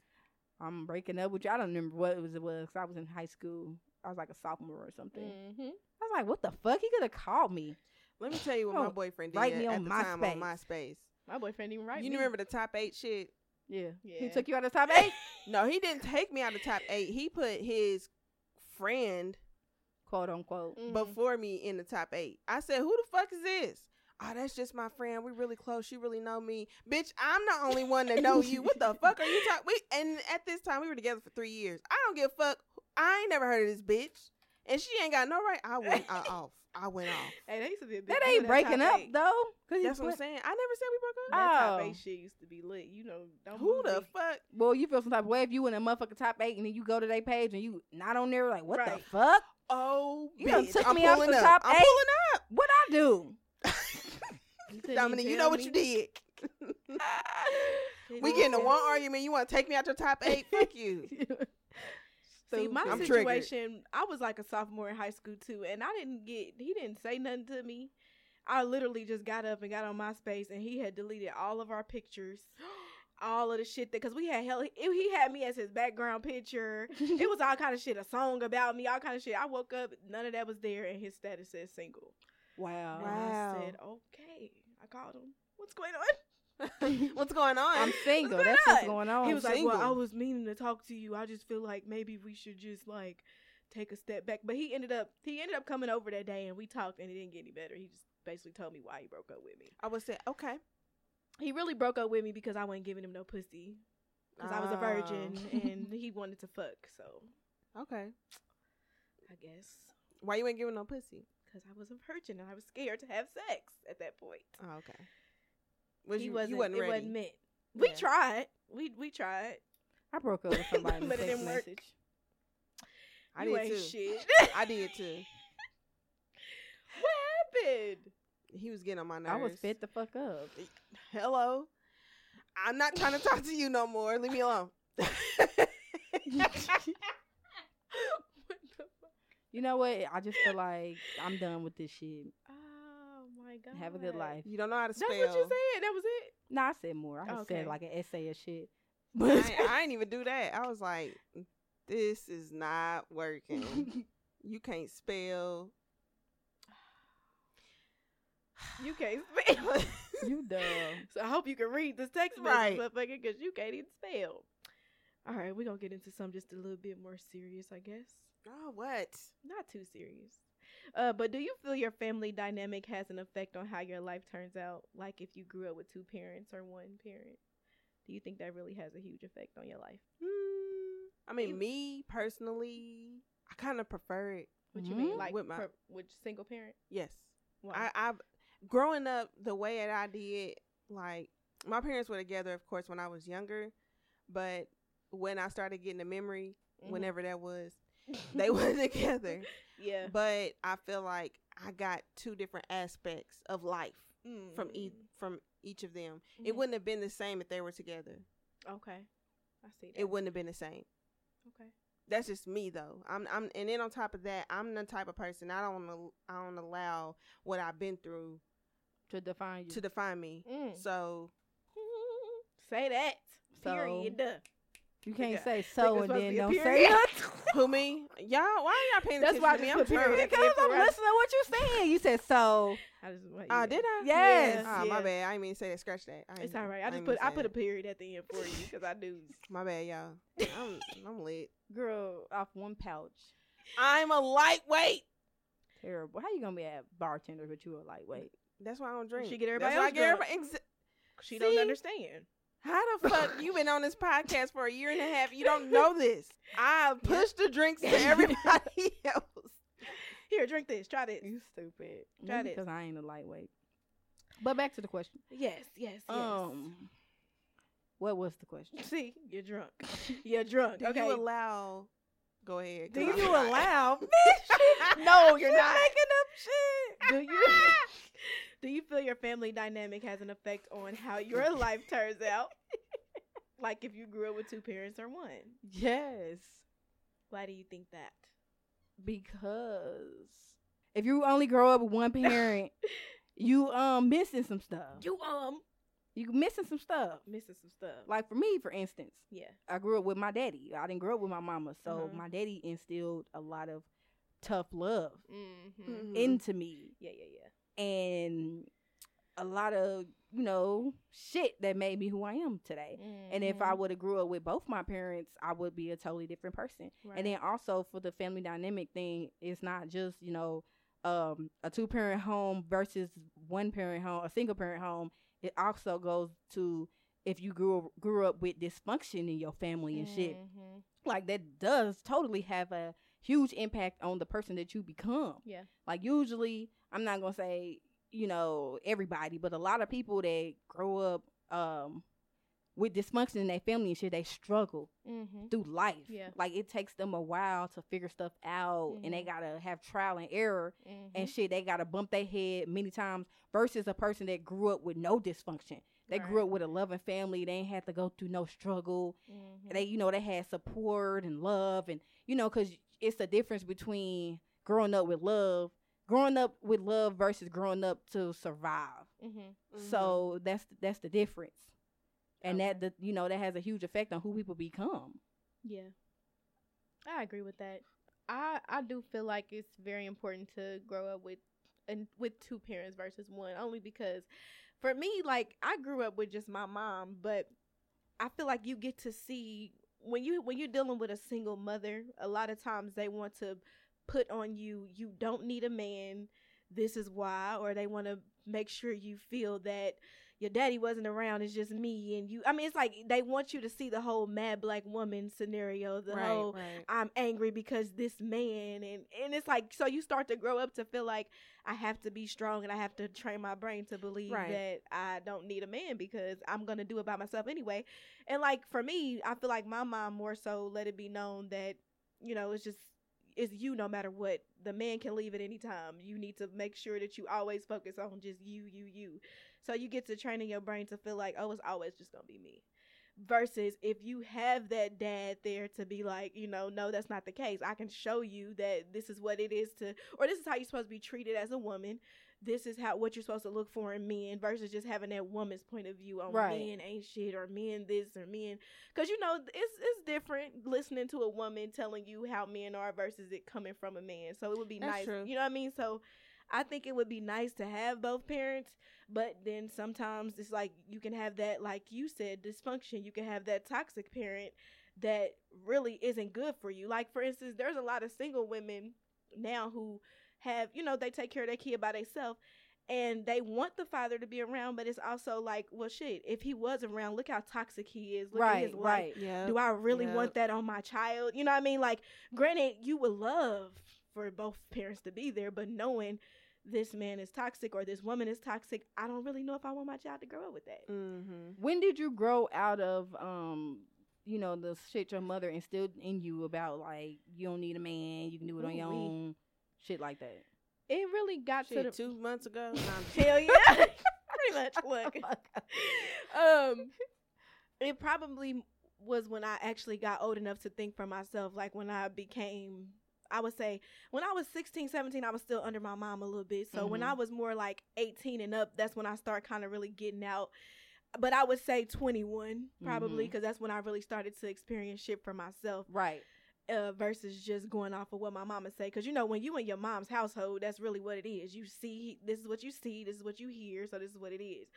Speaker 3: I'm breaking up with you. I don't remember what it was. It was 'cause I was in high school. I was like a sophomore or something.
Speaker 2: Mm.
Speaker 1: Mm-hmm.
Speaker 3: I was like, what the fuck? He could have called me.
Speaker 2: Let me tell you what my
Speaker 3: Oh,
Speaker 2: boyfriend did
Speaker 3: write me
Speaker 2: at
Speaker 3: on
Speaker 2: the time on
Speaker 3: MySpace.
Speaker 2: MySpace.
Speaker 1: My boyfriend didn't write
Speaker 2: you
Speaker 1: me.
Speaker 2: remember the top eight shit?
Speaker 3: Yeah. He
Speaker 1: Yeah.
Speaker 3: took you out of the top eight?
Speaker 2: No, he didn't take me out of top eight. He put his friend
Speaker 3: Quote unquote.
Speaker 1: Mm.
Speaker 2: before me in the top eight. I said, "Who the fuck is this?" Oh, that's just my friend. We really close. She really know me, bitch. I'm the only one that know you. What the fuck are you talking? We and at this time we were together for three years. I don't give a fuck. I ain't never heard of this bitch, and she ain't got no right. I went uh, off. I went off.
Speaker 1: Hey, that used to be a big
Speaker 3: That
Speaker 1: deal,
Speaker 3: ain't breaking
Speaker 1: top
Speaker 3: up
Speaker 1: eight.
Speaker 3: though. Cause he
Speaker 2: That's what I'm
Speaker 3: put-
Speaker 2: saying. I never said we broke up.
Speaker 1: That top
Speaker 3: Oh.
Speaker 1: eight shit used to be lit. You know, don't
Speaker 2: Who
Speaker 1: move
Speaker 2: the
Speaker 1: me.
Speaker 2: fuck?
Speaker 3: Well, you feel some type of way if you in a motherfucking top eight and then you go to their page and you not on there. Like, what
Speaker 1: Right.
Speaker 3: the fuck?
Speaker 2: Oh,
Speaker 3: You done
Speaker 2: bitch.
Speaker 3: took
Speaker 2: I'm
Speaker 3: me out
Speaker 2: pulling
Speaker 3: the
Speaker 2: up.
Speaker 3: top
Speaker 2: I'm
Speaker 3: eight?
Speaker 2: pulling up.
Speaker 3: What I do?
Speaker 1: You couldn't
Speaker 2: Dominique, you
Speaker 1: even
Speaker 2: know
Speaker 1: tell
Speaker 2: what
Speaker 1: me.
Speaker 2: you did.
Speaker 1: Couldn't
Speaker 2: we
Speaker 1: even
Speaker 2: getting a
Speaker 1: tell
Speaker 2: one
Speaker 1: me.
Speaker 2: argument. You want to take me out your top eight? Fuck you.
Speaker 1: See, my
Speaker 2: I'm triggered.
Speaker 1: situation, I was like a sophomore in high school too, and I didn't get, he didn't say nothing to me. I literally just got up and got on MySpace, and he had deleted all of our pictures, all of the shit that, because we had hell, he, he had me as his background picture. it was all kind of shit, a song about me, all kind of shit. I woke up, none of that was there, and his status says single.
Speaker 3: Wow.
Speaker 1: And
Speaker 2: Oh.
Speaker 1: I said, okay. I called him. What's going on?
Speaker 2: What's going on?
Speaker 3: I'm single.
Speaker 1: What's
Speaker 3: That's
Speaker 1: going
Speaker 3: what's
Speaker 1: on?
Speaker 3: going on.
Speaker 1: he was like, well, I
Speaker 2: single.
Speaker 1: was meaning to talk to you. I just feel like maybe we should just like take a step back. But he ended up he ended up coming over that day and we talked and it didn't get any better. He just basically told me why he broke up with me.
Speaker 2: I would say, okay.
Speaker 1: He really broke up with me because I wasn't giving him no pussy because I was a virgin and he wanted to fuck. So Oh,
Speaker 2: Ah, okay.
Speaker 1: I guess
Speaker 2: Why you ain't giving no pussy?
Speaker 1: because I was a virgin and I was scared to have sex at that point.
Speaker 2: Oh, okay. Was
Speaker 1: he
Speaker 2: you,
Speaker 1: wasn't.
Speaker 2: you wasn't
Speaker 1: it
Speaker 2: ready.
Speaker 1: wasn't meant. We
Speaker 2: Yeah.
Speaker 1: tried. We we tried.
Speaker 3: I broke up with somebody. in a
Speaker 1: But it
Speaker 3: text
Speaker 1: didn't work.
Speaker 3: message.
Speaker 2: I
Speaker 1: you
Speaker 2: did
Speaker 1: ain't
Speaker 2: too.
Speaker 1: shit.
Speaker 2: I did too.
Speaker 1: what happened?
Speaker 2: He was getting on my nerves.
Speaker 3: I was fed the fuck up.
Speaker 2: Hello. I'm not trying to talk to you no more. Leave me alone.
Speaker 1: What the fuck?
Speaker 3: You know what? I just feel like I'm done with this shit.
Speaker 1: Oh my god.
Speaker 3: Have a good life.
Speaker 2: You don't know how to spell.
Speaker 1: That's what you said. That was it.
Speaker 3: Nah, I said more. I just
Speaker 1: Okay.
Speaker 3: said like an essay of shit.
Speaker 2: I,
Speaker 3: But
Speaker 2: ain't- I ain't even do that. I was like, this is not working. you can't spell.
Speaker 1: You can't spell.
Speaker 3: you dumb.
Speaker 1: so I hope you can read this text
Speaker 2: Right.
Speaker 1: message, motherfucker, because you can't even spell. All right, we're gonna get into some just a little bit more serious, I guess.
Speaker 2: Oh, what?
Speaker 1: Not too serious. Uh, but do you feel your family dynamic has an effect on how your life turns out? Like if you grew up with two parents or one parent, do you think that really has a huge effect on your life?
Speaker 2: Hmm. I mean, me personally, I kind of prefer it.
Speaker 1: What you mean,
Speaker 3: Mhm.
Speaker 1: like
Speaker 2: With my-
Speaker 1: per- with single parent?
Speaker 2: Yes.
Speaker 1: Why?
Speaker 2: I, I growing up the way that I did, like my parents were together, of course, when I was younger, but when I started getting a memory,
Speaker 1: Mhm.
Speaker 2: whenever that was, they were together.
Speaker 1: yeah
Speaker 2: But I feel like I got two different aspects of life from each
Speaker 1: Mm.
Speaker 2: from each of them.
Speaker 1: Mhm.
Speaker 2: It wouldn't have been the same if they were together.
Speaker 1: Okay, I see. That.
Speaker 2: It wouldn't have been the same.
Speaker 1: Okay.
Speaker 2: that's just me though. I'm I'm and then on top of that, I'm the type of person I don't al- I don't allow what I've been through
Speaker 3: To define you.
Speaker 2: to define me.
Speaker 1: Mm.
Speaker 2: So
Speaker 1: Say that.
Speaker 3: So,
Speaker 1: Period.
Speaker 3: you can't
Speaker 1: yeah.
Speaker 3: say
Speaker 1: Think
Speaker 3: so
Speaker 1: it's supposed
Speaker 3: and
Speaker 1: to
Speaker 3: then
Speaker 1: be a
Speaker 3: don't say
Speaker 1: period.
Speaker 3: nothing.
Speaker 2: who me? Y'all, why are y'all paying
Speaker 1: That's
Speaker 2: attention
Speaker 1: why I
Speaker 2: to me?
Speaker 1: just
Speaker 2: I'm
Speaker 1: put period.
Speaker 2: tired.
Speaker 1: Because
Speaker 3: Because I'm
Speaker 1: I'm
Speaker 3: listening to what you're saying. You said so.
Speaker 1: I just want
Speaker 2: Ah,
Speaker 1: you to-
Speaker 2: did I?
Speaker 3: Yes.
Speaker 2: Ah, my
Speaker 1: yeah.
Speaker 2: bad. I didn't mean to say that. Scratch that. I
Speaker 1: It's
Speaker 2: ain't-
Speaker 1: all right. I just
Speaker 2: ain't
Speaker 1: put
Speaker 2: mean to
Speaker 1: I
Speaker 2: say
Speaker 1: put a
Speaker 2: that.
Speaker 1: period at the end for you because I knew,
Speaker 2: My bad, y'all. I'm I'm lit.
Speaker 3: Girl, off one pouch.
Speaker 2: I'm a lightweight.
Speaker 3: Terrible. How you gonna be a bartender but you a lightweight?
Speaker 2: That's why I don't drink.
Speaker 1: She get
Speaker 2: That's
Speaker 1: everybody
Speaker 2: why I
Speaker 1: else
Speaker 2: get
Speaker 1: drunk.
Speaker 2: everybody- exa-
Speaker 1: She don't
Speaker 2: See?
Speaker 1: understand.
Speaker 2: How the fuck you been on this podcast for a year and a half? You don't know this. I push the drinks to everybody else.
Speaker 1: Here, drink this. Try this.
Speaker 3: You stupid.
Speaker 1: Try this.
Speaker 3: Because I ain't a lightweight. But back to the question.
Speaker 1: Yes, yes, yes.
Speaker 3: Um, what was the question?
Speaker 1: See, you're drunk. You're drunk.
Speaker 2: Do
Speaker 1: okay.
Speaker 2: you allow? Go ahead. 'cause
Speaker 1: Do
Speaker 2: I'm
Speaker 1: you
Speaker 2: not.
Speaker 1: allow?
Speaker 2: no,
Speaker 1: You're not making up shit. Do you? do you feel your family dynamic has an effect on how your life turns out? like if you grew up with two parents or one.
Speaker 3: Yes,
Speaker 1: Why do you think that?
Speaker 3: because if you only grow up with one parent, you um missing some stuff.
Speaker 1: You um
Speaker 3: You missing some stuff.
Speaker 1: missing some stuff.
Speaker 3: Like for me, for instance,
Speaker 1: yeah.
Speaker 3: I grew up with my daddy. I didn't grow up with my mama, so
Speaker 1: Mhm.
Speaker 3: my daddy instilled a lot of tough love
Speaker 1: Mm-hmm.
Speaker 3: Hmm.
Speaker 2: Mhm.
Speaker 3: into me.
Speaker 1: Yeah, yeah, yeah.
Speaker 3: and a lot of you know shit that made me who I am today. And if I would have grew up with both my parents, I would be a totally different person.
Speaker 1: Mm-hmm.
Speaker 3: And then also for the family dynamic thing, it's not just you know um, a two parent home versus one parent home, a single parent home. It also goes to if you grew grew up with dysfunction in your family and shit,
Speaker 1: Mm-hmm.
Speaker 3: like that does totally have a huge impact on the person that you become.
Speaker 1: Yeah.
Speaker 3: Like usually, I'm not gonna say you know everybody, but a lot of people that grow up um with dysfunction in their family and shit, they struggle
Speaker 1: Mm-hmm.
Speaker 3: through life.
Speaker 1: Yeah.
Speaker 3: Like it takes them a while to figure stuff out, and they
Speaker 1: Mhm.
Speaker 3: gotta have trial and error
Speaker 1: Mm-hmm.
Speaker 3: and shit. They gotta bump their head many times versus a person that grew up with no dysfunction. They grew up with a loving family. They ain't had to go through no struggle
Speaker 1: Mm-hmm.
Speaker 3: they you know they had support and love and you know because it's the difference between growing up with love growing up with love versus growing up to survive
Speaker 1: Mm-hmm.
Speaker 2: Mm-hmm.
Speaker 3: so that's that's the difference and that the, you know that has a huge effect on who people become
Speaker 1: Yeah. I agree with that. I I do feel like it's very important to grow up with and with two parents versus one only because for me like I grew up with just my mom, but I feel like you get to see when you when you're dealing with a single mother, a lot of times they want to put on you you don't need a man. This is why or they want to make sure you feel that your daddy wasn't around it's just me and you i mean it's like they want you to see the whole mad black woman scenario the whole
Speaker 2: right.
Speaker 1: i'm angry because this man and and it's like so you start to grow up to feel like i have to be strong and i have to train my brain to believe
Speaker 2: Right.
Speaker 1: that i don't need a man because i'm gonna do it by myself anyway and like for me i feel like my mom more so let it be known that you know it's just it's you no matter what the man can leave at any time you need to make sure that you always focus on just you you you so you get to training your brain to feel like, oh, it's always just gonna be me. Versus if you have that dad there to be like, you know, no, that's not the case. I can show you that this is what it is to, or this is how you're supposed to be treated as a woman. This is how what you're supposed to look for in men versus just having that woman's point of view on
Speaker 3: Right.
Speaker 1: men ain't shit or men this or men because you know it's it's different listening to a woman telling you how men are versus it coming from a man. So it would be
Speaker 2: That's
Speaker 1: nice,
Speaker 2: true.
Speaker 1: you know what I mean. So I think it would be nice to have both parents, but then sometimes it's like you can have that, like you said, dysfunction. You can have that toxic parent that really isn't good for you. Like for instance, there's a lot of single women now who have you know they take care of their kid by themselves and they want the father to be around but it's also like well shit if he was around look how toxic he is look at his
Speaker 3: right
Speaker 1: life
Speaker 3: right
Speaker 2: Yeah.
Speaker 1: do I really
Speaker 2: yeah.
Speaker 1: want that on my child? You know what I mean? Like, granted, you would love for both parents to be there, but knowing this man is toxic or this woman is toxic, I don't really know if I want my child to grow up with that.
Speaker 2: Mm-hmm.
Speaker 3: when did you grow out of um you know the shit your mother instilled in you about like you don't need a man you can do it on your
Speaker 1: Ooh-wee.
Speaker 3: own shit like that
Speaker 1: It really got
Speaker 2: Shit,
Speaker 1: to the
Speaker 2: two months ago. No, I'm just-
Speaker 1: Hell yeah. Pretty much. Look. um it probably was when I actually got old enough to think for myself, like when I became I would say when I was 16, 17, I was still under my mom a little bit. So when
Speaker 3: Mhm.
Speaker 1: I was more like 18 and up, that's when I start kind of really getting out. But I would say 21 probably
Speaker 3: Mhm.
Speaker 1: because that's when I really started to experience shit for myself
Speaker 3: right
Speaker 1: uh, versus just going off of what my mama say. Because you know, when you in your mom's household, that's really what it is. You see, this is what you see, this is what you hear, so this is what it is.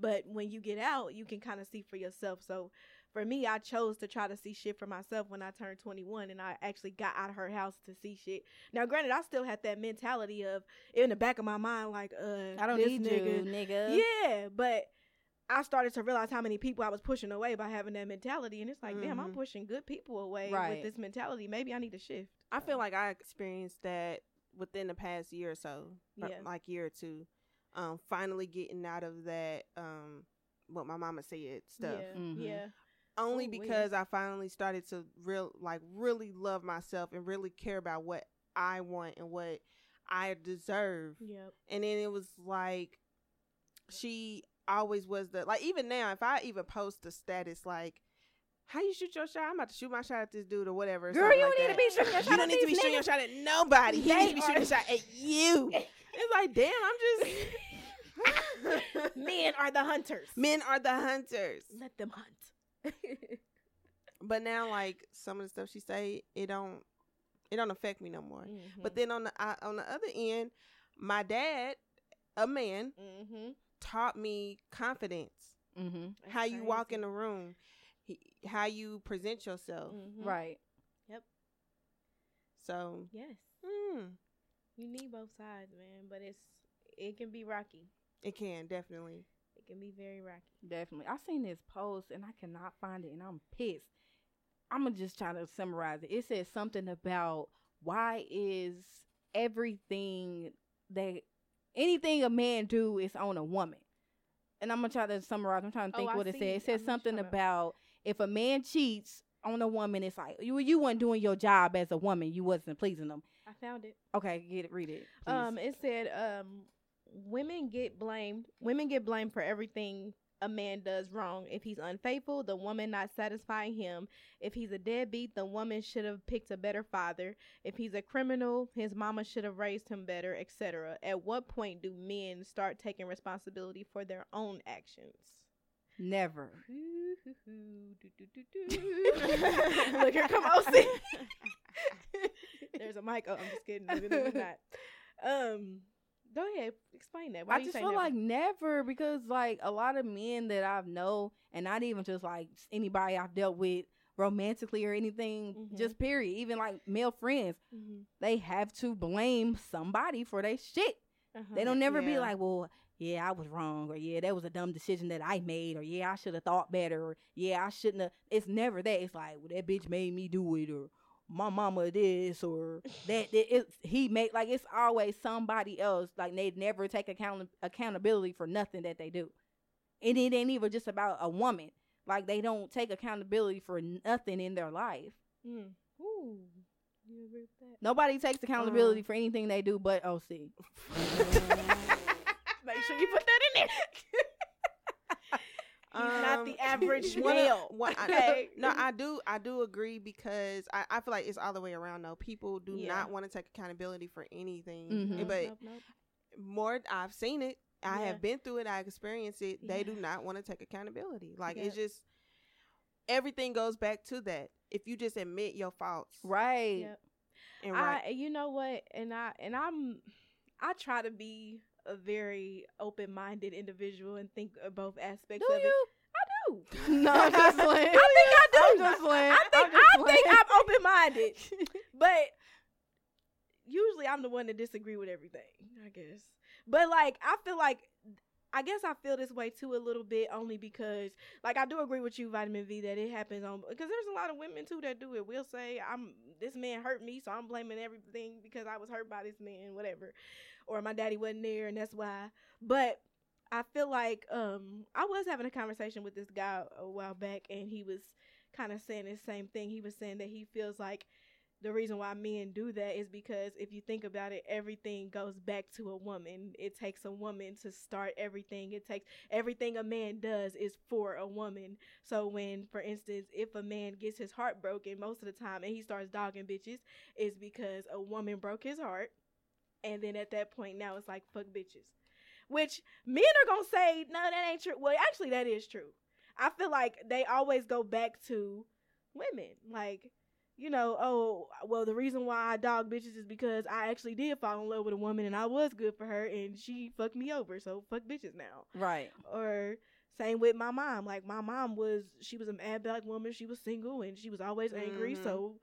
Speaker 1: But when you get out, you can kind of see for yourself. So, for me, I chose to try to see shit for myself when I turned 21 and I actually got out of her house to see shit. Now, granted, I still had that mentality of in the back of my mind, like, uh,
Speaker 3: I don't
Speaker 1: this
Speaker 3: need
Speaker 1: nigga.
Speaker 3: you, nigga.
Speaker 1: Yeah, but I started to realize how many people I was pushing away by having that mentality. And it's like, damn, I'm
Speaker 2: Mhm.
Speaker 1: pushing good people away
Speaker 3: Right.
Speaker 1: with this mentality. Maybe I need to shift.
Speaker 2: I feel like I experienced that within the past year or so, or
Speaker 1: Yeah.
Speaker 2: like year or two. Um, finally getting out of that, um, what my mama said stuff.
Speaker 1: Yeah.
Speaker 2: Mm-hmm.
Speaker 3: Mhm.
Speaker 1: yeah.
Speaker 2: Only
Speaker 1: Oh, wait.
Speaker 2: because I finally started to real like really love myself and really care about what I want and what I deserve.
Speaker 1: Yep.
Speaker 2: And then it was like she always was the like even now if I even post a status like how you shoot your shot? I'm about to shoot my shot at this dude or whatever. or
Speaker 3: Girl,
Speaker 2: something
Speaker 3: you
Speaker 2: like
Speaker 3: need
Speaker 2: that.
Speaker 3: to be shooting your shot
Speaker 2: You
Speaker 3: at
Speaker 2: don't need to be
Speaker 3: these
Speaker 2: shooting your
Speaker 3: niggas.
Speaker 2: shot at nobody. He
Speaker 3: They
Speaker 2: needs to be shooting
Speaker 3: are-
Speaker 2: a shot at you. It's like, damn, I'm just.
Speaker 1: Men are the hunters.
Speaker 2: Men are the hunters.
Speaker 1: Let them hunt.
Speaker 2: But now, like some of the stuff she say, it don't, it don't affect me no more.
Speaker 1: Mm-hmm.
Speaker 2: But then on the I, on the other end, my dad, a man,
Speaker 1: mm-hmm.
Speaker 2: taught me confidence.
Speaker 3: Mhm.
Speaker 2: how you walk in the room, he, how you present yourself.
Speaker 1: Mm. Mm-hmm.
Speaker 3: Right.
Speaker 2: So,
Speaker 1: Yes.
Speaker 2: mm,
Speaker 1: You need both sides, man. But it's it can be rocky.
Speaker 2: it can definitely.
Speaker 1: It can be very rocky.
Speaker 3: Definitely. I seen this post and I cannot find it and I'm pissed. I'm gonna just try to summarize it. It says something about why is everything that anything a man do is on a woman. And I'm gonna try to summarize. I'm trying to
Speaker 1: Oh,
Speaker 3: think
Speaker 1: I
Speaker 3: what it
Speaker 1: see. I
Speaker 3: says. It
Speaker 1: know
Speaker 3: says
Speaker 1: what you're
Speaker 3: something
Speaker 1: talking about.
Speaker 3: about if a man cheats on a woman, it's like you you weren't doing your job as a woman. You wasn't pleasing them.
Speaker 1: I found it.
Speaker 3: Okay, get it, read it. please.
Speaker 1: Um, it said um, women get blamed. Women get blamed for everything a man does wrong. If he's unfaithful, the woman not satisfying him. If he's a deadbeat, the woman should have picked a better father. If he's a criminal, his mama should have raised him better, etc. At what point do men start taking responsibility for their own actions?
Speaker 3: Never.
Speaker 1: Look, here come OC. There's a mic. Oh, I'm just kidding. Maybe there was not. Um, go ahead. Explain that. Why
Speaker 3: I
Speaker 1: do you
Speaker 3: just
Speaker 1: say
Speaker 3: feel
Speaker 1: never?
Speaker 3: like never because like a lot of men that I've know and not even just like s- anybody I've dealt with romantically or anything,
Speaker 1: Mhm.
Speaker 3: just period. Even like male friends,
Speaker 1: Mhm.
Speaker 3: they have to blame somebody for their shit.
Speaker 1: Uh-huh.
Speaker 3: They
Speaker 1: Mm,
Speaker 3: don't never be
Speaker 2: Yeah.
Speaker 3: like, well, yeah, I was wrong, or yeah, that was a dumb decision that I made, or yeah, I should have thought better, or yeah, I shouldn't have. It's never that. It's like, well, that bitch made me do it, or my mama this, or that. that it's, he made like it's always somebody else. Like they never take account accountability for nothing that they do, and it ain't even just about a woman. Like they don't take accountability for nothing in their life.
Speaker 1: Mm. Ooh, you agree with that? Uh-huh.
Speaker 3: Nobody takes accountability for anything they do but OC.
Speaker 1: Make sure you put that in there. He's not the average
Speaker 2: Um, one of-
Speaker 1: male,
Speaker 2: one- I-
Speaker 1: okay?
Speaker 2: no, I do. I do agree because I, I feel like it's all the way around. Though people do
Speaker 1: Yeah.
Speaker 2: not want to take accountability for anything, eh,
Speaker 3: Mhm.
Speaker 2: but
Speaker 1: nope, nope.
Speaker 2: more I've seen it. I
Speaker 1: Yeah.
Speaker 2: have been through it. I experienced it. They do
Speaker 1: Yeah.
Speaker 2: not want to take accountability. Like
Speaker 1: Yeah.
Speaker 2: it's just everything goes back to that. If you just admit your faults,
Speaker 3: Right.
Speaker 1: Yep.
Speaker 2: and right,
Speaker 1: I, you know what, and I and I'm, I try to be a very open-minded individual and think of both aspects
Speaker 3: Do
Speaker 1: of it.
Speaker 3: you?
Speaker 1: I do.
Speaker 3: No, I'm just playing.
Speaker 1: I think I do.
Speaker 3: I'm just playing.
Speaker 1: I think
Speaker 3: I'm just
Speaker 1: I think
Speaker 3: playing.
Speaker 1: I'm open minded, but usually I'm the one to disagree with everything. I guess, but like I feel like I guess I feel this way too a little bit only because like I do agree with you, Vitamin V, that it happens on because there's a lot of women too that do it. We'll say I'm this man hurt me, so I'm blaming everything because I was hurt by this man, whatever, or my daddy wasn't there and that's why. But I feel like um I was having a conversation with this guy a while back and he was kind of saying the same thing. He was saying that he feels like the reason why men do that is because if you think about it, everything goes back to a woman. It takes a woman to start everything. It takes everything a man does is for a woman. So when, for instance, if a man gets his heart broken most of the time and he starts dogging bitches, it's because a woman broke his heart. And then at that point, now it's like fuck bitches, which men are gonna say no, that ain't true. Well, actually, that is true. I feel like they always go back to women, like you know, oh well, the reason why I dog bitches is because I actually did fall in love with a woman and I was good for her and she fucked me over, so fuck bitches now
Speaker 3: Right.
Speaker 1: or Same with my mom. Like my mom was, she was an ad black woman. She was single and she was always angry.
Speaker 2: Mhm.
Speaker 1: So,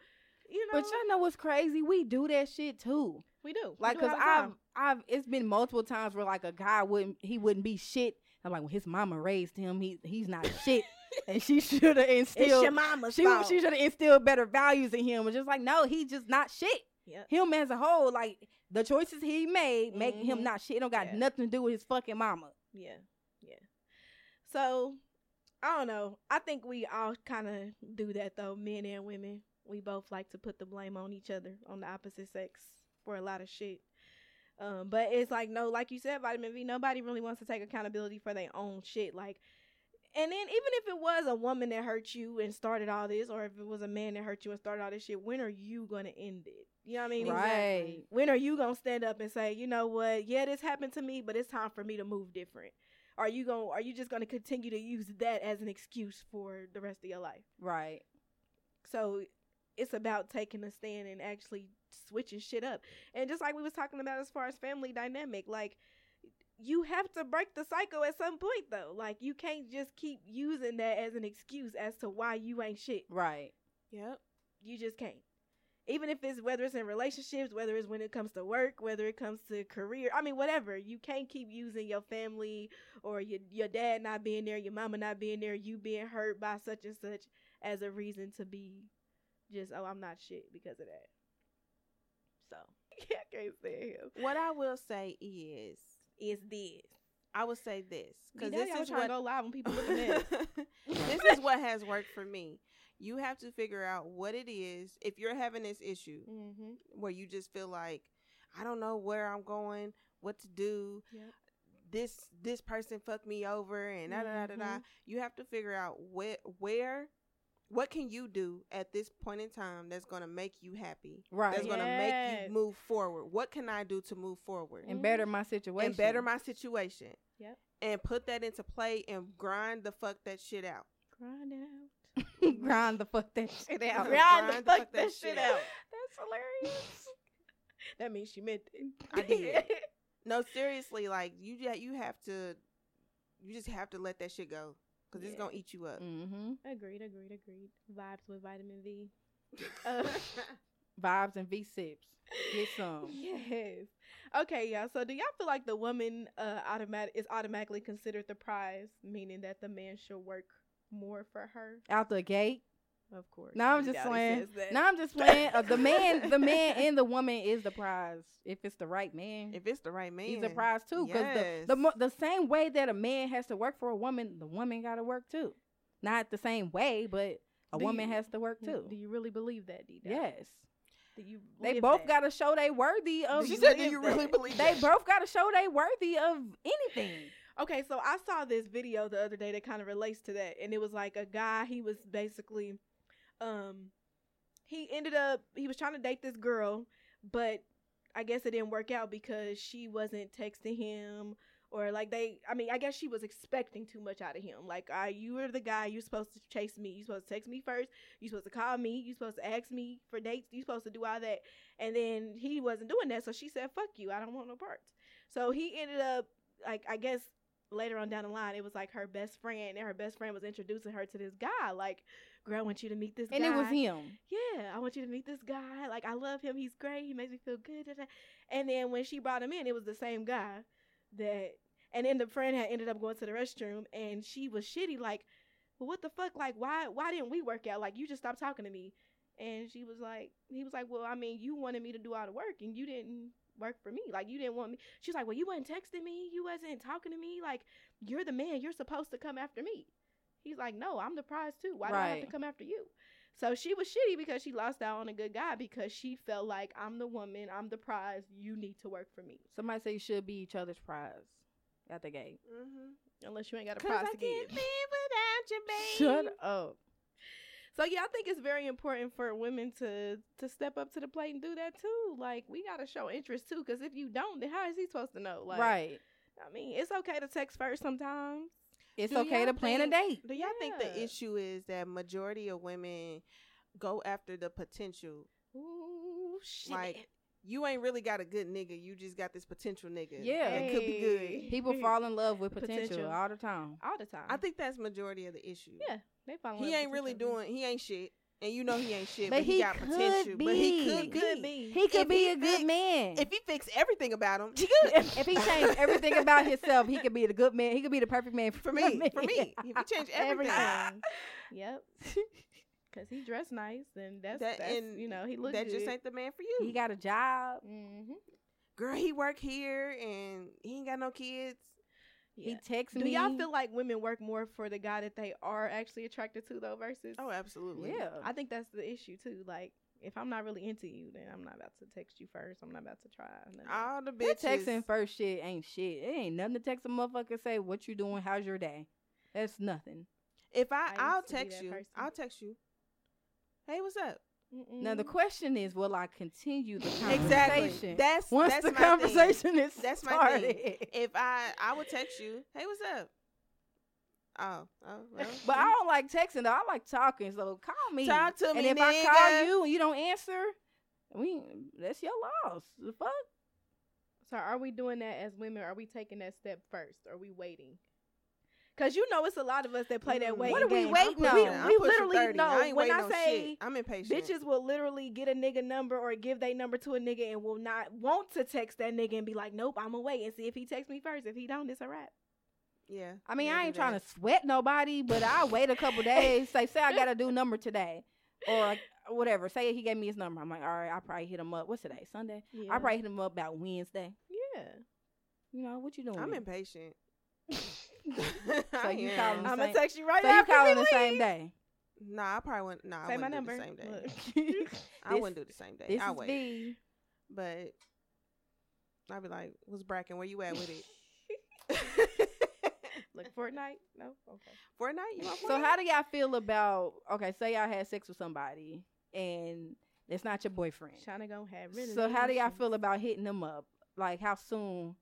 Speaker 1: you know,
Speaker 3: But y'all know what's crazy? We do that shit too.
Speaker 1: we do.
Speaker 3: Like,
Speaker 1: we do it all
Speaker 3: cause
Speaker 1: the
Speaker 3: I've,
Speaker 1: time.
Speaker 3: I've, it's been multiple times where like a guy wouldn't, he wouldn't be shit. I'm like, well, his mama raised him. He, he's not shit, and she should have
Speaker 1: it's
Speaker 3: instilled.
Speaker 1: your mama's
Speaker 3: She,
Speaker 1: fault.
Speaker 3: she should have instilled better values in him. It's just like, no, he's just not shit.
Speaker 1: Yep.
Speaker 3: Him as a whole, like the choices he made, making
Speaker 1: Mhm.
Speaker 3: him not shit. It don't got
Speaker 1: Yeah.
Speaker 3: nothing to do with his fucking mama.
Speaker 1: Yeah, yeah. So I don't know. I think we all kind of do that though, men and women. We both like to put the blame on each other, on the opposite sex, for a lot of shit. Um, but it's like no, like you said, vitamin V. Nobody really wants to take accountability for their own shit. Like, and then even if it was a woman that hurt you and started all this, or if it was a man that hurt you and started all this shit, when are you gonna end it? You know what I mean?
Speaker 3: Right.
Speaker 1: When are you gonna stand up and say, you know what? Yeah, this happened to me, but it's time for me to move different. Are you going? to Are you just gonna continue to use that as an excuse for the rest of your life?
Speaker 3: Right.
Speaker 1: So it's about taking a stand and actually switching shit up. And just like we was talking about as far as family dynamic, like you have to break the cycle at some point though. Like you can't just keep using that as an excuse as to why you ain't shit.
Speaker 3: Right.
Speaker 2: Yep.
Speaker 1: You just can't. Even if it's whether it's in relationships, whether it's when it comes to work, whether it comes to career, I mean, whatever. You can't keep using your family or your your dad not being there, your mama not being there, you being hurt by such and such as a reason to be just oh I'm not shit because of that. So I can't stand him.
Speaker 2: What I will say is,
Speaker 1: It's this
Speaker 2: I will say this
Speaker 1: because
Speaker 2: because
Speaker 1: this
Speaker 2: this
Speaker 1: I'm
Speaker 2: is
Speaker 1: trying
Speaker 2: what
Speaker 1: to go live when people looking at.
Speaker 2: this is what has worked for me. You have to figure out what it is. If you're having this issue
Speaker 1: mm-hmm.
Speaker 2: where you just feel like, I don't know where I'm going, what to do.
Speaker 1: Yep.
Speaker 2: This this person fucked me over, and da da da da.
Speaker 1: Mm-hmm.
Speaker 2: da. You have to figure out where where what can you do at this point in time that's going to make you happy.
Speaker 3: Right.
Speaker 2: That's going to make
Speaker 1: Yes.
Speaker 2: you move forward. What can I do to move forward?
Speaker 3: and better my situation.
Speaker 2: and better my situation.
Speaker 1: Yep.
Speaker 2: And put that into play and grind the fuck that shit out.
Speaker 1: Grind it out.
Speaker 3: grind the fuck that shit out.
Speaker 1: Grind the fuck that shit out. That's hilarious. that means she meant it.
Speaker 2: I did. No, seriously, like you, ju- you have to, you just have to let that shit go because it's
Speaker 1: Yeah.
Speaker 2: gonna eat you up.
Speaker 3: Mm-hmm.
Speaker 1: agreed, agreed, agreed. Vibes with vitamin V.
Speaker 2: Uh,
Speaker 3: Vibes and V sips. Get some.
Speaker 1: Yes. Okay, y'all. So, do y'all feel like the woman uh, automatic is automatically considered the prize, meaning that the man should work more for her?
Speaker 3: Out the gate.
Speaker 1: Of course.
Speaker 3: No, I'm
Speaker 1: You doubt
Speaker 3: just
Speaker 1: he
Speaker 3: playing.
Speaker 1: says
Speaker 2: Eh.
Speaker 1: that.
Speaker 3: No, I'm just playing. Uh, the man, the man, and the woman is the prize if it's the right man.
Speaker 2: if it's the right man,
Speaker 3: he's a prize too, because
Speaker 2: Yes.
Speaker 3: the the, mo- the same way that a man has to work for a woman, the woman got to work too. Not the same way, but a
Speaker 1: Do
Speaker 3: woman
Speaker 1: you-
Speaker 3: has to work too.
Speaker 1: Mm, Do you really believe that, D?
Speaker 3: yes,
Speaker 1: Do you
Speaker 3: they
Speaker 1: live
Speaker 3: both
Speaker 1: that?
Speaker 3: got to show they worthy of.
Speaker 2: she said, "Do you really believe
Speaker 3: They
Speaker 2: that?"
Speaker 3: both got to show they worthy of anything.
Speaker 1: Okay, so I saw this video the other day that kind of relates to that, and it was like a guy. He was basically, um, he ended up he was trying to date this girl, but I guess it didn't work out because she wasn't texting him or like they. I mean, I guess she was expecting too much out of him. Like, uh, you were the guy. You're supposed to chase me. You're supposed to text me first. You're supposed to call me. You're supposed to ask me for dates. You're supposed to do all that. And then he wasn't doing that, so she said, "Fuck you. I don't want no parts." So he ended up like I guess later on down the line, it was like her best friend, and her best friend was introducing her to this guy. Like, girl, I want you to meet this
Speaker 3: And
Speaker 1: guy.
Speaker 3: it was him.
Speaker 1: Yeah, I want you to meet this guy. Like, I love him. He's great. He makes me feel good. da, da." And then when she brought him in, it was the same guy that. And then the friend had ended up going to the restroom, and she was shitty. Like, well, what the fuck? Like, why? Why didn't we work out? Like, you just stopped talking to me. And she was like, he was like, well, I mean, you wanted me to do all the work, and you didn't work for me. Like, you didn't want me. She's like, well, you wasn't texting me. You wasn't talking to me. Like, you're the man. You're supposed to come after me. He's like, no, I'm the prize too. Why do I have
Speaker 3: Right.
Speaker 1: to come after you? So she was shitty because she lost out on a good guy because she felt like I'm the woman, I'm the prize, you need to work for me.
Speaker 3: Somebody say you should be each other's prize out the gate.
Speaker 2: mm-hmm.
Speaker 1: Unless you ain't got a
Speaker 2: Cause
Speaker 1: prize
Speaker 2: I
Speaker 1: to
Speaker 2: can't live
Speaker 1: give.
Speaker 2: without you, babe.
Speaker 3: Shut up.
Speaker 1: So yeah, I think it's very important for women to to step up to the plate and do that too. Like we gotta show interest too, because if you don't, then how is he supposed to know? Like,
Speaker 3: right.
Speaker 1: I mean, it's okay to text first sometimes.
Speaker 3: It's
Speaker 2: Do
Speaker 3: okay
Speaker 2: y'all
Speaker 3: to plan a date.
Speaker 2: Do y'all think the
Speaker 1: Yeah.
Speaker 2: issue is that majority of women go after the potential?
Speaker 1: Ooh shit!
Speaker 2: Like you ain't really got a good nigga. You just got this potential nigga.
Speaker 3: Yeah.
Speaker 2: It could be good.
Speaker 1: Hey.
Speaker 3: People fall in love with potential,
Speaker 1: Potential.
Speaker 3: all the time.
Speaker 1: all the time.
Speaker 2: I think that's majority of the issue.
Speaker 1: Yeah, they fall in love
Speaker 2: He
Speaker 1: with
Speaker 2: ain't really
Speaker 1: each other.
Speaker 2: doing. He ain't shit, and you know he ain't shit.
Speaker 3: But
Speaker 2: but, he,
Speaker 3: he
Speaker 2: got
Speaker 3: could
Speaker 2: potential. But he
Speaker 3: be.
Speaker 2: could
Speaker 3: He
Speaker 2: be.
Speaker 1: Could be.
Speaker 3: He could
Speaker 2: If
Speaker 3: be
Speaker 2: he
Speaker 3: a good
Speaker 2: fix-
Speaker 3: man.
Speaker 2: If he fixed everything about him, he good.
Speaker 3: if, if he changed everything about himself, he could be the good man. He could be the perfect man for,
Speaker 2: for me, for me, if he changed everything,
Speaker 1: everything. yep. Cause he dressed nice, and that's,
Speaker 2: That-
Speaker 1: that's
Speaker 2: and
Speaker 1: you know he looked
Speaker 2: that
Speaker 1: good.
Speaker 2: just ain't the man for you.
Speaker 3: he got a job.
Speaker 1: Mm-hmm.
Speaker 2: Girl, he work here and he ain't got no kids.
Speaker 3: He texts
Speaker 1: Do
Speaker 3: me.
Speaker 1: y'all feel like women work more for the guy that they are actually attracted to though? Versus,
Speaker 2: Oh, absolutely.
Speaker 3: yeah.
Speaker 1: I think that's the issue too. Like, if I'm not really into you, then I'm not about to text you first. I'm not about to try. none of that.
Speaker 2: All the
Speaker 3: That
Speaker 2: bitches.
Speaker 3: texting first shit ain't shit. It ain't nothing to text a motherfucker and say what you doing, how's your day. That's nothing.
Speaker 2: If I,
Speaker 1: I used
Speaker 2: I'll
Speaker 1: to be
Speaker 2: text
Speaker 1: that
Speaker 2: you.
Speaker 1: person.
Speaker 2: I'll text you. Hey, what's up?
Speaker 3: Now the
Speaker 1: Mm-mm.
Speaker 3: question is, will I continue the conversation?
Speaker 2: Mm-hmm. Exactly. That's
Speaker 3: Once
Speaker 2: that's
Speaker 3: the
Speaker 2: my thing.
Speaker 3: conversation is
Speaker 2: That's my
Speaker 3: started.
Speaker 2: thing. If I, I would text you. Hey, what's up? Oh, oh, well,
Speaker 3: But I don't like texting though. I like talking. So call me.
Speaker 2: Talk to
Speaker 3: and
Speaker 2: me,
Speaker 3: if I call
Speaker 2: nigga.
Speaker 3: you and you don't answer, we that's your loss. The fuck?
Speaker 1: So are we doing that as women? Are we taking that step first? Are we waiting? Cause you know it's a lot of us that play that
Speaker 2: Mm.
Speaker 1: waiting
Speaker 3: What are we
Speaker 1: game.
Speaker 3: waiting
Speaker 2: I'm pushing-
Speaker 3: on?
Speaker 2: I'm
Speaker 1: We
Speaker 2: pushing
Speaker 1: literally
Speaker 2: 30.
Speaker 1: know.
Speaker 2: I ain't
Speaker 1: When
Speaker 2: waiting
Speaker 1: I
Speaker 2: on
Speaker 1: say
Speaker 2: shit. I'm impatient.
Speaker 1: Bitches will literally get a nigga number or give they number to a nigga and will not want to text that nigga and be like, nope, I'ma wait and see if he texts me first. If he don't, it's a wrap.
Speaker 2: Yeah.
Speaker 3: I mean,
Speaker 2: yeah,
Speaker 3: I
Speaker 2: do
Speaker 3: ain't
Speaker 2: that.
Speaker 3: trying to sweat nobody, but I wait a couple days. Say, say I gotta do number today, or whatever. Say he gave me his number. I'm like, all right, I probably hit him up. What's today? Sunday.
Speaker 1: Yeah.
Speaker 3: I probably hit him up about Wednesday.
Speaker 1: Yeah.
Speaker 3: You know what you doing?
Speaker 2: I'm impatient.
Speaker 3: So
Speaker 2: I
Speaker 3: you
Speaker 2: am.
Speaker 3: calling the
Speaker 1: I'ma
Speaker 3: same-
Speaker 1: text you right
Speaker 3: So you
Speaker 1: after.
Speaker 3: calling
Speaker 1: we
Speaker 3: the same day?
Speaker 2: Nah, I probably wouldn't. Nah, I
Speaker 1: Say my
Speaker 2: wouldn't
Speaker 1: number.
Speaker 2: do the same day.
Speaker 1: Look.
Speaker 2: I
Speaker 3: This-
Speaker 2: wouldn't do the same day.
Speaker 3: This
Speaker 2: I
Speaker 3: is
Speaker 2: wait.
Speaker 3: V.
Speaker 2: But I'd be like, "What's Bracken? Where you at with it?
Speaker 1: Like Fortnite? No? Okay.
Speaker 2: Fortnite? You want Fortnite?
Speaker 3: So how do y'all feel about? Okay, say y'all had sex with somebody and it's not your boyfriend.
Speaker 1: Shauna gonna have
Speaker 3: So how do y'all
Speaker 1: renovations.
Speaker 3: feel about hitting them up? Like how soon?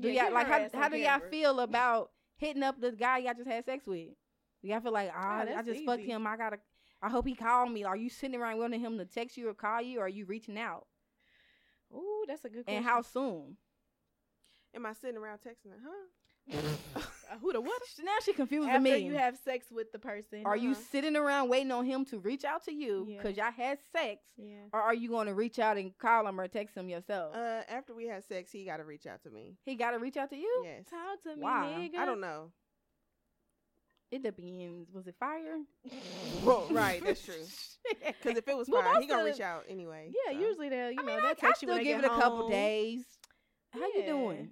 Speaker 3: Do
Speaker 1: Yeah,
Speaker 3: y'all
Speaker 1: get
Speaker 3: like
Speaker 1: her
Speaker 3: how,
Speaker 1: ass on
Speaker 3: how do y'all
Speaker 1: camera.
Speaker 3: feel about hitting up the guy y'all just had sex with? Do y'all feel like "Ah, I
Speaker 1: Oh, that's
Speaker 3: just fucked
Speaker 1: easy.
Speaker 3: him. I gotta. I hope he called me. Are you sitting around wanting him to text you or call you? Or are you reaching out?
Speaker 1: Ooh, that's a good question.
Speaker 3: And how soon?
Speaker 2: Am I sitting around texting? her? Huh?
Speaker 1: Uh, who the what?
Speaker 3: Now she confusing
Speaker 1: After
Speaker 3: me.
Speaker 1: you have sex with the person.
Speaker 3: are you
Speaker 2: Uh-huh.
Speaker 3: sitting around waiting on him to reach out to you
Speaker 1: Yeah.
Speaker 3: because y'all had sex,
Speaker 1: Yeah.
Speaker 3: or are you going to reach out and call him or text him yourself?
Speaker 2: Uh, after we had sex, he got to reach out to me.
Speaker 3: he got to reach out to you.
Speaker 2: Yes.
Speaker 1: Talk to me,
Speaker 3: Why?
Speaker 1: nigga.
Speaker 2: I don't know.
Speaker 3: It depends. Was it fire?
Speaker 2: Well, right, that's true. Because if it was
Speaker 1: Well,
Speaker 2: fine, he
Speaker 1: most
Speaker 2: gonna
Speaker 1: of the-
Speaker 2: reach out anyway.
Speaker 1: Yeah,
Speaker 2: so.
Speaker 1: usually they'll, you
Speaker 3: I
Speaker 1: know,
Speaker 3: mean, I,
Speaker 1: they'll
Speaker 3: I
Speaker 1: text you
Speaker 3: still
Speaker 1: when
Speaker 3: give
Speaker 1: they
Speaker 3: it a
Speaker 1: get
Speaker 3: couple
Speaker 1: home.
Speaker 3: days. How you
Speaker 1: Yeah.
Speaker 3: doing?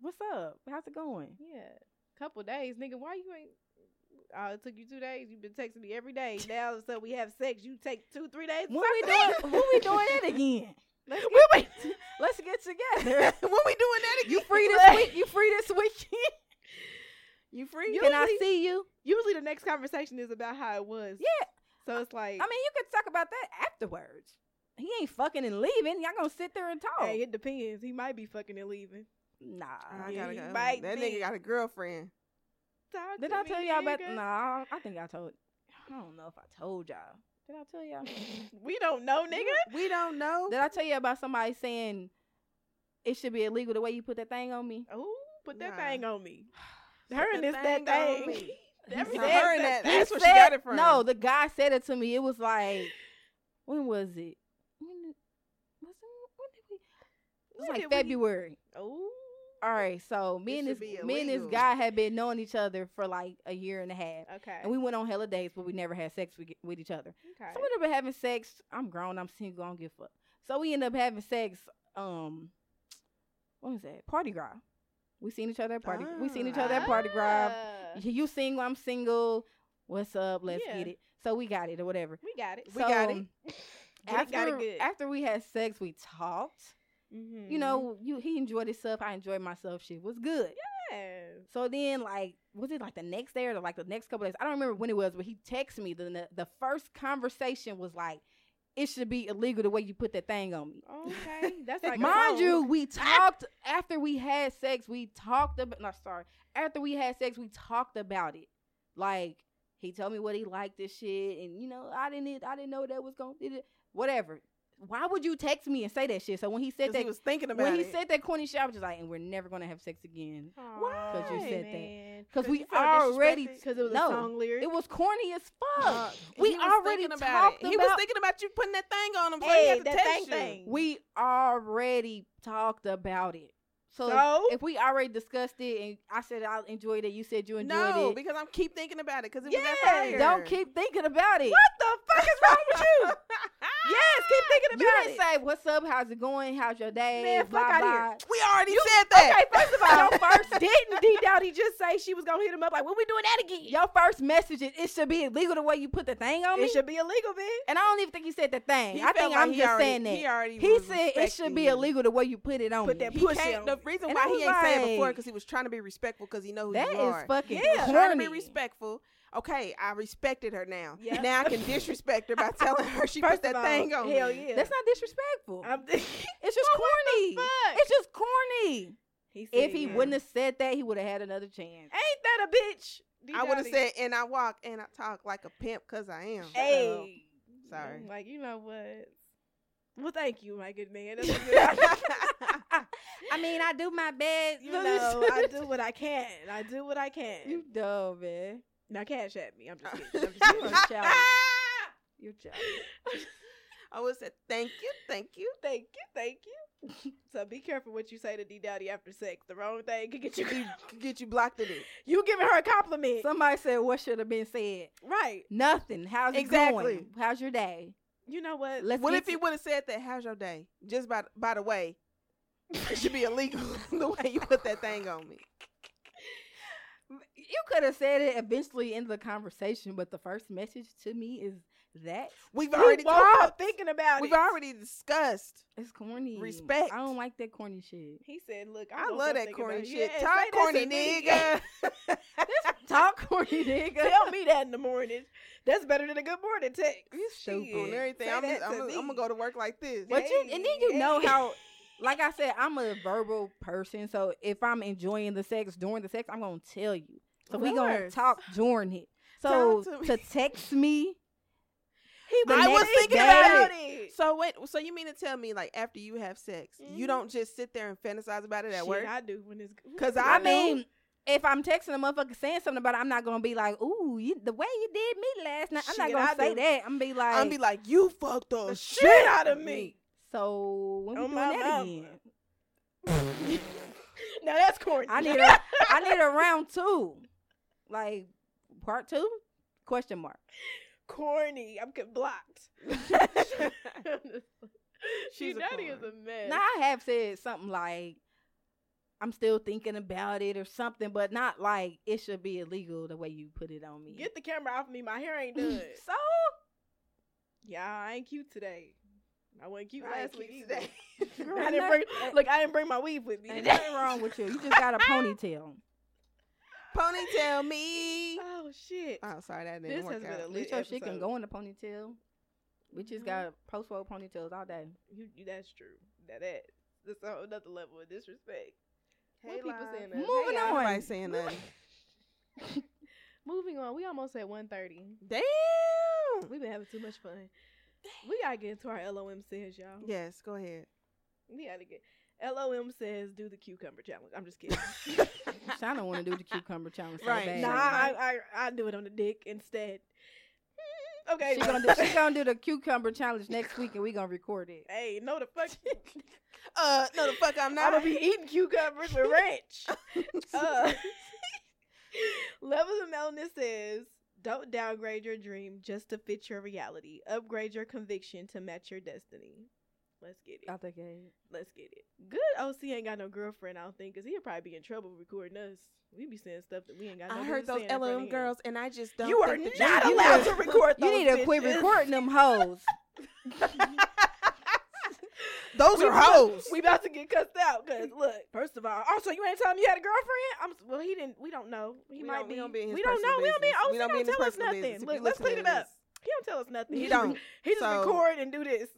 Speaker 3: What's up? How's it going?
Speaker 1: Yeah. Couple days. Nigga, why you ain't. Oh, it took you two days. You've been texting me every day. Now, all of a sudden we have sex. You take two, three days. to
Speaker 3: When
Speaker 1: talk
Speaker 3: we
Speaker 1: to
Speaker 3: doing?
Speaker 1: me?
Speaker 3: when we doing that again?
Speaker 1: Let's
Speaker 3: When we- Let's get together.
Speaker 2: when we doing that again?
Speaker 3: You free this week? You free this weekend?
Speaker 2: You free?
Speaker 3: Can I
Speaker 1: Usually-
Speaker 3: see you?
Speaker 1: Usually the next conversation is about how it was.
Speaker 3: Yeah.
Speaker 1: So it's like,
Speaker 3: I mean, you could talk about that afterwards. He ain't fucking and leaving. Y'all gonna sit there and talk?
Speaker 1: hey, it depends. He might be fucking and leaving.
Speaker 3: Nah.
Speaker 2: I
Speaker 1: Yeah,
Speaker 2: gotta
Speaker 1: he
Speaker 2: go.
Speaker 1: might
Speaker 2: That
Speaker 1: be.
Speaker 2: nigga got a girlfriend.
Speaker 1: Talk
Speaker 3: Did
Speaker 1: to
Speaker 3: I
Speaker 1: me,
Speaker 3: tell y'all about?
Speaker 1: nigga.
Speaker 3: Nah, I think I told. I don't know if I told y'all. Did I tell y'all?
Speaker 1: We don't know, nigga.
Speaker 2: We don't know.
Speaker 3: Did I tell you about somebody saying it should be illegal the way you put that thing on me?
Speaker 1: Oh, put that
Speaker 2: Nah.
Speaker 1: thing on me. Her and
Speaker 2: the
Speaker 1: this that
Speaker 2: thing on
Speaker 1: thing.
Speaker 2: me.
Speaker 1: Every
Speaker 2: Nah,
Speaker 1: day
Speaker 2: her
Speaker 1: it's
Speaker 2: and that-
Speaker 1: thing.
Speaker 2: that's
Speaker 3: He
Speaker 2: where she got it from.
Speaker 3: No, the guy said it to me. It was like, when was it? When, did- was it,
Speaker 1: When
Speaker 3: when did we? It
Speaker 1: did
Speaker 3: was like
Speaker 1: we-
Speaker 3: February.
Speaker 1: Oh,
Speaker 3: All right, so
Speaker 2: It
Speaker 3: me and
Speaker 2: should
Speaker 3: this
Speaker 2: be
Speaker 3: me and this
Speaker 2: illegal.
Speaker 3: guy had been knowing each other for like a year and a half,
Speaker 1: okay.
Speaker 3: and we went on hella dates, but we never had sex with, with each other.
Speaker 1: okay.
Speaker 3: So we ended up having sex. I'm grown. I'm single. I don't give a fuck. So we end up having sex. Um, what was that? Party grab. We seen each other at party. we seen each other at party grab.
Speaker 1: Ah,
Speaker 3: You single? I'm single. What's up? Let's
Speaker 1: Yeah.
Speaker 3: get it. So we got it or whatever.
Speaker 1: We got it.
Speaker 2: We got it.
Speaker 1: We got it
Speaker 3: After,
Speaker 1: good.
Speaker 3: after we had sex, we talked.
Speaker 1: Mhm.
Speaker 3: You know, you he enjoyed himself. I enjoyed myself. Shit was good.
Speaker 1: Yeah.
Speaker 3: So then, like, was it like the next day or like the next couple days? I don't remember when it was, but he texted me. The, the the first conversation was like, "It should be illegal the way you put that thing on me."
Speaker 1: Okay. That's like a
Speaker 3: Mind
Speaker 2: oh,
Speaker 1: song.
Speaker 3: you, we talked after we had sex. We talked about. No, sorry. After we had sex, we talked about it. Like he told me what he liked this shit, and you know, I didn't I didn't know that was gonna did it, whatever. why would you text me and say that shit? So when he said
Speaker 2: 'Cause
Speaker 3: that,
Speaker 2: he was thinking about
Speaker 3: when he
Speaker 2: it.
Speaker 3: said that corny shit, I was just like, and we're never gonna have sex again.
Speaker 1: Why?
Speaker 3: 'Cause you said that.
Speaker 1: man.
Speaker 3: Because we
Speaker 2: you felt
Speaker 3: already,
Speaker 2: disrespected?
Speaker 1: Because it was
Speaker 3: No.
Speaker 1: a song lyric.
Speaker 3: it was corny as fuck.
Speaker 2: Uh,
Speaker 3: we
Speaker 2: he was
Speaker 3: already
Speaker 2: thinking about
Speaker 3: talked
Speaker 2: it. He was
Speaker 3: about-
Speaker 2: thinking about you putting that thing on him. So
Speaker 1: Hey,
Speaker 2: he had to
Speaker 1: that
Speaker 2: text
Speaker 1: thing
Speaker 2: you.
Speaker 1: thing.
Speaker 3: we already talked about it. So,
Speaker 1: so
Speaker 3: if we already discussed it and I said I enjoyed it, you said you enjoyed
Speaker 2: No,
Speaker 3: it.
Speaker 2: because I'm keep thinking about it because it was that
Speaker 3: Yeah,
Speaker 2: fire.
Speaker 3: don't keep thinking about it.
Speaker 1: what the fuck is wrong with you? yes, keep thinking
Speaker 3: You
Speaker 1: about
Speaker 3: didn't
Speaker 1: it.
Speaker 3: say what's up, how's it going, how's your day,
Speaker 1: Man, fuck
Speaker 3: blah
Speaker 1: outta
Speaker 3: blah.
Speaker 1: here.
Speaker 2: We already said that.
Speaker 1: Okay, first of all, first didn't D Dowdy just say she was gonna hit him up like, when we doing that again?
Speaker 3: Your first message is it should be illegal the way you put the thing on me.
Speaker 1: It should be illegal, bitch.
Speaker 3: and I don't even think he said the thing.
Speaker 2: He
Speaker 3: I
Speaker 2: felt
Speaker 3: think
Speaker 2: like
Speaker 3: I'm
Speaker 2: he
Speaker 3: just
Speaker 2: already-
Speaker 3: saying that.
Speaker 2: He already
Speaker 3: He
Speaker 2: was
Speaker 3: said it should
Speaker 2: respecting
Speaker 3: be
Speaker 2: you.
Speaker 3: illegal the way you put it on
Speaker 1: Put
Speaker 3: me.
Speaker 1: that
Speaker 2: He
Speaker 1: pussy
Speaker 2: can't.
Speaker 1: on
Speaker 2: The
Speaker 1: me.
Speaker 2: reason
Speaker 3: And
Speaker 2: why
Speaker 3: I
Speaker 2: he
Speaker 3: was
Speaker 2: ain't saying before
Speaker 3: like-
Speaker 2: because he was trying to be respectful because he know who
Speaker 3: that
Speaker 2: you
Speaker 3: is
Speaker 2: are.
Speaker 3: fucking
Speaker 2: He was trying to
Speaker 3: corny.
Speaker 2: be respectful. Okay, I respected her now.
Speaker 1: Yeah.
Speaker 2: Now I can disrespect her by telling her she put
Speaker 1: First
Speaker 2: that
Speaker 1: of all,
Speaker 2: thing on
Speaker 1: Hell
Speaker 2: me.
Speaker 1: yeah.
Speaker 3: That's not disrespectful.
Speaker 1: I'm
Speaker 3: it's just corny.
Speaker 1: fuck?
Speaker 3: It's just corny.
Speaker 1: he said,
Speaker 3: If he
Speaker 1: yeah.
Speaker 3: wouldn't have said that, he would have had another chance.
Speaker 1: Ain't that a bitch? D
Speaker 2: I would have
Speaker 1: Dowdy.
Speaker 2: said, and I walk and I talk like a pimp because I am.
Speaker 1: Hey.
Speaker 2: Sorry.
Speaker 1: I'm Um, Like, you know what? Well, thank you, my good man. That's a good-
Speaker 3: I mean, I do my best.
Speaker 1: you know, I do what I can. I do what I can.
Speaker 3: You dumb, man.
Speaker 1: now, cash at me. I'm just kidding. I'm just
Speaker 3: You
Speaker 1: kidding.
Speaker 3: are
Speaker 2: So.
Speaker 3: childish. You're childish.
Speaker 2: I would say thank you, thank you.
Speaker 1: thank you. Thank you. So be careful what you say to D Dowdy after sex. The wrong thing could get you.
Speaker 2: Could Get you blocked in it.
Speaker 1: you giving her a compliment.
Speaker 3: Somebody said, "What should have been said?"
Speaker 1: right.
Speaker 3: Nothing. How's it
Speaker 2: Exactly.
Speaker 3: going? How's your day?
Speaker 1: You know what?
Speaker 3: Let's
Speaker 2: What
Speaker 3: get
Speaker 2: if he
Speaker 3: to-
Speaker 2: would have said that? How's your day? Just by by the way, it should be illegal the way you put that thing on me.
Speaker 3: You could have said it eventually in the conversation, but the first message to me is that
Speaker 2: We've
Speaker 1: you
Speaker 2: already
Speaker 1: woke up
Speaker 2: talked.
Speaker 1: thinking about
Speaker 2: We've
Speaker 1: it.
Speaker 2: already discussed.
Speaker 3: it's corny.
Speaker 2: Respect.
Speaker 3: I don't like that corny shit.
Speaker 1: He said, "Look, I,
Speaker 2: I,
Speaker 1: woke
Speaker 2: love
Speaker 1: up
Speaker 2: that
Speaker 1: thinking
Speaker 2: corny
Speaker 1: about it.
Speaker 2: shit.
Speaker 1: Yeah,
Speaker 2: Talk
Speaker 1: say that
Speaker 2: corny,
Speaker 1: to me.
Speaker 2: nigga.
Speaker 3: Talk corny, nigga.
Speaker 1: Tell me that in the morning. That's better than a good morning text.
Speaker 2: You stupid
Speaker 3: Shit.
Speaker 2: and everything.
Speaker 1: Say
Speaker 2: I'm,
Speaker 1: that
Speaker 2: just, I'm,
Speaker 1: to
Speaker 2: gonna- I'm
Speaker 1: me.
Speaker 2: gonna go to work like this.
Speaker 3: But you, and then you know
Speaker 1: Hey.
Speaker 3: how, like I said, I'm a verbal person. So if I'm enjoying the sex during the sex, I'm gonna tell you. So we gonna
Speaker 2: course.
Speaker 3: talk during it. So
Speaker 2: Talk
Speaker 3: to,
Speaker 2: to me.
Speaker 3: text me,
Speaker 1: He
Speaker 3: The
Speaker 2: I was
Speaker 3: next
Speaker 2: thinking
Speaker 3: day-
Speaker 2: about it.
Speaker 1: it.
Speaker 2: So wait, so you mean to tell me like after you have sex, you
Speaker 1: Mhm.
Speaker 2: don't just sit there and fantasize about it at
Speaker 1: Shit,
Speaker 2: work?
Speaker 1: I do when it's good.
Speaker 2: 'Cause
Speaker 3: I,
Speaker 2: I
Speaker 3: mean, if I'm texting a motherfucker saying something about it, I'm not gonna be like, "Ooh, you, the way you did me last night." I'm
Speaker 1: Shit,
Speaker 3: not gonna
Speaker 1: I
Speaker 3: say
Speaker 1: do.
Speaker 3: that. I'm gonna be like,
Speaker 2: I'm be like, you fucked the
Speaker 1: the
Speaker 2: shit out
Speaker 1: outta
Speaker 2: of me.
Speaker 3: "So when we
Speaker 1: Oh,
Speaker 3: doing
Speaker 1: my
Speaker 3: that
Speaker 1: mama.
Speaker 3: again?"
Speaker 1: now that's corny.
Speaker 3: I need a, I need a round two, like part two? Question mark.
Speaker 1: corny. I'm get blocked.
Speaker 2: She's
Speaker 1: She's
Speaker 2: a
Speaker 1: daddy is
Speaker 2: corn.
Speaker 1: a mess.
Speaker 3: Now I have said something like I'm still thinking about it or something, but not like it should be illegal the way you put it on me.
Speaker 1: Get the camera off me. My hair ain't done.
Speaker 3: so
Speaker 1: yeah, I ain't cute today. I wasn't cute
Speaker 2: I ain't
Speaker 1: last
Speaker 2: cute
Speaker 1: week
Speaker 2: today.
Speaker 1: either.
Speaker 3: Girl,
Speaker 1: I didn't
Speaker 3: not-
Speaker 1: bring, look, I didn't bring my weave with me.
Speaker 3: ain't
Speaker 1: today.
Speaker 3: nothing wrong with you. You just got a ponytail.
Speaker 2: Ponytail me.
Speaker 1: Oh shit.
Speaker 2: Oh, sorry, that didn't
Speaker 1: This
Speaker 2: work
Speaker 1: has been
Speaker 2: out.
Speaker 1: a lit
Speaker 3: Leave your shit can
Speaker 1: episode.
Speaker 3: go in the ponytail. We just
Speaker 1: Mhm.
Speaker 3: got post roll ponytails all day.
Speaker 1: You, you, that's true. Now that that's a whole another level of disrespect. When people
Speaker 2: Lon.
Speaker 1: saying that.
Speaker 2: Hey,
Speaker 3: Moving
Speaker 2: y'all,
Speaker 3: on.
Speaker 2: nobody saying nothing.
Speaker 1: Moving on, we almost at one thirty.
Speaker 2: Damn.
Speaker 1: We've been having too much fun. We gotta get into our LOM says, y'all.
Speaker 2: Yes, go ahead.
Speaker 1: We gotta get LOM says do the cucumber challenge. I'm just kidding.
Speaker 3: Shana want to do the cucumber challenge so
Speaker 2: Right.
Speaker 3: bad.
Speaker 1: nah, I, I I do it on the dick instead. Okay.
Speaker 3: she gonna do, she gonna do the cucumber challenge next week, and we gonna record it.
Speaker 1: hey, no the fuck.
Speaker 2: Uh, no, the fuck I'm
Speaker 1: I'm
Speaker 2: not.
Speaker 1: gonna be eating cucumbers with ranch. Uh, Levels of Melanin says, don't downgrade your dream just to fit your reality. Upgrade your conviction to match your destiny. Let's get it.
Speaker 3: I think it-
Speaker 1: Let's get it. Good OC ain't got no girlfriend, I don't think, because he'll probably be in trouble recording us. We be saying stuff that we ain't got no
Speaker 2: I
Speaker 1: business
Speaker 2: heard those
Speaker 1: saying in front of
Speaker 2: LM
Speaker 1: him.
Speaker 2: girls, and I just don't.
Speaker 1: You are
Speaker 2: think that
Speaker 1: not
Speaker 2: you-
Speaker 1: allowed to record
Speaker 3: you
Speaker 1: those
Speaker 3: need to quit
Speaker 1: bitches.
Speaker 3: recording them hoes.
Speaker 2: Those
Speaker 1: We
Speaker 2: are
Speaker 1: about-
Speaker 2: hoes.
Speaker 1: We about to get cussed out because look, first of all, also you ain't telling me you had a girlfriend. I'm s- well, he didn't. We don't know. He
Speaker 2: We
Speaker 1: might
Speaker 2: don't- we
Speaker 1: be.
Speaker 2: don't be in his
Speaker 1: we don't know.
Speaker 2: personal
Speaker 1: We don't be.
Speaker 2: business.
Speaker 1: Oh,
Speaker 2: We
Speaker 1: he
Speaker 2: don't
Speaker 1: don't,
Speaker 2: be in his
Speaker 1: tell us
Speaker 2: personal
Speaker 1: nothing.
Speaker 2: business. If
Speaker 1: Look,
Speaker 2: you
Speaker 1: let's
Speaker 2: listening
Speaker 1: clean it
Speaker 2: to
Speaker 1: up.
Speaker 2: this,
Speaker 1: He don't tell us nothing.
Speaker 2: He
Speaker 1: just-
Speaker 2: don't.
Speaker 1: He just
Speaker 2: So-
Speaker 1: record and do this.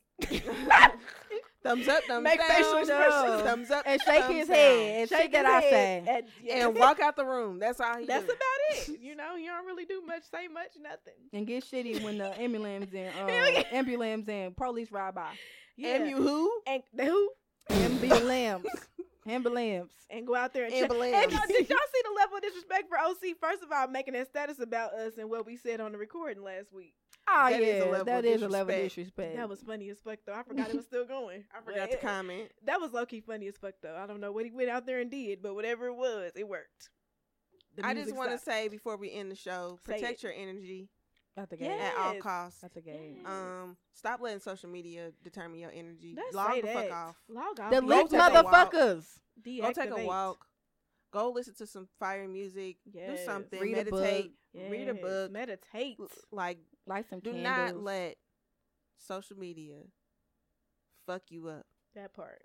Speaker 2: Thumbs up, thumbs
Speaker 1: Make
Speaker 2: down.
Speaker 1: facial
Speaker 3: expressions.
Speaker 2: Thumbs up,
Speaker 3: and shake
Speaker 2: thumbs
Speaker 3: his
Speaker 2: down.
Speaker 3: head and shake
Speaker 1: Shake
Speaker 3: that
Speaker 1: his
Speaker 3: I
Speaker 1: head
Speaker 3: say.
Speaker 1: at- yeah.
Speaker 2: and walk out the room. That's all he
Speaker 1: That's
Speaker 2: do.
Speaker 1: about it. You know, you don't really do much, say much, nothing.
Speaker 3: And get shitty when the ambulance and
Speaker 1: Hell
Speaker 3: uh,
Speaker 1: yeah.
Speaker 3: ambulance and police ride by.
Speaker 1: Yeah.
Speaker 2: Am you who?
Speaker 1: and they who
Speaker 3: Ambulance. Ambulance.
Speaker 1: and go out there and check. And
Speaker 2: Ambulance.
Speaker 1: y'all, did y'all see the level of disrespect for OC? First of all, making that status about us and what we said on the recording last week.
Speaker 3: Oh
Speaker 2: That
Speaker 3: yeah,
Speaker 2: is a level
Speaker 3: that
Speaker 2: of
Speaker 3: is a level of disrespect.
Speaker 1: That was funny as fuck though. I forgot it was still going.
Speaker 2: I forgot
Speaker 1: But
Speaker 2: to
Speaker 1: it-
Speaker 2: comment.
Speaker 1: That was low key funny as fuck though. I don't know what he went out there and did, but whatever it was, it worked. The
Speaker 2: I just
Speaker 1: music
Speaker 2: want to
Speaker 1: stopped.
Speaker 2: say before we end the show,
Speaker 1: Say
Speaker 2: protect
Speaker 1: it.
Speaker 2: your energy
Speaker 3: at the game.
Speaker 1: Yeah.
Speaker 2: at all
Speaker 1: Yes.
Speaker 2: costs.
Speaker 3: At the game.
Speaker 1: Yeah.
Speaker 2: Um, stop letting social media determine your energy.
Speaker 1: Let's
Speaker 2: Log
Speaker 1: say
Speaker 2: the
Speaker 1: that.
Speaker 2: fuck off.
Speaker 1: Log off.
Speaker 3: The
Speaker 2: Go
Speaker 3: lit
Speaker 2: take a walk.
Speaker 3: motherfuckers.
Speaker 2: Go take a walk. Go listen to some fire music. Do
Speaker 1: Yes.
Speaker 2: something.
Speaker 3: Read a book.
Speaker 2: meditate. Read a book.
Speaker 1: Meditate.
Speaker 2: Like,
Speaker 3: Light some
Speaker 2: do
Speaker 3: candles.
Speaker 2: not let social media fuck you up
Speaker 1: That part.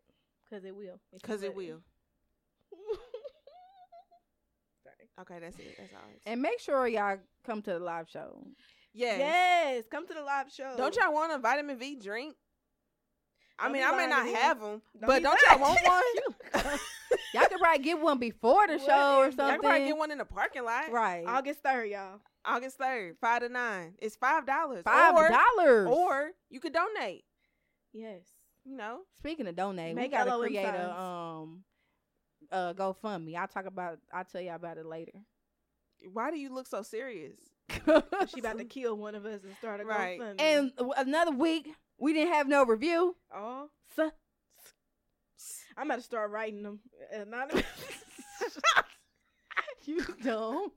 Speaker 1: Because it will. if you
Speaker 2: because it
Speaker 1: let
Speaker 2: will.
Speaker 1: Sorry.
Speaker 2: Okay, that's it. That's all. it's-
Speaker 3: and make sure y'all come to the live show.
Speaker 2: yes.
Speaker 1: Yes. Come to the live show.
Speaker 2: Don't y'all want a vitamin V drink? I
Speaker 1: Don't
Speaker 2: mean,
Speaker 1: be
Speaker 2: I may
Speaker 1: lying to
Speaker 2: not
Speaker 1: me.
Speaker 2: have them,
Speaker 1: Don't
Speaker 2: but
Speaker 1: be
Speaker 2: don't y'all
Speaker 1: lying.
Speaker 2: want one?
Speaker 3: Y'all could probably get one before the
Speaker 1: What
Speaker 3: show or
Speaker 1: is that?
Speaker 2: Y'all
Speaker 3: something.
Speaker 2: can probably get one in the parking lot.
Speaker 3: Right.
Speaker 1: August 3rd, y'all.
Speaker 2: August third, five to nine. It's five dollars.
Speaker 3: Five dollars.
Speaker 2: Or, or you could donate.
Speaker 1: Yes.
Speaker 2: You know,
Speaker 3: speaking of donate, we
Speaker 1: Make
Speaker 3: gotta
Speaker 1: LOM
Speaker 3: create
Speaker 1: signs.
Speaker 3: a um uh GoFundMe. I'll talk about I'll tell y'all about it later.
Speaker 2: why do you look so serious?
Speaker 1: She about to kill one of us and start a
Speaker 2: Right.
Speaker 1: GoFundMe.
Speaker 3: And w- another week we didn't have no review.
Speaker 1: oh,
Speaker 3: So
Speaker 1: I'm about to start writing Uh, them anonymous.
Speaker 3: you dumb.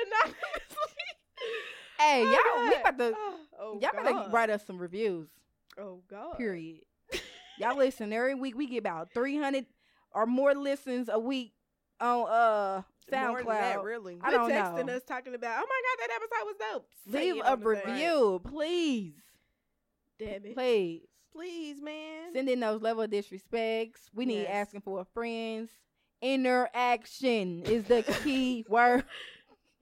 Speaker 1: anonymously. Oh,
Speaker 3: Hey, y'all, we
Speaker 1: God.
Speaker 3: about to
Speaker 1: Oh,
Speaker 3: y'all better
Speaker 1: God.
Speaker 3: write us some reviews.
Speaker 1: Oh God.
Speaker 3: Period. y'all listen every week. We get about three hundred or more listens a week on uh
Speaker 2: More than that,
Speaker 3: SoundCloud.
Speaker 2: really.
Speaker 3: I
Speaker 1: They're
Speaker 3: don't
Speaker 1: texting
Speaker 3: know.
Speaker 1: us talking about, oh my God, that episode was dope. Say
Speaker 3: Leave
Speaker 1: it
Speaker 3: a
Speaker 1: on the thing.
Speaker 3: review, please.
Speaker 1: Damn it.
Speaker 3: Please.
Speaker 2: Please, man.
Speaker 3: Send in those level of disrespects. We need
Speaker 1: Yes.
Speaker 3: asking for friends. Interaction is the key word.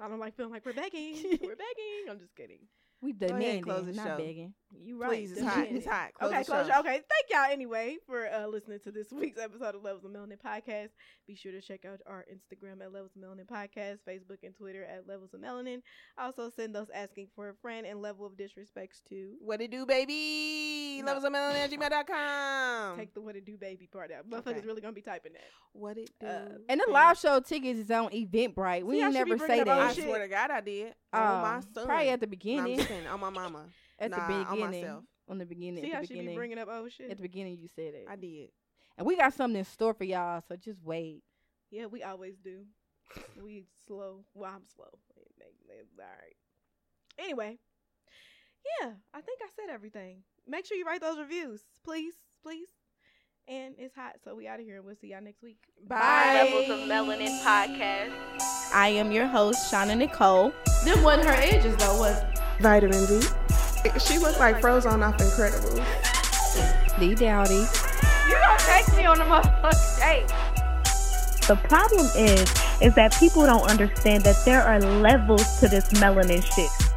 Speaker 1: I don't like feeling like we're begging. we're begging. I'm just kidding.
Speaker 3: We
Speaker 2: ahead and
Speaker 3: demanding,
Speaker 2: close the
Speaker 3: not
Speaker 2: show.
Speaker 3: begging.
Speaker 1: You right.
Speaker 2: Please, it's hot. It's
Speaker 1: demanding.
Speaker 2: hot. Close
Speaker 1: okay,
Speaker 2: the
Speaker 1: closure.
Speaker 2: show.
Speaker 1: Okay, thank y'all anyway for uh, listening to this week's episode of Levels of Melanin Podcast. Be sure to check out our Instagram at Levels of Melanin Podcast, Facebook and Twitter at Levels of Melanin. Also, send those asking for a friend and level of disrespects to
Speaker 2: What it do, baby?
Speaker 1: No.
Speaker 2: Levels of melon at gmail.com.
Speaker 1: take the what to do baby part out. Motherfuckers
Speaker 2: Um, Okay.
Speaker 1: really gonna be typing that.
Speaker 2: what it do.
Speaker 1: Uh,
Speaker 3: And the live show tickets is on Eventbrite. We
Speaker 1: See, I
Speaker 3: ain't
Speaker 1: should be bringing
Speaker 3: never say
Speaker 1: up all
Speaker 2: I
Speaker 3: that.
Speaker 1: shit.
Speaker 2: swear to God, I did.
Speaker 3: Um,
Speaker 2: on my son.
Speaker 3: Probably at the
Speaker 2: No, I'm
Speaker 3: beginning.
Speaker 2: just saying, on my mama.
Speaker 3: at
Speaker 2: Nah,
Speaker 3: the
Speaker 2: on
Speaker 3: beginning.
Speaker 2: myself.
Speaker 3: On the beginning.
Speaker 1: See,
Speaker 3: at
Speaker 1: I
Speaker 3: the
Speaker 1: should be
Speaker 3: beginning.
Speaker 1: bringing up oh shit.
Speaker 3: At the beginning, you said it.
Speaker 2: I did.
Speaker 3: And we got something in store for y'all, so just wait.
Speaker 1: Yeah, we always do. We slow. Well, I'm slow. It make- it's All right. Anyway, yeah, I think I said everything. Make sure you write those reviews, please, please. And it's hot, so we out of here, and we'll see y'all next week.
Speaker 4: Levels of Melanin Podcast.
Speaker 6: I am your host, Shauna Nicole. Them wasn't her edges though, was it?
Speaker 2: Vitamin D. She looked like Frozen off Incredible.
Speaker 3: Lee Dowdy.
Speaker 4: You gonna take me on a motherfucking date.
Speaker 5: The problem is, is that people don't understand that there are levels to this melanin shit.